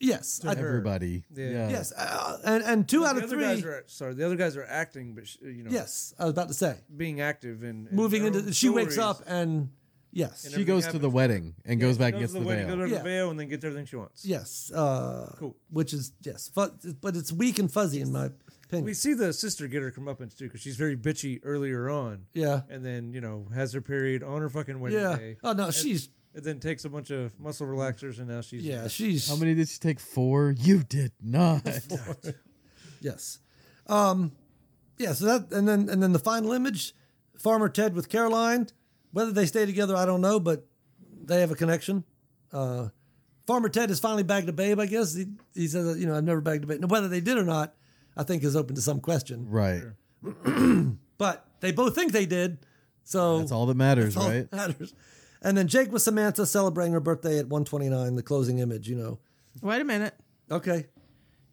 [SPEAKER 1] Yes, I-
[SPEAKER 3] Everybody.
[SPEAKER 2] Yeah.
[SPEAKER 3] Yeah.
[SPEAKER 1] Yes, uh, and and two out
[SPEAKER 2] the
[SPEAKER 1] of
[SPEAKER 2] other
[SPEAKER 1] three.
[SPEAKER 2] guys are sorry. The other guys are acting, but sh- you know,
[SPEAKER 1] yes, I was about to say
[SPEAKER 2] being active and, and
[SPEAKER 1] moving
[SPEAKER 2] their
[SPEAKER 1] into.
[SPEAKER 2] own
[SPEAKER 1] She wakes
[SPEAKER 2] stories.
[SPEAKER 1] up and yes,
[SPEAKER 3] She goes to the wedding and goes back and
[SPEAKER 2] Goes
[SPEAKER 3] gets
[SPEAKER 2] to
[SPEAKER 3] the,
[SPEAKER 2] the wedding,
[SPEAKER 3] veil.
[SPEAKER 2] go to
[SPEAKER 1] Yeah.
[SPEAKER 2] the veil, and then gets everything she wants.
[SPEAKER 1] yes, uh,
[SPEAKER 2] Cool.
[SPEAKER 1] which is yes, but but it's weak and fuzzy in my opinion.
[SPEAKER 2] We see the sister get her comeuppance too, because she's very bitchy earlier on,
[SPEAKER 1] yeah,
[SPEAKER 2] and then you know has her period on her fucking wedding
[SPEAKER 1] yeah.
[SPEAKER 2] day.
[SPEAKER 1] Oh no, she's
[SPEAKER 2] and then takes a bunch of muscle relaxers, and now she's
[SPEAKER 1] Yeah, she's
[SPEAKER 3] How many did she take? Four. You did not.
[SPEAKER 1] Yes. Um, yeah. So that, and then, and then the final image, Farmer Ted with Caroline. Whether they stay together, I don't know, but they have a connection. Uh, Farmer Ted has finally bagged a babe, I guess. He, he says, you know, I've never bagged a babe. Now, whether they did or not, I think is open to some question.
[SPEAKER 3] Right.
[SPEAKER 1] But they both think they did. So
[SPEAKER 3] That's all that matters,
[SPEAKER 1] all
[SPEAKER 3] right?
[SPEAKER 1] that matters. And then Jake with Samantha celebrating her birthday at 129, the closing image, you know.
[SPEAKER 4] Wait a minute.
[SPEAKER 1] Okay.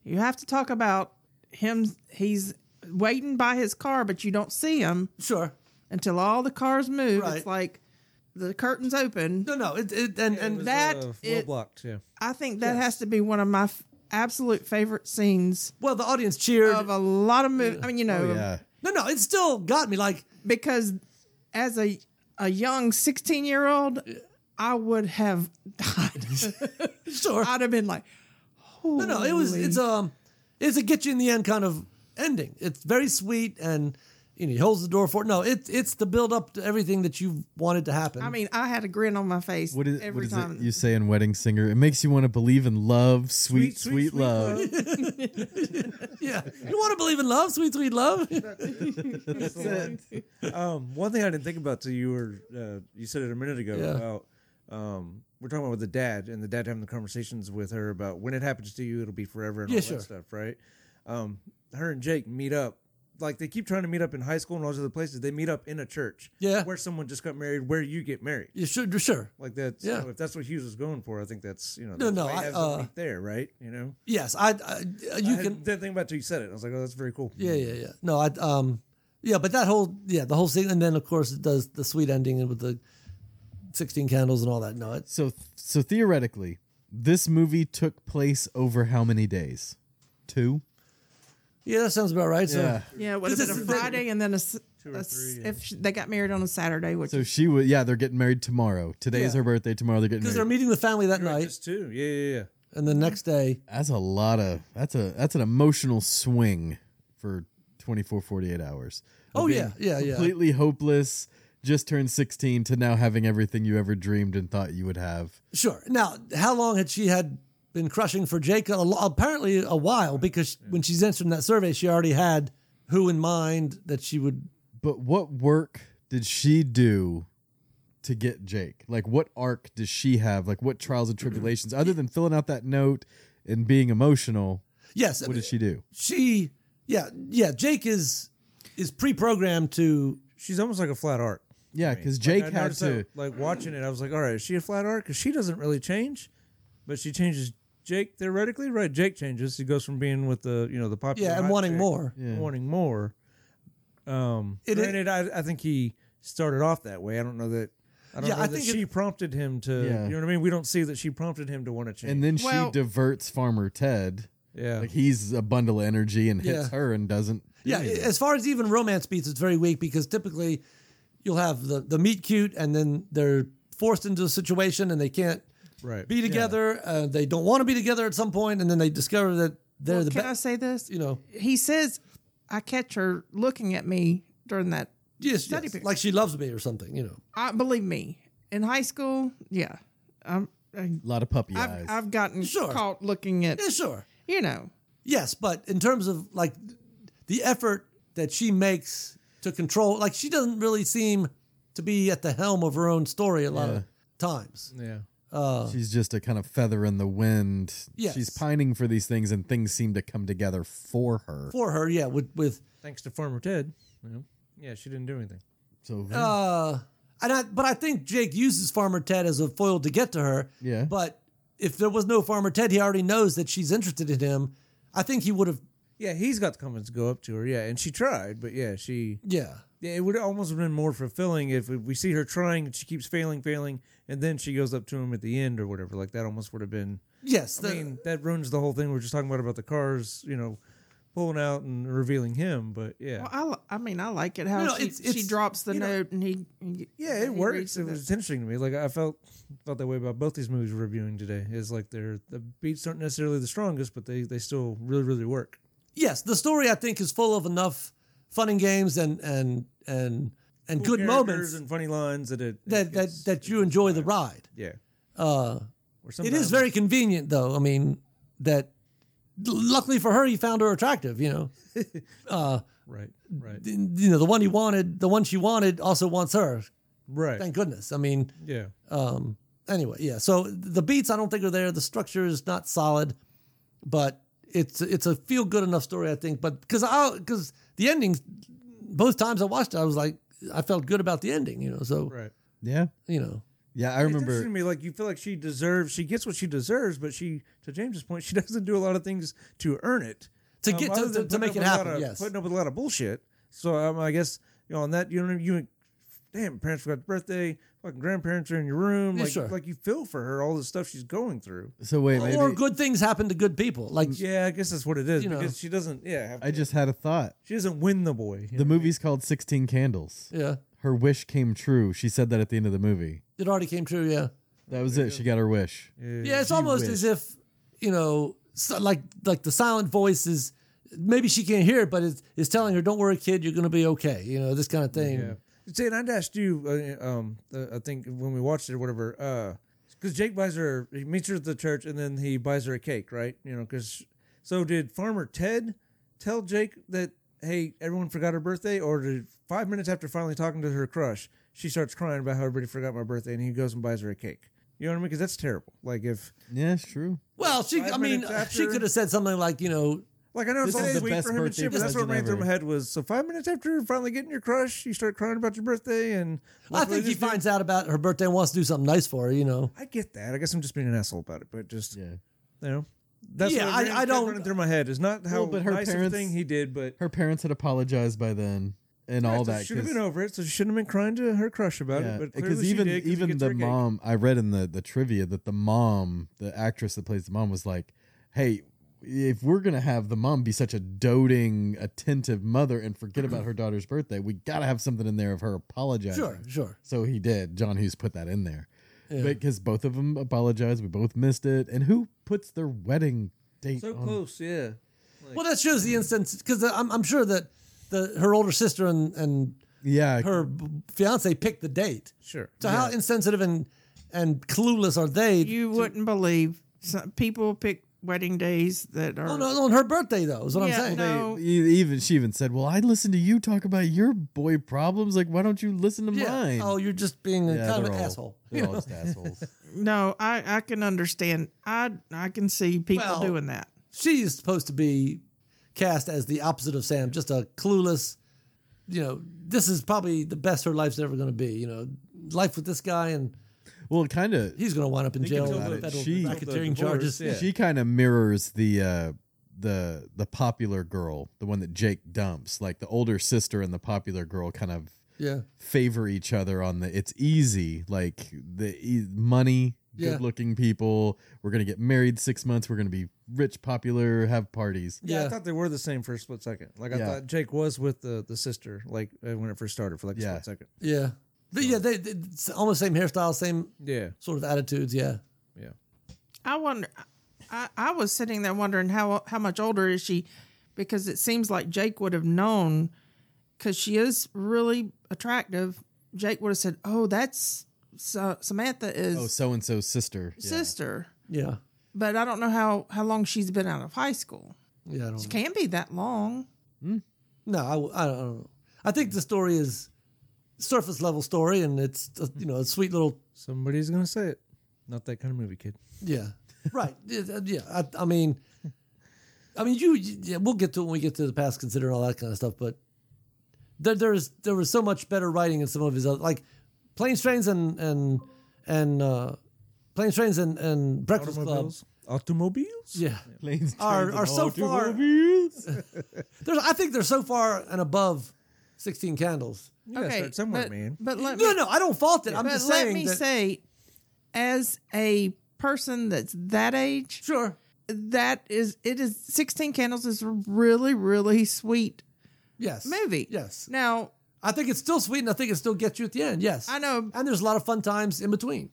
[SPEAKER 4] You have to talk about him. He's waiting by his car, but you don't see him
[SPEAKER 1] Sure.
[SPEAKER 4] until all the cars move.
[SPEAKER 1] Right.
[SPEAKER 4] It's like the curtains open.
[SPEAKER 1] No, no. It, it, and, and
[SPEAKER 4] that
[SPEAKER 2] uh, well
[SPEAKER 4] it-
[SPEAKER 2] blocked. Yeah,
[SPEAKER 4] I think that
[SPEAKER 1] Yes.
[SPEAKER 4] has to be one of my f- absolute favorite scenes
[SPEAKER 1] well, the audience cheered.
[SPEAKER 4] of a lot of movies. I mean, you know,
[SPEAKER 3] Oh, yeah.
[SPEAKER 1] No, no, it still got me. Like,
[SPEAKER 4] because as a a young 16 year old, I would have died.
[SPEAKER 1] sure.
[SPEAKER 4] I'd have been like,
[SPEAKER 1] no, no, it was. It's um, it's a get you in the end kind of ending. It's very sweet, and you know, he holds the door for it. No, it's it's the build up to everything that you wanted to happen.
[SPEAKER 4] I mean, I had a grin on my face
[SPEAKER 3] What is,
[SPEAKER 4] every
[SPEAKER 3] what is
[SPEAKER 4] time.
[SPEAKER 3] it you say in Wedding Singer? It makes you want to believe in love, sweet, sweet, love.
[SPEAKER 1] yeah, you want to believe in love, sweet, sweet love.
[SPEAKER 2] um, one thing I didn't think about till you were uh, you said it a minute ago
[SPEAKER 1] Yeah.
[SPEAKER 2] about um, we're talking about with the dad and the dad having the conversations with her about when it happens to you, it'll be forever and
[SPEAKER 1] Yeah,
[SPEAKER 2] all
[SPEAKER 1] sure.
[SPEAKER 2] that stuff, right? Um, her and Jake meet up. Like they keep trying to meet up in high school and all those other places. They meet up in a church,
[SPEAKER 1] Yeah.
[SPEAKER 2] where someone just got married, where you get married.
[SPEAKER 1] you should, sure.
[SPEAKER 2] Like that's
[SPEAKER 1] Yeah.
[SPEAKER 2] you know, if that's what Hughes was going for, I think that's you know
[SPEAKER 1] No,
[SPEAKER 2] that's
[SPEAKER 1] no,
[SPEAKER 2] why he
[SPEAKER 1] I-
[SPEAKER 2] has them
[SPEAKER 1] uh,
[SPEAKER 2] meet there, right? You know,
[SPEAKER 1] Yes, I. I you
[SPEAKER 2] I had-
[SPEAKER 1] can.
[SPEAKER 2] didn't think about it till you said it. I was like, oh, that's very cool.
[SPEAKER 1] Yeah, yeah, yeah. No, I. Um, yeah, but that whole yeah, the whole scene, and then of course it does the sweet ending with the sixteen candles and all that. No, it's
[SPEAKER 3] So, so theoretically, this movie took place over how many days? Two.
[SPEAKER 1] yeah, that sounds about right. So
[SPEAKER 3] Yeah.
[SPEAKER 4] yeah, it would have
[SPEAKER 1] This
[SPEAKER 4] been a
[SPEAKER 1] is-
[SPEAKER 4] Friday and then a, s-
[SPEAKER 2] or
[SPEAKER 4] a s-
[SPEAKER 2] three,
[SPEAKER 4] if sh they got married on a Saturday, which
[SPEAKER 3] So she was. Yeah, they're getting married tomorrow. Today is
[SPEAKER 1] Yeah.
[SPEAKER 3] her birthday. Tomorrow they're getting
[SPEAKER 1] because
[SPEAKER 3] married.
[SPEAKER 1] they're meeting the family that
[SPEAKER 2] Right,
[SPEAKER 1] night,
[SPEAKER 2] just two. Yeah, yeah, yeah.
[SPEAKER 1] and the next day.
[SPEAKER 3] that's a lot of. That's a. That's an emotional swing for 24, 48 hours. of
[SPEAKER 1] Oh
[SPEAKER 3] being
[SPEAKER 1] yeah, yeah, yeah.
[SPEAKER 3] Completely hopeless. Just turned sixteen to now having everything you ever dreamed and thought you would have.
[SPEAKER 1] Sure. Now, how long had she had been crushing for Jake? A lo- apparently, a while because when she's answering that survey, she already had who in mind that she would.
[SPEAKER 3] But what work did she do to get Jake? Like, what arc does she have? Like, what trials and tribulations, other than filling out that note and being emotional,
[SPEAKER 1] Yes,
[SPEAKER 3] what did she do?
[SPEAKER 1] she? Yeah, yeah. Jake is is pre-programmed to.
[SPEAKER 2] She's almost like a flat arc.
[SPEAKER 3] Yeah, because Jake
[SPEAKER 2] I
[SPEAKER 3] had
[SPEAKER 2] noticed
[SPEAKER 3] to.
[SPEAKER 2] that, like watching it. I was like, all right, is she a flat arc? Because she doesn't really change, but she changes Jake theoretically, right? Jake changes. He goes from being with the you know the popular
[SPEAKER 1] Yeah, and
[SPEAKER 2] hot
[SPEAKER 1] wanting
[SPEAKER 2] chick,
[SPEAKER 1] more.
[SPEAKER 2] wanting more. Um,
[SPEAKER 1] It-
[SPEAKER 2] granted, I, I think he started off that way. I don't know that. I don't
[SPEAKER 1] Yeah,
[SPEAKER 2] know
[SPEAKER 1] I
[SPEAKER 2] that
[SPEAKER 1] think
[SPEAKER 2] she prompted him to.
[SPEAKER 3] Yeah.
[SPEAKER 2] You know what I mean? We don't see that she prompted him to want to change.
[SPEAKER 3] And then
[SPEAKER 4] Well-
[SPEAKER 3] she diverts Farmer Ted.
[SPEAKER 2] yeah,
[SPEAKER 3] Like, he's a bundle of energy and hits
[SPEAKER 1] Yeah.
[SPEAKER 3] her and doesn't. do
[SPEAKER 1] Yeah,
[SPEAKER 3] anything.
[SPEAKER 1] as far as even romance beats, it's very weak because typically you'll have the the meet cute, and then they're forced into a situation and they can't
[SPEAKER 2] right.
[SPEAKER 1] be together. Uh, they don't want to be together at some point, and then they discover that they're
[SPEAKER 4] Well,
[SPEAKER 1] the
[SPEAKER 4] can I
[SPEAKER 1] best.
[SPEAKER 4] say this?
[SPEAKER 1] You know,
[SPEAKER 4] He says, "I catch her looking at me during that."
[SPEAKER 1] yes,
[SPEAKER 4] Study
[SPEAKER 1] yes,
[SPEAKER 4] period.
[SPEAKER 1] like she loves me or something. You know.
[SPEAKER 4] I believe me. In high school, yeah, um, I-
[SPEAKER 3] a lot of puppy eyes.
[SPEAKER 4] I've, I've gotten
[SPEAKER 1] Sure.
[SPEAKER 4] caught looking at
[SPEAKER 1] Yeah, sure.
[SPEAKER 4] you know.
[SPEAKER 1] Yes, but in terms of like the effort that she makes to control, like she doesn't really seem to be at the helm of her own story a lot of times.
[SPEAKER 2] yeah.
[SPEAKER 3] She's just a kind of feather in the wind.
[SPEAKER 1] Yes.
[SPEAKER 3] She's pining for these things, and things seem to come together for her.
[SPEAKER 1] For her, yeah, with with
[SPEAKER 2] Thanks to Farmer Ted. You know? Yeah, she didn't do anything.
[SPEAKER 3] So
[SPEAKER 1] uh and I but I think Jake uses Farmer Ted as a foil to get to her.
[SPEAKER 3] Yeah.
[SPEAKER 1] But if there was no Farmer Ted, he already knows that she's interested in him. I think he would have
[SPEAKER 2] Yeah, he's got the comments to go up to her. Yeah, and she tried, but yeah, she
[SPEAKER 1] yeah.
[SPEAKER 2] Yeah, it would almost have been more fulfilling if we see her trying and she keeps failing, failing, and then she goes up to him at the end or whatever. Like that almost would have been.
[SPEAKER 1] Yes, the,
[SPEAKER 2] I mean, that ruins the whole thing we were just talking about about the cars, you know, pulling out and revealing him. But yeah,
[SPEAKER 4] Well, I, li- I mean, I like it how
[SPEAKER 1] No, no,
[SPEAKER 4] she,
[SPEAKER 1] it's- it's-
[SPEAKER 4] she drops the
[SPEAKER 1] you know-
[SPEAKER 4] note and he, he-
[SPEAKER 2] yeah,
[SPEAKER 4] he
[SPEAKER 2] it works.
[SPEAKER 4] reads
[SPEAKER 2] It was interesting to me. Like I felt felt that way about both these movies we're reviewing today. Is like they're the beats aren't necessarily the strongest, but they they still really really work.
[SPEAKER 1] yes, the story I think is full of enough fun and games and and and and
[SPEAKER 2] cool
[SPEAKER 1] good
[SPEAKER 2] characters
[SPEAKER 1] moments
[SPEAKER 2] and funny lines that it, it
[SPEAKER 1] that, that
[SPEAKER 2] gets-
[SPEAKER 1] that you enjoy the ride.
[SPEAKER 2] yeah.
[SPEAKER 1] Uh,
[SPEAKER 2] Or
[SPEAKER 1] it is very convenient, though. I mean, that luckily for her, he found her attractive. You know, uh,
[SPEAKER 2] right, right,
[SPEAKER 1] you know the one he wanted, the one she wanted, also wants her.
[SPEAKER 2] right.
[SPEAKER 1] Thank goodness. I mean,
[SPEAKER 2] yeah,
[SPEAKER 1] um, anyway, yeah. So the beats I don't think are there. The structure is not solid, but it's it's a feel good enough story I think. But because I because the endings, both times I watched it, I was like I felt good about the ending. You know, so
[SPEAKER 2] right.
[SPEAKER 3] Yeah.
[SPEAKER 1] you know,
[SPEAKER 3] Yeah, I
[SPEAKER 2] It's
[SPEAKER 3] remember.
[SPEAKER 2] interesting to me, like you feel like she deserves, she gets what she deserves, but she, to James's point, she doesn't do a lot of things to earn it.
[SPEAKER 1] To get-
[SPEAKER 2] Um, other
[SPEAKER 1] to-
[SPEAKER 2] than
[SPEAKER 1] to- to
[SPEAKER 2] putting
[SPEAKER 1] make
[SPEAKER 2] up
[SPEAKER 1] it
[SPEAKER 2] with a lot
[SPEAKER 1] happen,
[SPEAKER 2] of-
[SPEAKER 1] yes.
[SPEAKER 2] putting up with a lot of bullshit. So um, I guess you know on that, you know, you damn parents forgot the birthday, fucking grandparents are in your room,
[SPEAKER 1] Yeah,
[SPEAKER 2] like
[SPEAKER 1] sure.
[SPEAKER 2] like you feel for her all the stuff she's going through.
[SPEAKER 3] So wait, maybe
[SPEAKER 1] or good things happen to good people. Like
[SPEAKER 2] Yeah, I guess that's what it is
[SPEAKER 1] You know.
[SPEAKER 2] because she doesn't. Yeah, have,
[SPEAKER 3] I just had a thought.
[SPEAKER 2] she doesn't win the boy. you know?
[SPEAKER 3] The movie's called Sixteen Candles.
[SPEAKER 1] yeah,
[SPEAKER 3] Her wish came true. She said that at the end of the movie.
[SPEAKER 1] it already came true. Yeah.
[SPEAKER 3] That was it. She got her wish.
[SPEAKER 1] Yeah, it's almost
[SPEAKER 3] wished.
[SPEAKER 1] as if you know, so- like like the silent voice is maybe she can't hear it, but it's, it's telling her, "Don't worry, kid, you're going to be okay." You know, this kind of thing.
[SPEAKER 2] Yeah. See, and I'd asked you, uh, um, uh, I think when we watched it or whatever, because Jake buys her, he meets her at the church and then he buys her a cake, right? You know, because, so did Farmer Ted tell Jake that, hey, everyone forgot her birthday? Or did five minutes after finally talking to her crush, she starts crying about how everybody forgot my birthday and he goes and buys her a cake? You know what I mean? Because that's terrible. Like, if,
[SPEAKER 3] Yeah, it's true.
[SPEAKER 1] Well, she,
[SPEAKER 2] Five
[SPEAKER 1] I mean,
[SPEAKER 2] minutes
[SPEAKER 1] she
[SPEAKER 2] after-
[SPEAKER 1] could have said something like, you know,
[SPEAKER 2] like, I know it's
[SPEAKER 3] This is
[SPEAKER 2] always
[SPEAKER 3] the
[SPEAKER 2] weak
[SPEAKER 3] best
[SPEAKER 2] for him and
[SPEAKER 3] birthday
[SPEAKER 2] shit, but that's what
[SPEAKER 3] present
[SPEAKER 2] ran through my
[SPEAKER 3] ever.
[SPEAKER 2] head was, so five minutes after finally getting your crush, you start crying about your birthday and.
[SPEAKER 1] I think he
[SPEAKER 2] This dude-
[SPEAKER 1] finds out about her birthday and wants to do something nice for her, you know.
[SPEAKER 2] I get that. I guess I'm just being an asshole about it, but just
[SPEAKER 3] Yeah.
[SPEAKER 2] you know, that's
[SPEAKER 1] Yeah,
[SPEAKER 2] what
[SPEAKER 1] I-
[SPEAKER 2] ran-
[SPEAKER 1] I
[SPEAKER 2] kept
[SPEAKER 1] don't-
[SPEAKER 2] running through my head is not how
[SPEAKER 3] Well, but her
[SPEAKER 2] nice of a
[SPEAKER 3] parents-
[SPEAKER 2] thing he did, but
[SPEAKER 3] Her parents had apologized by then and all that.
[SPEAKER 2] should have
[SPEAKER 3] 'cause-
[SPEAKER 2] been over it. So she shouldn't have been crying to her crush about
[SPEAKER 3] Yeah,
[SPEAKER 2] it. But
[SPEAKER 3] because
[SPEAKER 2] because
[SPEAKER 3] even
[SPEAKER 2] she did 'cause he
[SPEAKER 3] even
[SPEAKER 2] gets her
[SPEAKER 3] the
[SPEAKER 2] cake.
[SPEAKER 3] mom, I read in the the trivia that the mom, the actress that plays the mom, was like, "Hey, if we're gonna have the mom be such a doting, attentive mother and forget about her daughter's birthday, we gotta have something in there of her apologizing."
[SPEAKER 1] Sure, sure.
[SPEAKER 3] So he did. John Hughes put that in there
[SPEAKER 1] Yeah.
[SPEAKER 3] because both of them apologized. We both missed it, and who puts their wedding date?
[SPEAKER 2] so
[SPEAKER 3] on-
[SPEAKER 2] close, yeah.
[SPEAKER 1] well, that shows the instance because I'm, I'm sure that the her older sister and, and
[SPEAKER 3] Yeah,
[SPEAKER 1] her b- fiance picked the date.
[SPEAKER 2] Sure.
[SPEAKER 1] So how insensitive and and clueless are they?
[SPEAKER 4] You wouldn't believe some people pick wedding days that are
[SPEAKER 1] oh, no, on her birthday though is what
[SPEAKER 4] Yeah,
[SPEAKER 1] I'm saying.
[SPEAKER 4] no.
[SPEAKER 3] E- Even she even said, "Well, I listen to you talk about your boy problems. Like, why don't you listen to
[SPEAKER 1] Yeah.
[SPEAKER 3] mine?"
[SPEAKER 1] Oh, you're just being a kind of an asshole.
[SPEAKER 3] They're all just assholes.
[SPEAKER 4] No, I, I can understand. I I can see people
[SPEAKER 1] Well-
[SPEAKER 4] doing that.
[SPEAKER 1] She's supposed to be cast as the opposite of Sam, just a clueless. You know, this is probably the best her life's ever going to be. You know, life with this guy and
[SPEAKER 3] Well, it kind of.
[SPEAKER 1] he's going to wind up in
[SPEAKER 2] Think
[SPEAKER 1] jail
[SPEAKER 2] until
[SPEAKER 1] with
[SPEAKER 2] the-
[SPEAKER 1] federal
[SPEAKER 3] she-
[SPEAKER 1] racketeering
[SPEAKER 2] until the
[SPEAKER 1] charges.
[SPEAKER 2] divorce,
[SPEAKER 3] She kind of mirrors the uh, the the popular girl, the one that Jake dumps. Like the older sister and the popular girl kind of
[SPEAKER 1] Yeah.
[SPEAKER 3] favor each other on the. It's easy, like the e- money,
[SPEAKER 1] Yeah.
[SPEAKER 3] good looking people. We're gonna get married six months. We're gonna be rich, popular, have parties.
[SPEAKER 2] Yeah,
[SPEAKER 1] Yeah.
[SPEAKER 2] I thought they were the same for a split second. Like I
[SPEAKER 3] Yeah.
[SPEAKER 2] thought Jake was with the the sister, like uh, when it first started for like a
[SPEAKER 3] Yeah.
[SPEAKER 2] split second.
[SPEAKER 1] Yeah. But yeah, they, they it's almost same hairstyle, same
[SPEAKER 2] Yeah,
[SPEAKER 1] sort of attitudes. Yeah.
[SPEAKER 2] yeah.
[SPEAKER 4] I wonder. I, I was sitting there wondering how how much older is she, because it seems like Jake would have known, because she is really attractive. Jake would have said, "Oh, that's Sa- Samantha is
[SPEAKER 3] Oh, so and so's sister. Yeah.
[SPEAKER 4] sister,"
[SPEAKER 1] Yeah.
[SPEAKER 4] but I don't know how how long she's been out of high school.
[SPEAKER 1] Yeah. I don't
[SPEAKER 4] It
[SPEAKER 1] know.
[SPEAKER 4] can't be that long.
[SPEAKER 1] No, I, w- I don't, I don't know. I think the story is surface level story and it's, uh, you know, a sweet little
[SPEAKER 2] Somebody's gonna say it. Not that kind of movie, kid.
[SPEAKER 1] Yeah. Right. Yeah. yeah. I, I mean, I mean, you. Yeah, we'll get to it when we get to the past, consider all that kind of stuff. But there, there's there was so much better writing in some of his other, like planes, trains, and and and uh, planes, trains, and and breakfast Club.
[SPEAKER 2] Automobiles. Automobiles.
[SPEAKER 1] Yeah.
[SPEAKER 3] Planes,
[SPEAKER 1] Are-
[SPEAKER 3] trains,
[SPEAKER 1] are
[SPEAKER 3] and
[SPEAKER 1] so far-
[SPEAKER 3] automobiles.
[SPEAKER 1] There's. I think they're so far and above. Sixteen candles.
[SPEAKER 2] You gotta start somewhere,
[SPEAKER 4] but,
[SPEAKER 2] man.
[SPEAKER 4] But let
[SPEAKER 1] No,
[SPEAKER 4] me,
[SPEAKER 1] no, I don't fault it. I'm
[SPEAKER 4] but
[SPEAKER 1] just
[SPEAKER 4] let
[SPEAKER 1] saying
[SPEAKER 4] me
[SPEAKER 1] that.
[SPEAKER 4] say, as a person that's that age,
[SPEAKER 1] sure.
[SPEAKER 4] that is it is 16 candles is a really really sweet
[SPEAKER 1] Yes.
[SPEAKER 4] movie
[SPEAKER 1] Yes.
[SPEAKER 4] now
[SPEAKER 1] I think it's still sweet, and I think it still gets you at the end. Yes.
[SPEAKER 4] i know
[SPEAKER 1] And there's a lot of fun times in between.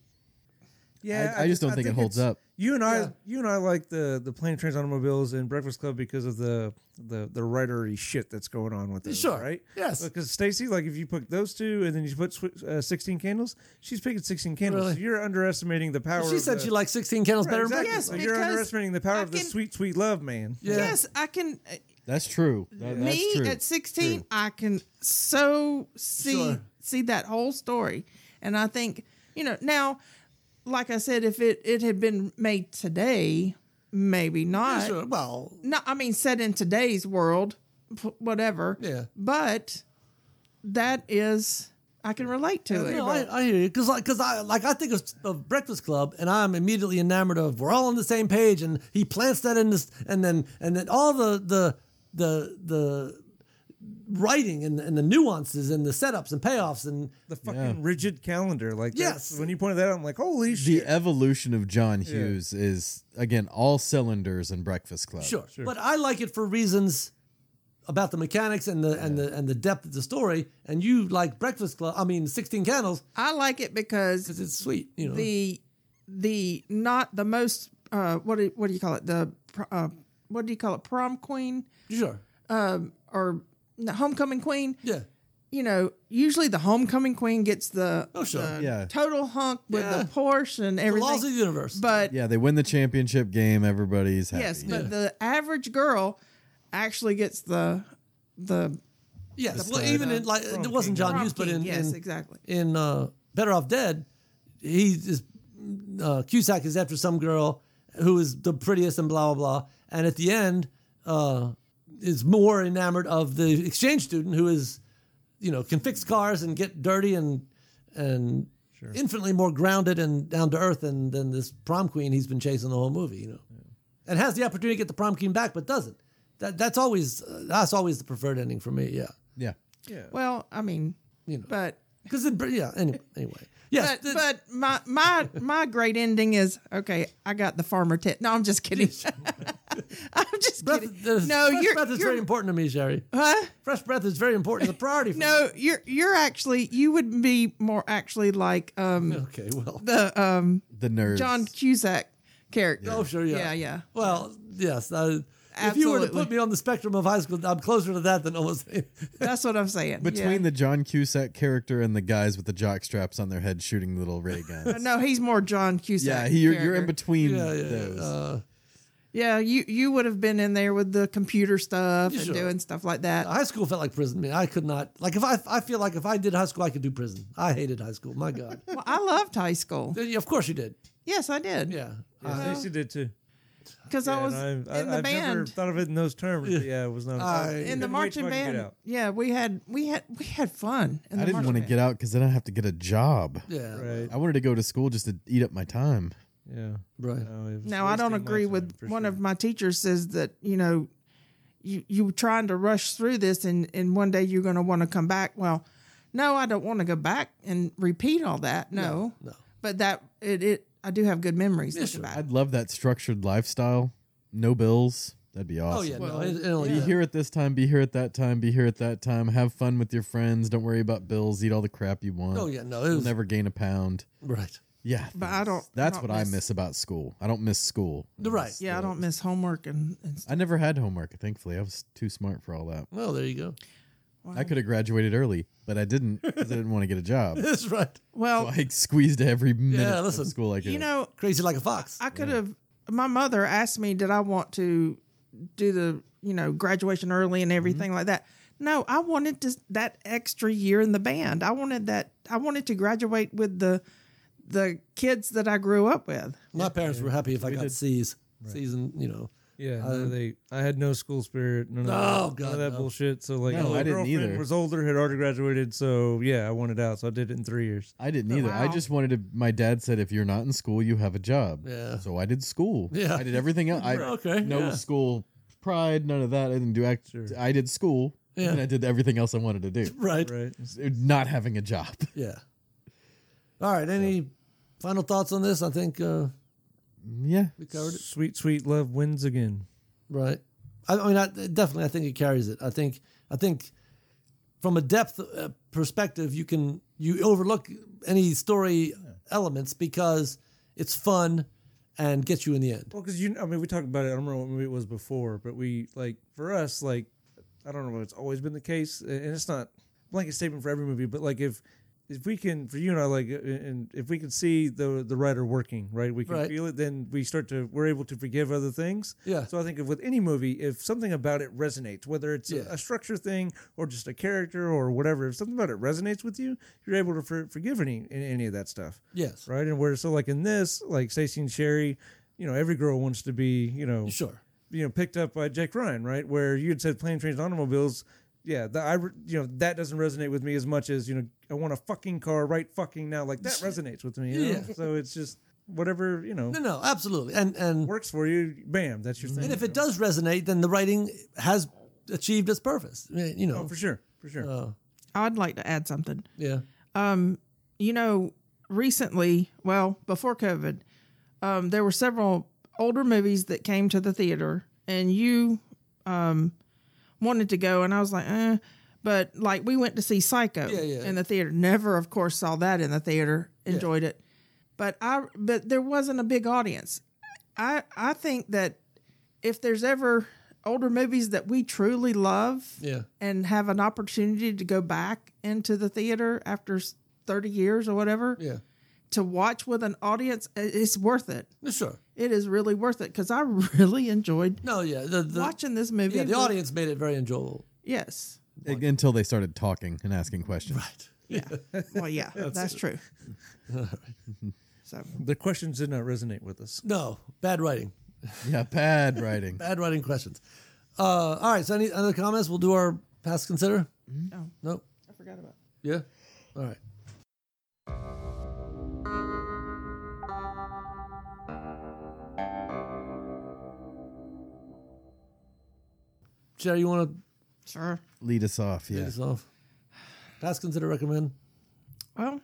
[SPEAKER 2] Yeah,
[SPEAKER 3] I, I just don't think, it holds
[SPEAKER 2] it's-
[SPEAKER 3] up.
[SPEAKER 2] You and I,
[SPEAKER 1] Yeah.
[SPEAKER 2] you and I like the the plane, trains, automobiles, and Breakfast Club because of the the the writery shit that's going on with those,
[SPEAKER 1] Sure.
[SPEAKER 2] right?
[SPEAKER 1] Yes.
[SPEAKER 2] Because Stacy, like, if you put those two and then you put swi- uh, sixteen candles, she's picking sixteen candles.
[SPEAKER 1] Really?
[SPEAKER 2] So you're underestimating the power.
[SPEAKER 1] She
[SPEAKER 2] of
[SPEAKER 1] said
[SPEAKER 2] the,
[SPEAKER 1] she likes 16 candles
[SPEAKER 2] Right,
[SPEAKER 1] better
[SPEAKER 2] exactly.
[SPEAKER 1] than
[SPEAKER 4] Yes,
[SPEAKER 2] So you're
[SPEAKER 4] because
[SPEAKER 2] underestimating the power
[SPEAKER 4] I
[SPEAKER 2] of the
[SPEAKER 4] can-
[SPEAKER 2] sweet, sweet love, man.
[SPEAKER 1] Yeah.
[SPEAKER 4] Yes, I can.
[SPEAKER 3] That's true. That- that's
[SPEAKER 4] me
[SPEAKER 3] true.
[SPEAKER 4] at 16, I can so see
[SPEAKER 1] Sure.
[SPEAKER 4] see that whole story. And I think, you know, now like I said if it it had been made today, maybe not.
[SPEAKER 1] Sure, Well,
[SPEAKER 4] No, I mean set in today's world, p- whatever.
[SPEAKER 1] Yeah.
[SPEAKER 4] But that is I can relate to it.
[SPEAKER 1] No, I, I hear you because because I like I think of, of Breakfast Club and I'm immediately enamored of we're all on the same page and he plants that in this and then and then all the the the the writing and, and the nuances and the setups and payoffs and
[SPEAKER 2] The fucking rigid calendar, like, that's-
[SPEAKER 1] Yes.
[SPEAKER 2] When you pointed that out, I'm like, holy
[SPEAKER 3] the
[SPEAKER 2] shit.
[SPEAKER 3] evolution of John Hughes is again all cylinders in Breakfast Club.
[SPEAKER 1] sure. but I like it for reasons about the mechanics and the and the and the depth of the story and you like Breakfast Club I mean Sixteen Candles
[SPEAKER 4] I like it because
[SPEAKER 1] because it's sweet you know
[SPEAKER 4] the the not the most uh what do, what do you call it the pr- uh, what do you call it prom queen
[SPEAKER 1] sure
[SPEAKER 4] or the homecoming queen
[SPEAKER 1] yeah
[SPEAKER 4] you know usually the homecoming queen gets the,
[SPEAKER 1] oh sure
[SPEAKER 4] the
[SPEAKER 3] Yeah.
[SPEAKER 4] total hunk with
[SPEAKER 1] Yeah.
[SPEAKER 4] the Porsche and
[SPEAKER 1] laws of
[SPEAKER 4] everything
[SPEAKER 1] the universe
[SPEAKER 4] but
[SPEAKER 3] Yeah, they win the championship game. Everybody's happy.
[SPEAKER 4] yes but the average girl actually gets the the
[SPEAKER 1] Yes, well, even in like it wasn't John
[SPEAKER 4] prom
[SPEAKER 1] Hughes, but
[SPEAKER 4] king.
[SPEAKER 1] in
[SPEAKER 4] yes
[SPEAKER 1] in,
[SPEAKER 4] exactly
[SPEAKER 1] in uh, Better Off Dead, he is uh, Cusack is after some girl who is the prettiest and blah blah blah, and at the end uh, is more enamored of the exchange student who is, you know, can fix cars and get dirty and and infinitely more grounded and down to earth than than this prom queen he's been chasing the whole movie, you know, and has the opportunity to get the prom queen back but doesn't. That that's always uh, that's always the preferred ending for me. Yeah.
[SPEAKER 3] Yeah.
[SPEAKER 4] well I mean
[SPEAKER 1] You know.
[SPEAKER 4] but
[SPEAKER 1] Because it, yeah. Anyway, anyway. Yes.
[SPEAKER 4] but,
[SPEAKER 1] th-
[SPEAKER 4] but my my my great ending is okay. I got the farmer tit. No, I'm just kidding. I'm just
[SPEAKER 1] breath,
[SPEAKER 4] kidding.
[SPEAKER 1] the
[SPEAKER 4] no,
[SPEAKER 1] fresh
[SPEAKER 4] you're,
[SPEAKER 1] breath is
[SPEAKER 4] you're-
[SPEAKER 1] very important to me, Sherry.
[SPEAKER 4] huh?
[SPEAKER 1] Fresh breath is very important. It's a priority for
[SPEAKER 4] No, you're you're actually you would be more actually like um
[SPEAKER 1] me. Okay. Well.
[SPEAKER 4] the um
[SPEAKER 3] The nerds.
[SPEAKER 4] John Cusack character.
[SPEAKER 1] Oh, sure. Yeah.
[SPEAKER 4] yeah, yeah.
[SPEAKER 1] Well, yes. Uh, if you were to put
[SPEAKER 4] Absolutely.
[SPEAKER 1] me on the spectrum of high school, I'm closer to that than almost.
[SPEAKER 4] That's what I'm saying.
[SPEAKER 3] Between the John Cusack character and the guys with the jock straps on their head shooting little ray guns.
[SPEAKER 4] no, he's more John Cusack.
[SPEAKER 3] yeah, he- you're, you're in
[SPEAKER 4] character.
[SPEAKER 3] between
[SPEAKER 1] yeah. Yeah.
[SPEAKER 3] those.
[SPEAKER 1] Uh,
[SPEAKER 4] Yeah, you you would have been in there with the computer stuff and
[SPEAKER 1] Sure.
[SPEAKER 4] doing stuff like that.
[SPEAKER 1] high school felt like prison. to me. I could not. Like if I, I feel like if I did high school, I could do prison. I hated high school. My God.
[SPEAKER 4] Well, I loved high school.
[SPEAKER 1] Yeah, of course you did.
[SPEAKER 4] Yes, I did.
[SPEAKER 1] Yeah.
[SPEAKER 2] Stacy did too.
[SPEAKER 4] because I was in
[SPEAKER 2] and
[SPEAKER 4] the
[SPEAKER 2] I- I- I've
[SPEAKER 4] band.
[SPEAKER 2] never thought of it in those terms. but Yeah, it was not.
[SPEAKER 1] I-
[SPEAKER 2] I
[SPEAKER 4] in the
[SPEAKER 2] couldn't wait to
[SPEAKER 4] marching
[SPEAKER 2] fucking get
[SPEAKER 4] band.
[SPEAKER 2] out.
[SPEAKER 4] Yeah, we had we had we had fun. In the
[SPEAKER 3] I didn't
[SPEAKER 4] marching
[SPEAKER 3] want to
[SPEAKER 4] band.
[SPEAKER 3] get out because then I'd have to get a job.
[SPEAKER 1] Yeah.
[SPEAKER 2] Right.
[SPEAKER 3] I wanted to go to school just to eat up my time.
[SPEAKER 2] Yeah.
[SPEAKER 1] Right.
[SPEAKER 2] No, it was
[SPEAKER 4] Now I don't
[SPEAKER 2] wasting my
[SPEAKER 4] agree
[SPEAKER 2] time,
[SPEAKER 4] with
[SPEAKER 2] for
[SPEAKER 4] one
[SPEAKER 2] sure.
[SPEAKER 4] of my teachers says that you know you you trying to rush through this and and one day you're going to want to come back. Well, no, I don't want to go back and repeat all that. No,
[SPEAKER 1] no.
[SPEAKER 4] But that it it I do have good memories
[SPEAKER 1] sure.
[SPEAKER 4] looking back.
[SPEAKER 3] I'd love that structured lifestyle. No bills. That'd be awesome.
[SPEAKER 1] Oh yeah.
[SPEAKER 4] Well,
[SPEAKER 1] no. It, it'll-
[SPEAKER 3] Be
[SPEAKER 1] yeah.
[SPEAKER 3] here at this time, be here at that time, be here at that time. Have fun with your friends. Don't worry about bills. Eat all the crap you want.
[SPEAKER 1] Oh yeah. No. It
[SPEAKER 3] You'll
[SPEAKER 1] was
[SPEAKER 3] never gain a pound.
[SPEAKER 1] right.
[SPEAKER 3] Yeah.
[SPEAKER 4] But I don't-
[SPEAKER 3] That's
[SPEAKER 4] I
[SPEAKER 3] what
[SPEAKER 4] don't
[SPEAKER 3] I
[SPEAKER 4] miss-
[SPEAKER 3] miss about school. I don't miss school.
[SPEAKER 1] Right.
[SPEAKER 4] yeah, I don't miss homework and, and stuff.
[SPEAKER 3] I never had homework, thankfully. I was too smart for all that.
[SPEAKER 1] Well, there you go.
[SPEAKER 3] I could have graduated early, but I didn't because I didn't want to get a job.
[SPEAKER 1] That's right.
[SPEAKER 4] Well,
[SPEAKER 3] I squeezed every minute
[SPEAKER 1] Yeah,
[SPEAKER 3] of
[SPEAKER 1] listen,
[SPEAKER 3] school I could.
[SPEAKER 4] you know,
[SPEAKER 1] Crazy like a fox.
[SPEAKER 4] I could have. My mother asked me, did I want to do the you know graduation early and everything like that. No, I wanted to that extra year in the band. I wanted that. I wanted to graduate with the the kids that I grew up with.
[SPEAKER 1] My parents were happy if I got C's. C's and, you know.
[SPEAKER 2] Yeah, no, they. I had Um, no school spirit. None of,
[SPEAKER 1] Oh,
[SPEAKER 2] none
[SPEAKER 1] God,
[SPEAKER 2] of that
[SPEAKER 1] no.
[SPEAKER 2] bullshit. So like,
[SPEAKER 3] No,
[SPEAKER 2] my
[SPEAKER 3] I didn't
[SPEAKER 2] girlfriend
[SPEAKER 3] either.
[SPEAKER 2] Was older, had already graduated. So yeah, I wanted out. So I did it in three years.
[SPEAKER 3] I didn't either. I
[SPEAKER 4] Wow.
[SPEAKER 3] just wanted to. My dad said, "If you're not in school, you have a job."
[SPEAKER 1] Yeah.
[SPEAKER 3] So I did school.
[SPEAKER 1] Yeah.
[SPEAKER 3] I did everything else. I
[SPEAKER 1] Okay,
[SPEAKER 3] No
[SPEAKER 1] yeah.
[SPEAKER 3] school pride. None of that. I didn't do act. I did school.
[SPEAKER 1] Yeah.
[SPEAKER 3] And I did everything else I wanted to do.
[SPEAKER 1] Right.
[SPEAKER 2] Right.
[SPEAKER 3] Not having a job.
[SPEAKER 1] Yeah. All right. Any final thoughts on this? I think, uh,
[SPEAKER 3] yeah.
[SPEAKER 1] we covered it.
[SPEAKER 2] Sweet, sweet love wins again.
[SPEAKER 1] Right. I, I mean, I, definitely, I think it carries it. I think, I think from a depth uh, perspective, you can, you overlook any story elements because It's fun and gets you in the end.
[SPEAKER 2] Well, because you, I mean, we talked about it. I don't remember what movie it was before, but we like for us, like I don't know if it's always been the case, and it's not blanket statement for every movie, but like if if we can for you and I like and if we can see the the writer working right, we can
[SPEAKER 1] Right.
[SPEAKER 2] feel it. Then we start to we're able to forgive other things.
[SPEAKER 1] Yeah.
[SPEAKER 2] So I think if with any movie, if something about it resonates, whether it's a,
[SPEAKER 1] Yeah.
[SPEAKER 2] a structure thing or just a character or whatever, if something about it resonates with you, you're able to for, forgive any any of that stuff
[SPEAKER 1] Yes.
[SPEAKER 2] right? And where so like in this, like Stacey and Sherry, you know, every girl wants to be, you know,
[SPEAKER 1] Sure.
[SPEAKER 2] you know, picked up by Jake Ryan, right? Where you had said plane, trains, and automobiles. Yeah, that I, re- you know, that doesn't resonate with me as much as you know. I want a fucking car right fucking now. Like that resonates with me. You know?
[SPEAKER 1] Yeah.
[SPEAKER 2] So it's just whatever you know
[SPEAKER 1] No, no, absolutely. And and
[SPEAKER 2] works for you. Bam, that's your thing.
[SPEAKER 1] Mm-hmm. and if it does resonate, then the writing has achieved its purpose. I mean, You know.
[SPEAKER 2] oh, for sure, for sure.
[SPEAKER 1] Uh,
[SPEAKER 4] I'd like to add something.
[SPEAKER 1] yeah.
[SPEAKER 4] Um, you know, recently, well, before COVID, um, there were several older movies that came to the theater, and you um, wanted to go, and I was like, eh. But like, we went to see Psycho
[SPEAKER 1] Yeah, yeah.
[SPEAKER 4] in the theater. Never, of course, saw that in the theater. Enjoyed it, but I but there wasn't a big audience. I I think that if there's ever older movies that we truly love,
[SPEAKER 1] Yeah.
[SPEAKER 4] and have an opportunity to go back into the theater after s- 30 years or whatever
[SPEAKER 1] Yeah.
[SPEAKER 4] to watch with an audience, i- it's worth it.
[SPEAKER 1] No, Sure.
[SPEAKER 4] It is really worth it because I really enjoyed
[SPEAKER 1] No. Yeah. The, the
[SPEAKER 4] watching this movie.
[SPEAKER 1] yeah the
[SPEAKER 4] with-
[SPEAKER 1] audience made it very enjoyable.
[SPEAKER 4] Yes.
[SPEAKER 3] until they started talking and asking questions.
[SPEAKER 4] Yeah. well, yeah, that's, true. so,
[SPEAKER 2] the questions did not resonate with us.
[SPEAKER 1] No bad writing.
[SPEAKER 3] Yeah, bad writing.
[SPEAKER 1] Bad writing questions. Uh, all right. So any other comments? We'll do our past consider.
[SPEAKER 2] Mm-hmm.
[SPEAKER 4] oh,
[SPEAKER 1] No.
[SPEAKER 4] I forgot about
[SPEAKER 1] Yeah. All right. Jerry, you want to
[SPEAKER 4] Sure.
[SPEAKER 3] Lead us off.
[SPEAKER 1] take
[SPEAKER 3] Yeah.
[SPEAKER 1] this off? Pass, consider, recommend.
[SPEAKER 4] Well,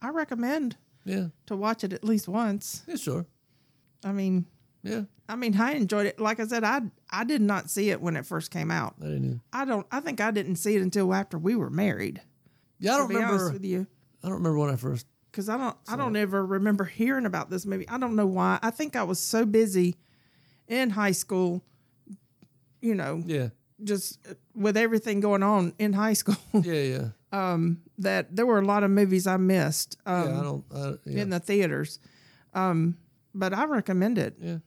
[SPEAKER 4] I recommend
[SPEAKER 1] Yeah.
[SPEAKER 4] to watch it at least once.
[SPEAKER 1] Yeah, sure.
[SPEAKER 4] I mean,
[SPEAKER 1] Yeah.
[SPEAKER 4] I mean, I enjoyed it. Like I said, I I did not see it when it first came out.
[SPEAKER 1] I didn't either.
[SPEAKER 4] I don't. I think I didn't see it until after we were married.
[SPEAKER 1] Yeah, I
[SPEAKER 4] To
[SPEAKER 1] don't
[SPEAKER 4] be honest
[SPEAKER 1] remember.
[SPEAKER 4] with you,
[SPEAKER 1] I don't remember when I first.
[SPEAKER 4] because I don't. I don't ever remember hearing about this movie. I don't know why. I think I was so busy in high school. You know,
[SPEAKER 1] Yeah.
[SPEAKER 4] just uh, with everything going on in high school,
[SPEAKER 1] Yeah. Yeah.
[SPEAKER 4] that there were a lot of movies I missed um,
[SPEAKER 1] yeah. I don't. I, yeah.
[SPEAKER 4] in the theaters. Um, but I recommend it,
[SPEAKER 1] yeah.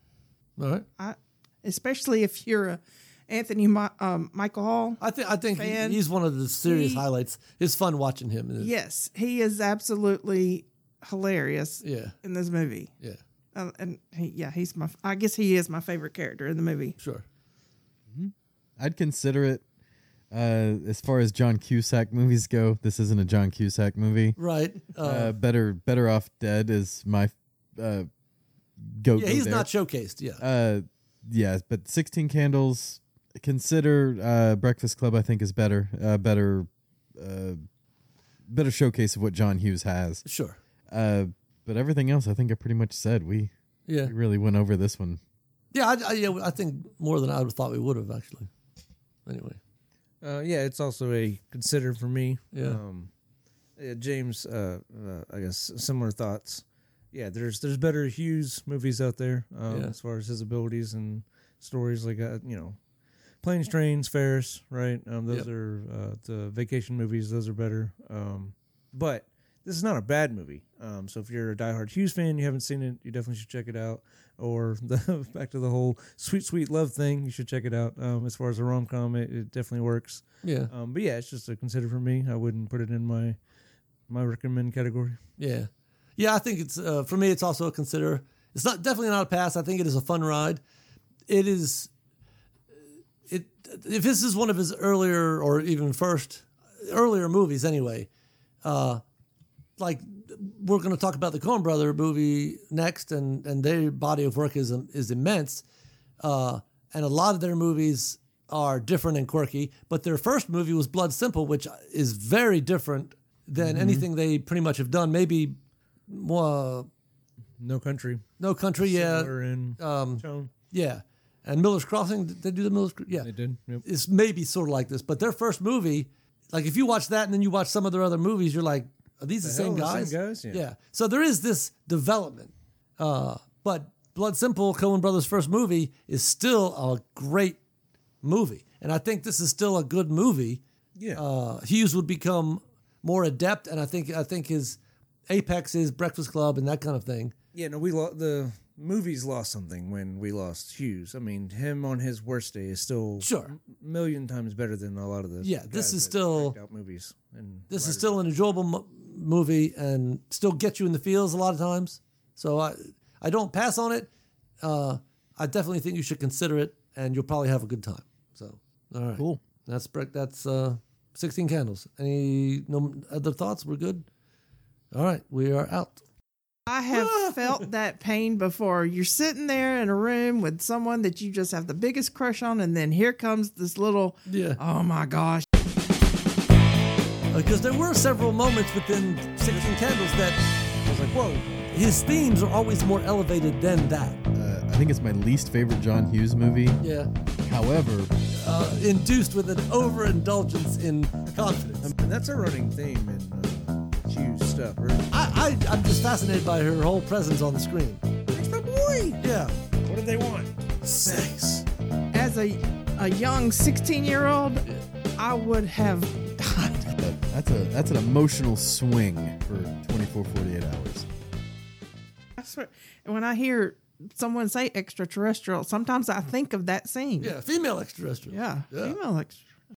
[SPEAKER 1] All right.
[SPEAKER 4] I, especially if you're a Anthony Mi- um, Michael Hall.
[SPEAKER 1] I think. I think he-
[SPEAKER 4] Fan-
[SPEAKER 1] he's one of the serious
[SPEAKER 4] he-
[SPEAKER 1] highlights. It's fun watching him. in it.
[SPEAKER 4] Yes, he is absolutely hilarious
[SPEAKER 1] Yeah.
[SPEAKER 4] in this movie.
[SPEAKER 1] Yeah.
[SPEAKER 4] Uh, and he, yeah, he's my. I guess he is my favorite character in the movie.
[SPEAKER 1] Sure.
[SPEAKER 3] I'd consider it. Uh, as far as John Cusack movies go, this isn't a John Cusack movie.
[SPEAKER 1] Right. Uh,
[SPEAKER 3] Uh, better, better off dead is my uh, go.
[SPEAKER 1] yeah. He's not showcased. Yeah.
[SPEAKER 3] Uh, yeah, but sixteen candles. Consider uh, Breakfast Club. I think is better. Uh, better, uh, better showcase of what John Hughes has.
[SPEAKER 1] Sure.
[SPEAKER 3] Uh, but everything else, I think I pretty much said we,
[SPEAKER 1] Yeah.
[SPEAKER 3] we really went over this one.
[SPEAKER 1] Yeah. I, I, yeah. I think more than I would have thought we would have actually. Anyway.
[SPEAKER 2] Uh, yeah, it's also a consider for me.
[SPEAKER 1] Yeah.
[SPEAKER 2] Um, yeah, James, uh, uh, I guess similar thoughts. Yeah, there's there's better Hughes movies out there um,
[SPEAKER 1] Yeah.
[SPEAKER 2] as far as his abilities and stories like uh, you know, planes, trains, Ferris, right? Um, those
[SPEAKER 1] Yep.
[SPEAKER 2] are uh, the vacation movies. Those are better. Um, but this is not a bad movie. Um, so if you're a diehard Hughes fan, you haven't seen it, you definitely should check it out. Or the back to the whole sweet sweet love thing, you should check it out. Um, as far as a rom com, it, it definitely works.
[SPEAKER 1] Yeah.
[SPEAKER 2] Um, but yeah, it's just a consider for me. I wouldn't put it in my my recommend category.
[SPEAKER 1] Yeah, yeah. I think it's uh, for me. It's also a consider. It's not definitely not a pass. I think it is a fun ride. It is. It if this is one of his earlier or even first earlier movies anyway, uh, like we're going to talk about the Coen Brother movie next, and and their body of work is is immense, uh, and a lot of their movies are different and quirky. But their first movie was Blood Simple, which is very different than
[SPEAKER 2] Mm-hmm.
[SPEAKER 1] anything they pretty much have done. Maybe uh,
[SPEAKER 2] No country.
[SPEAKER 1] No Country, yeah, um,
[SPEAKER 2] Similar in tone.
[SPEAKER 1] yeah, and Miller's Crossing. Did they do the Miller's? Cro- Yeah,
[SPEAKER 2] They did. Yep.
[SPEAKER 1] it's maybe sort of like this, but their first movie, like if you watch that and then you watch some of their other movies, you're like, are these the, same
[SPEAKER 2] hell, the
[SPEAKER 1] guys?
[SPEAKER 2] same guys? Yeah.
[SPEAKER 1] So there is this development Uh, but Blood Simple, Coen Brothers' first movie, is still a great movie, and I think this is still a good movie.
[SPEAKER 2] Yeah.
[SPEAKER 1] Uh, Hughes would become more adept, and I think I think his apex is Breakfast Club and that kind of thing.
[SPEAKER 2] Yeah, no, we lost the movies lost something when we lost Hughes. I mean, him on his worst day is still
[SPEAKER 1] Sure.
[SPEAKER 2] a million times better than a lot of the
[SPEAKER 1] Yeah, this
[SPEAKER 2] guys
[SPEAKER 1] is
[SPEAKER 2] that
[SPEAKER 1] still-
[SPEAKER 2] cracked out movies and
[SPEAKER 1] This is still an enjoyable mo- movie and still get you in the feels a lot of times. So I I don't pass on it. Uh, I definitely think you should consider it, and you'll probably have a good time. So all right,
[SPEAKER 3] Cool.
[SPEAKER 1] That's break. That's uh, sixteen candles. Any no other thoughts? We're good. All right, we are out.
[SPEAKER 4] I have felt that pain before. You're sitting there in a room with someone that you just have the biggest crush on, and then here comes this little,
[SPEAKER 1] Yeah.
[SPEAKER 4] oh my gosh.
[SPEAKER 1] because there were several moments within 16 Candles that
[SPEAKER 2] I was like, whoa,
[SPEAKER 1] his themes are always more elevated than that.
[SPEAKER 3] Uh, I think it's my least favorite John Hughes movie.
[SPEAKER 1] Yeah.
[SPEAKER 3] However,
[SPEAKER 1] Uh, induced with an overindulgence in confidence.
[SPEAKER 2] and that's a running theme in uh, Hughes stuff. Or,
[SPEAKER 1] I, I, I'm just fascinated by her whole presence on the screen.
[SPEAKER 2] it's my boy.
[SPEAKER 1] Yeah.
[SPEAKER 2] What did they want?
[SPEAKER 1] Sex.
[SPEAKER 4] As a, a young 16 year old, I would have died.
[SPEAKER 3] uh, that's a that's an emotional swing for 24, 48 hours.
[SPEAKER 4] I swear, when I hear someone say extraterrestrial, sometimes I think of that scene.
[SPEAKER 1] Yeah. Female extraterrestrial.
[SPEAKER 4] Yeah. Female extraterrestrial.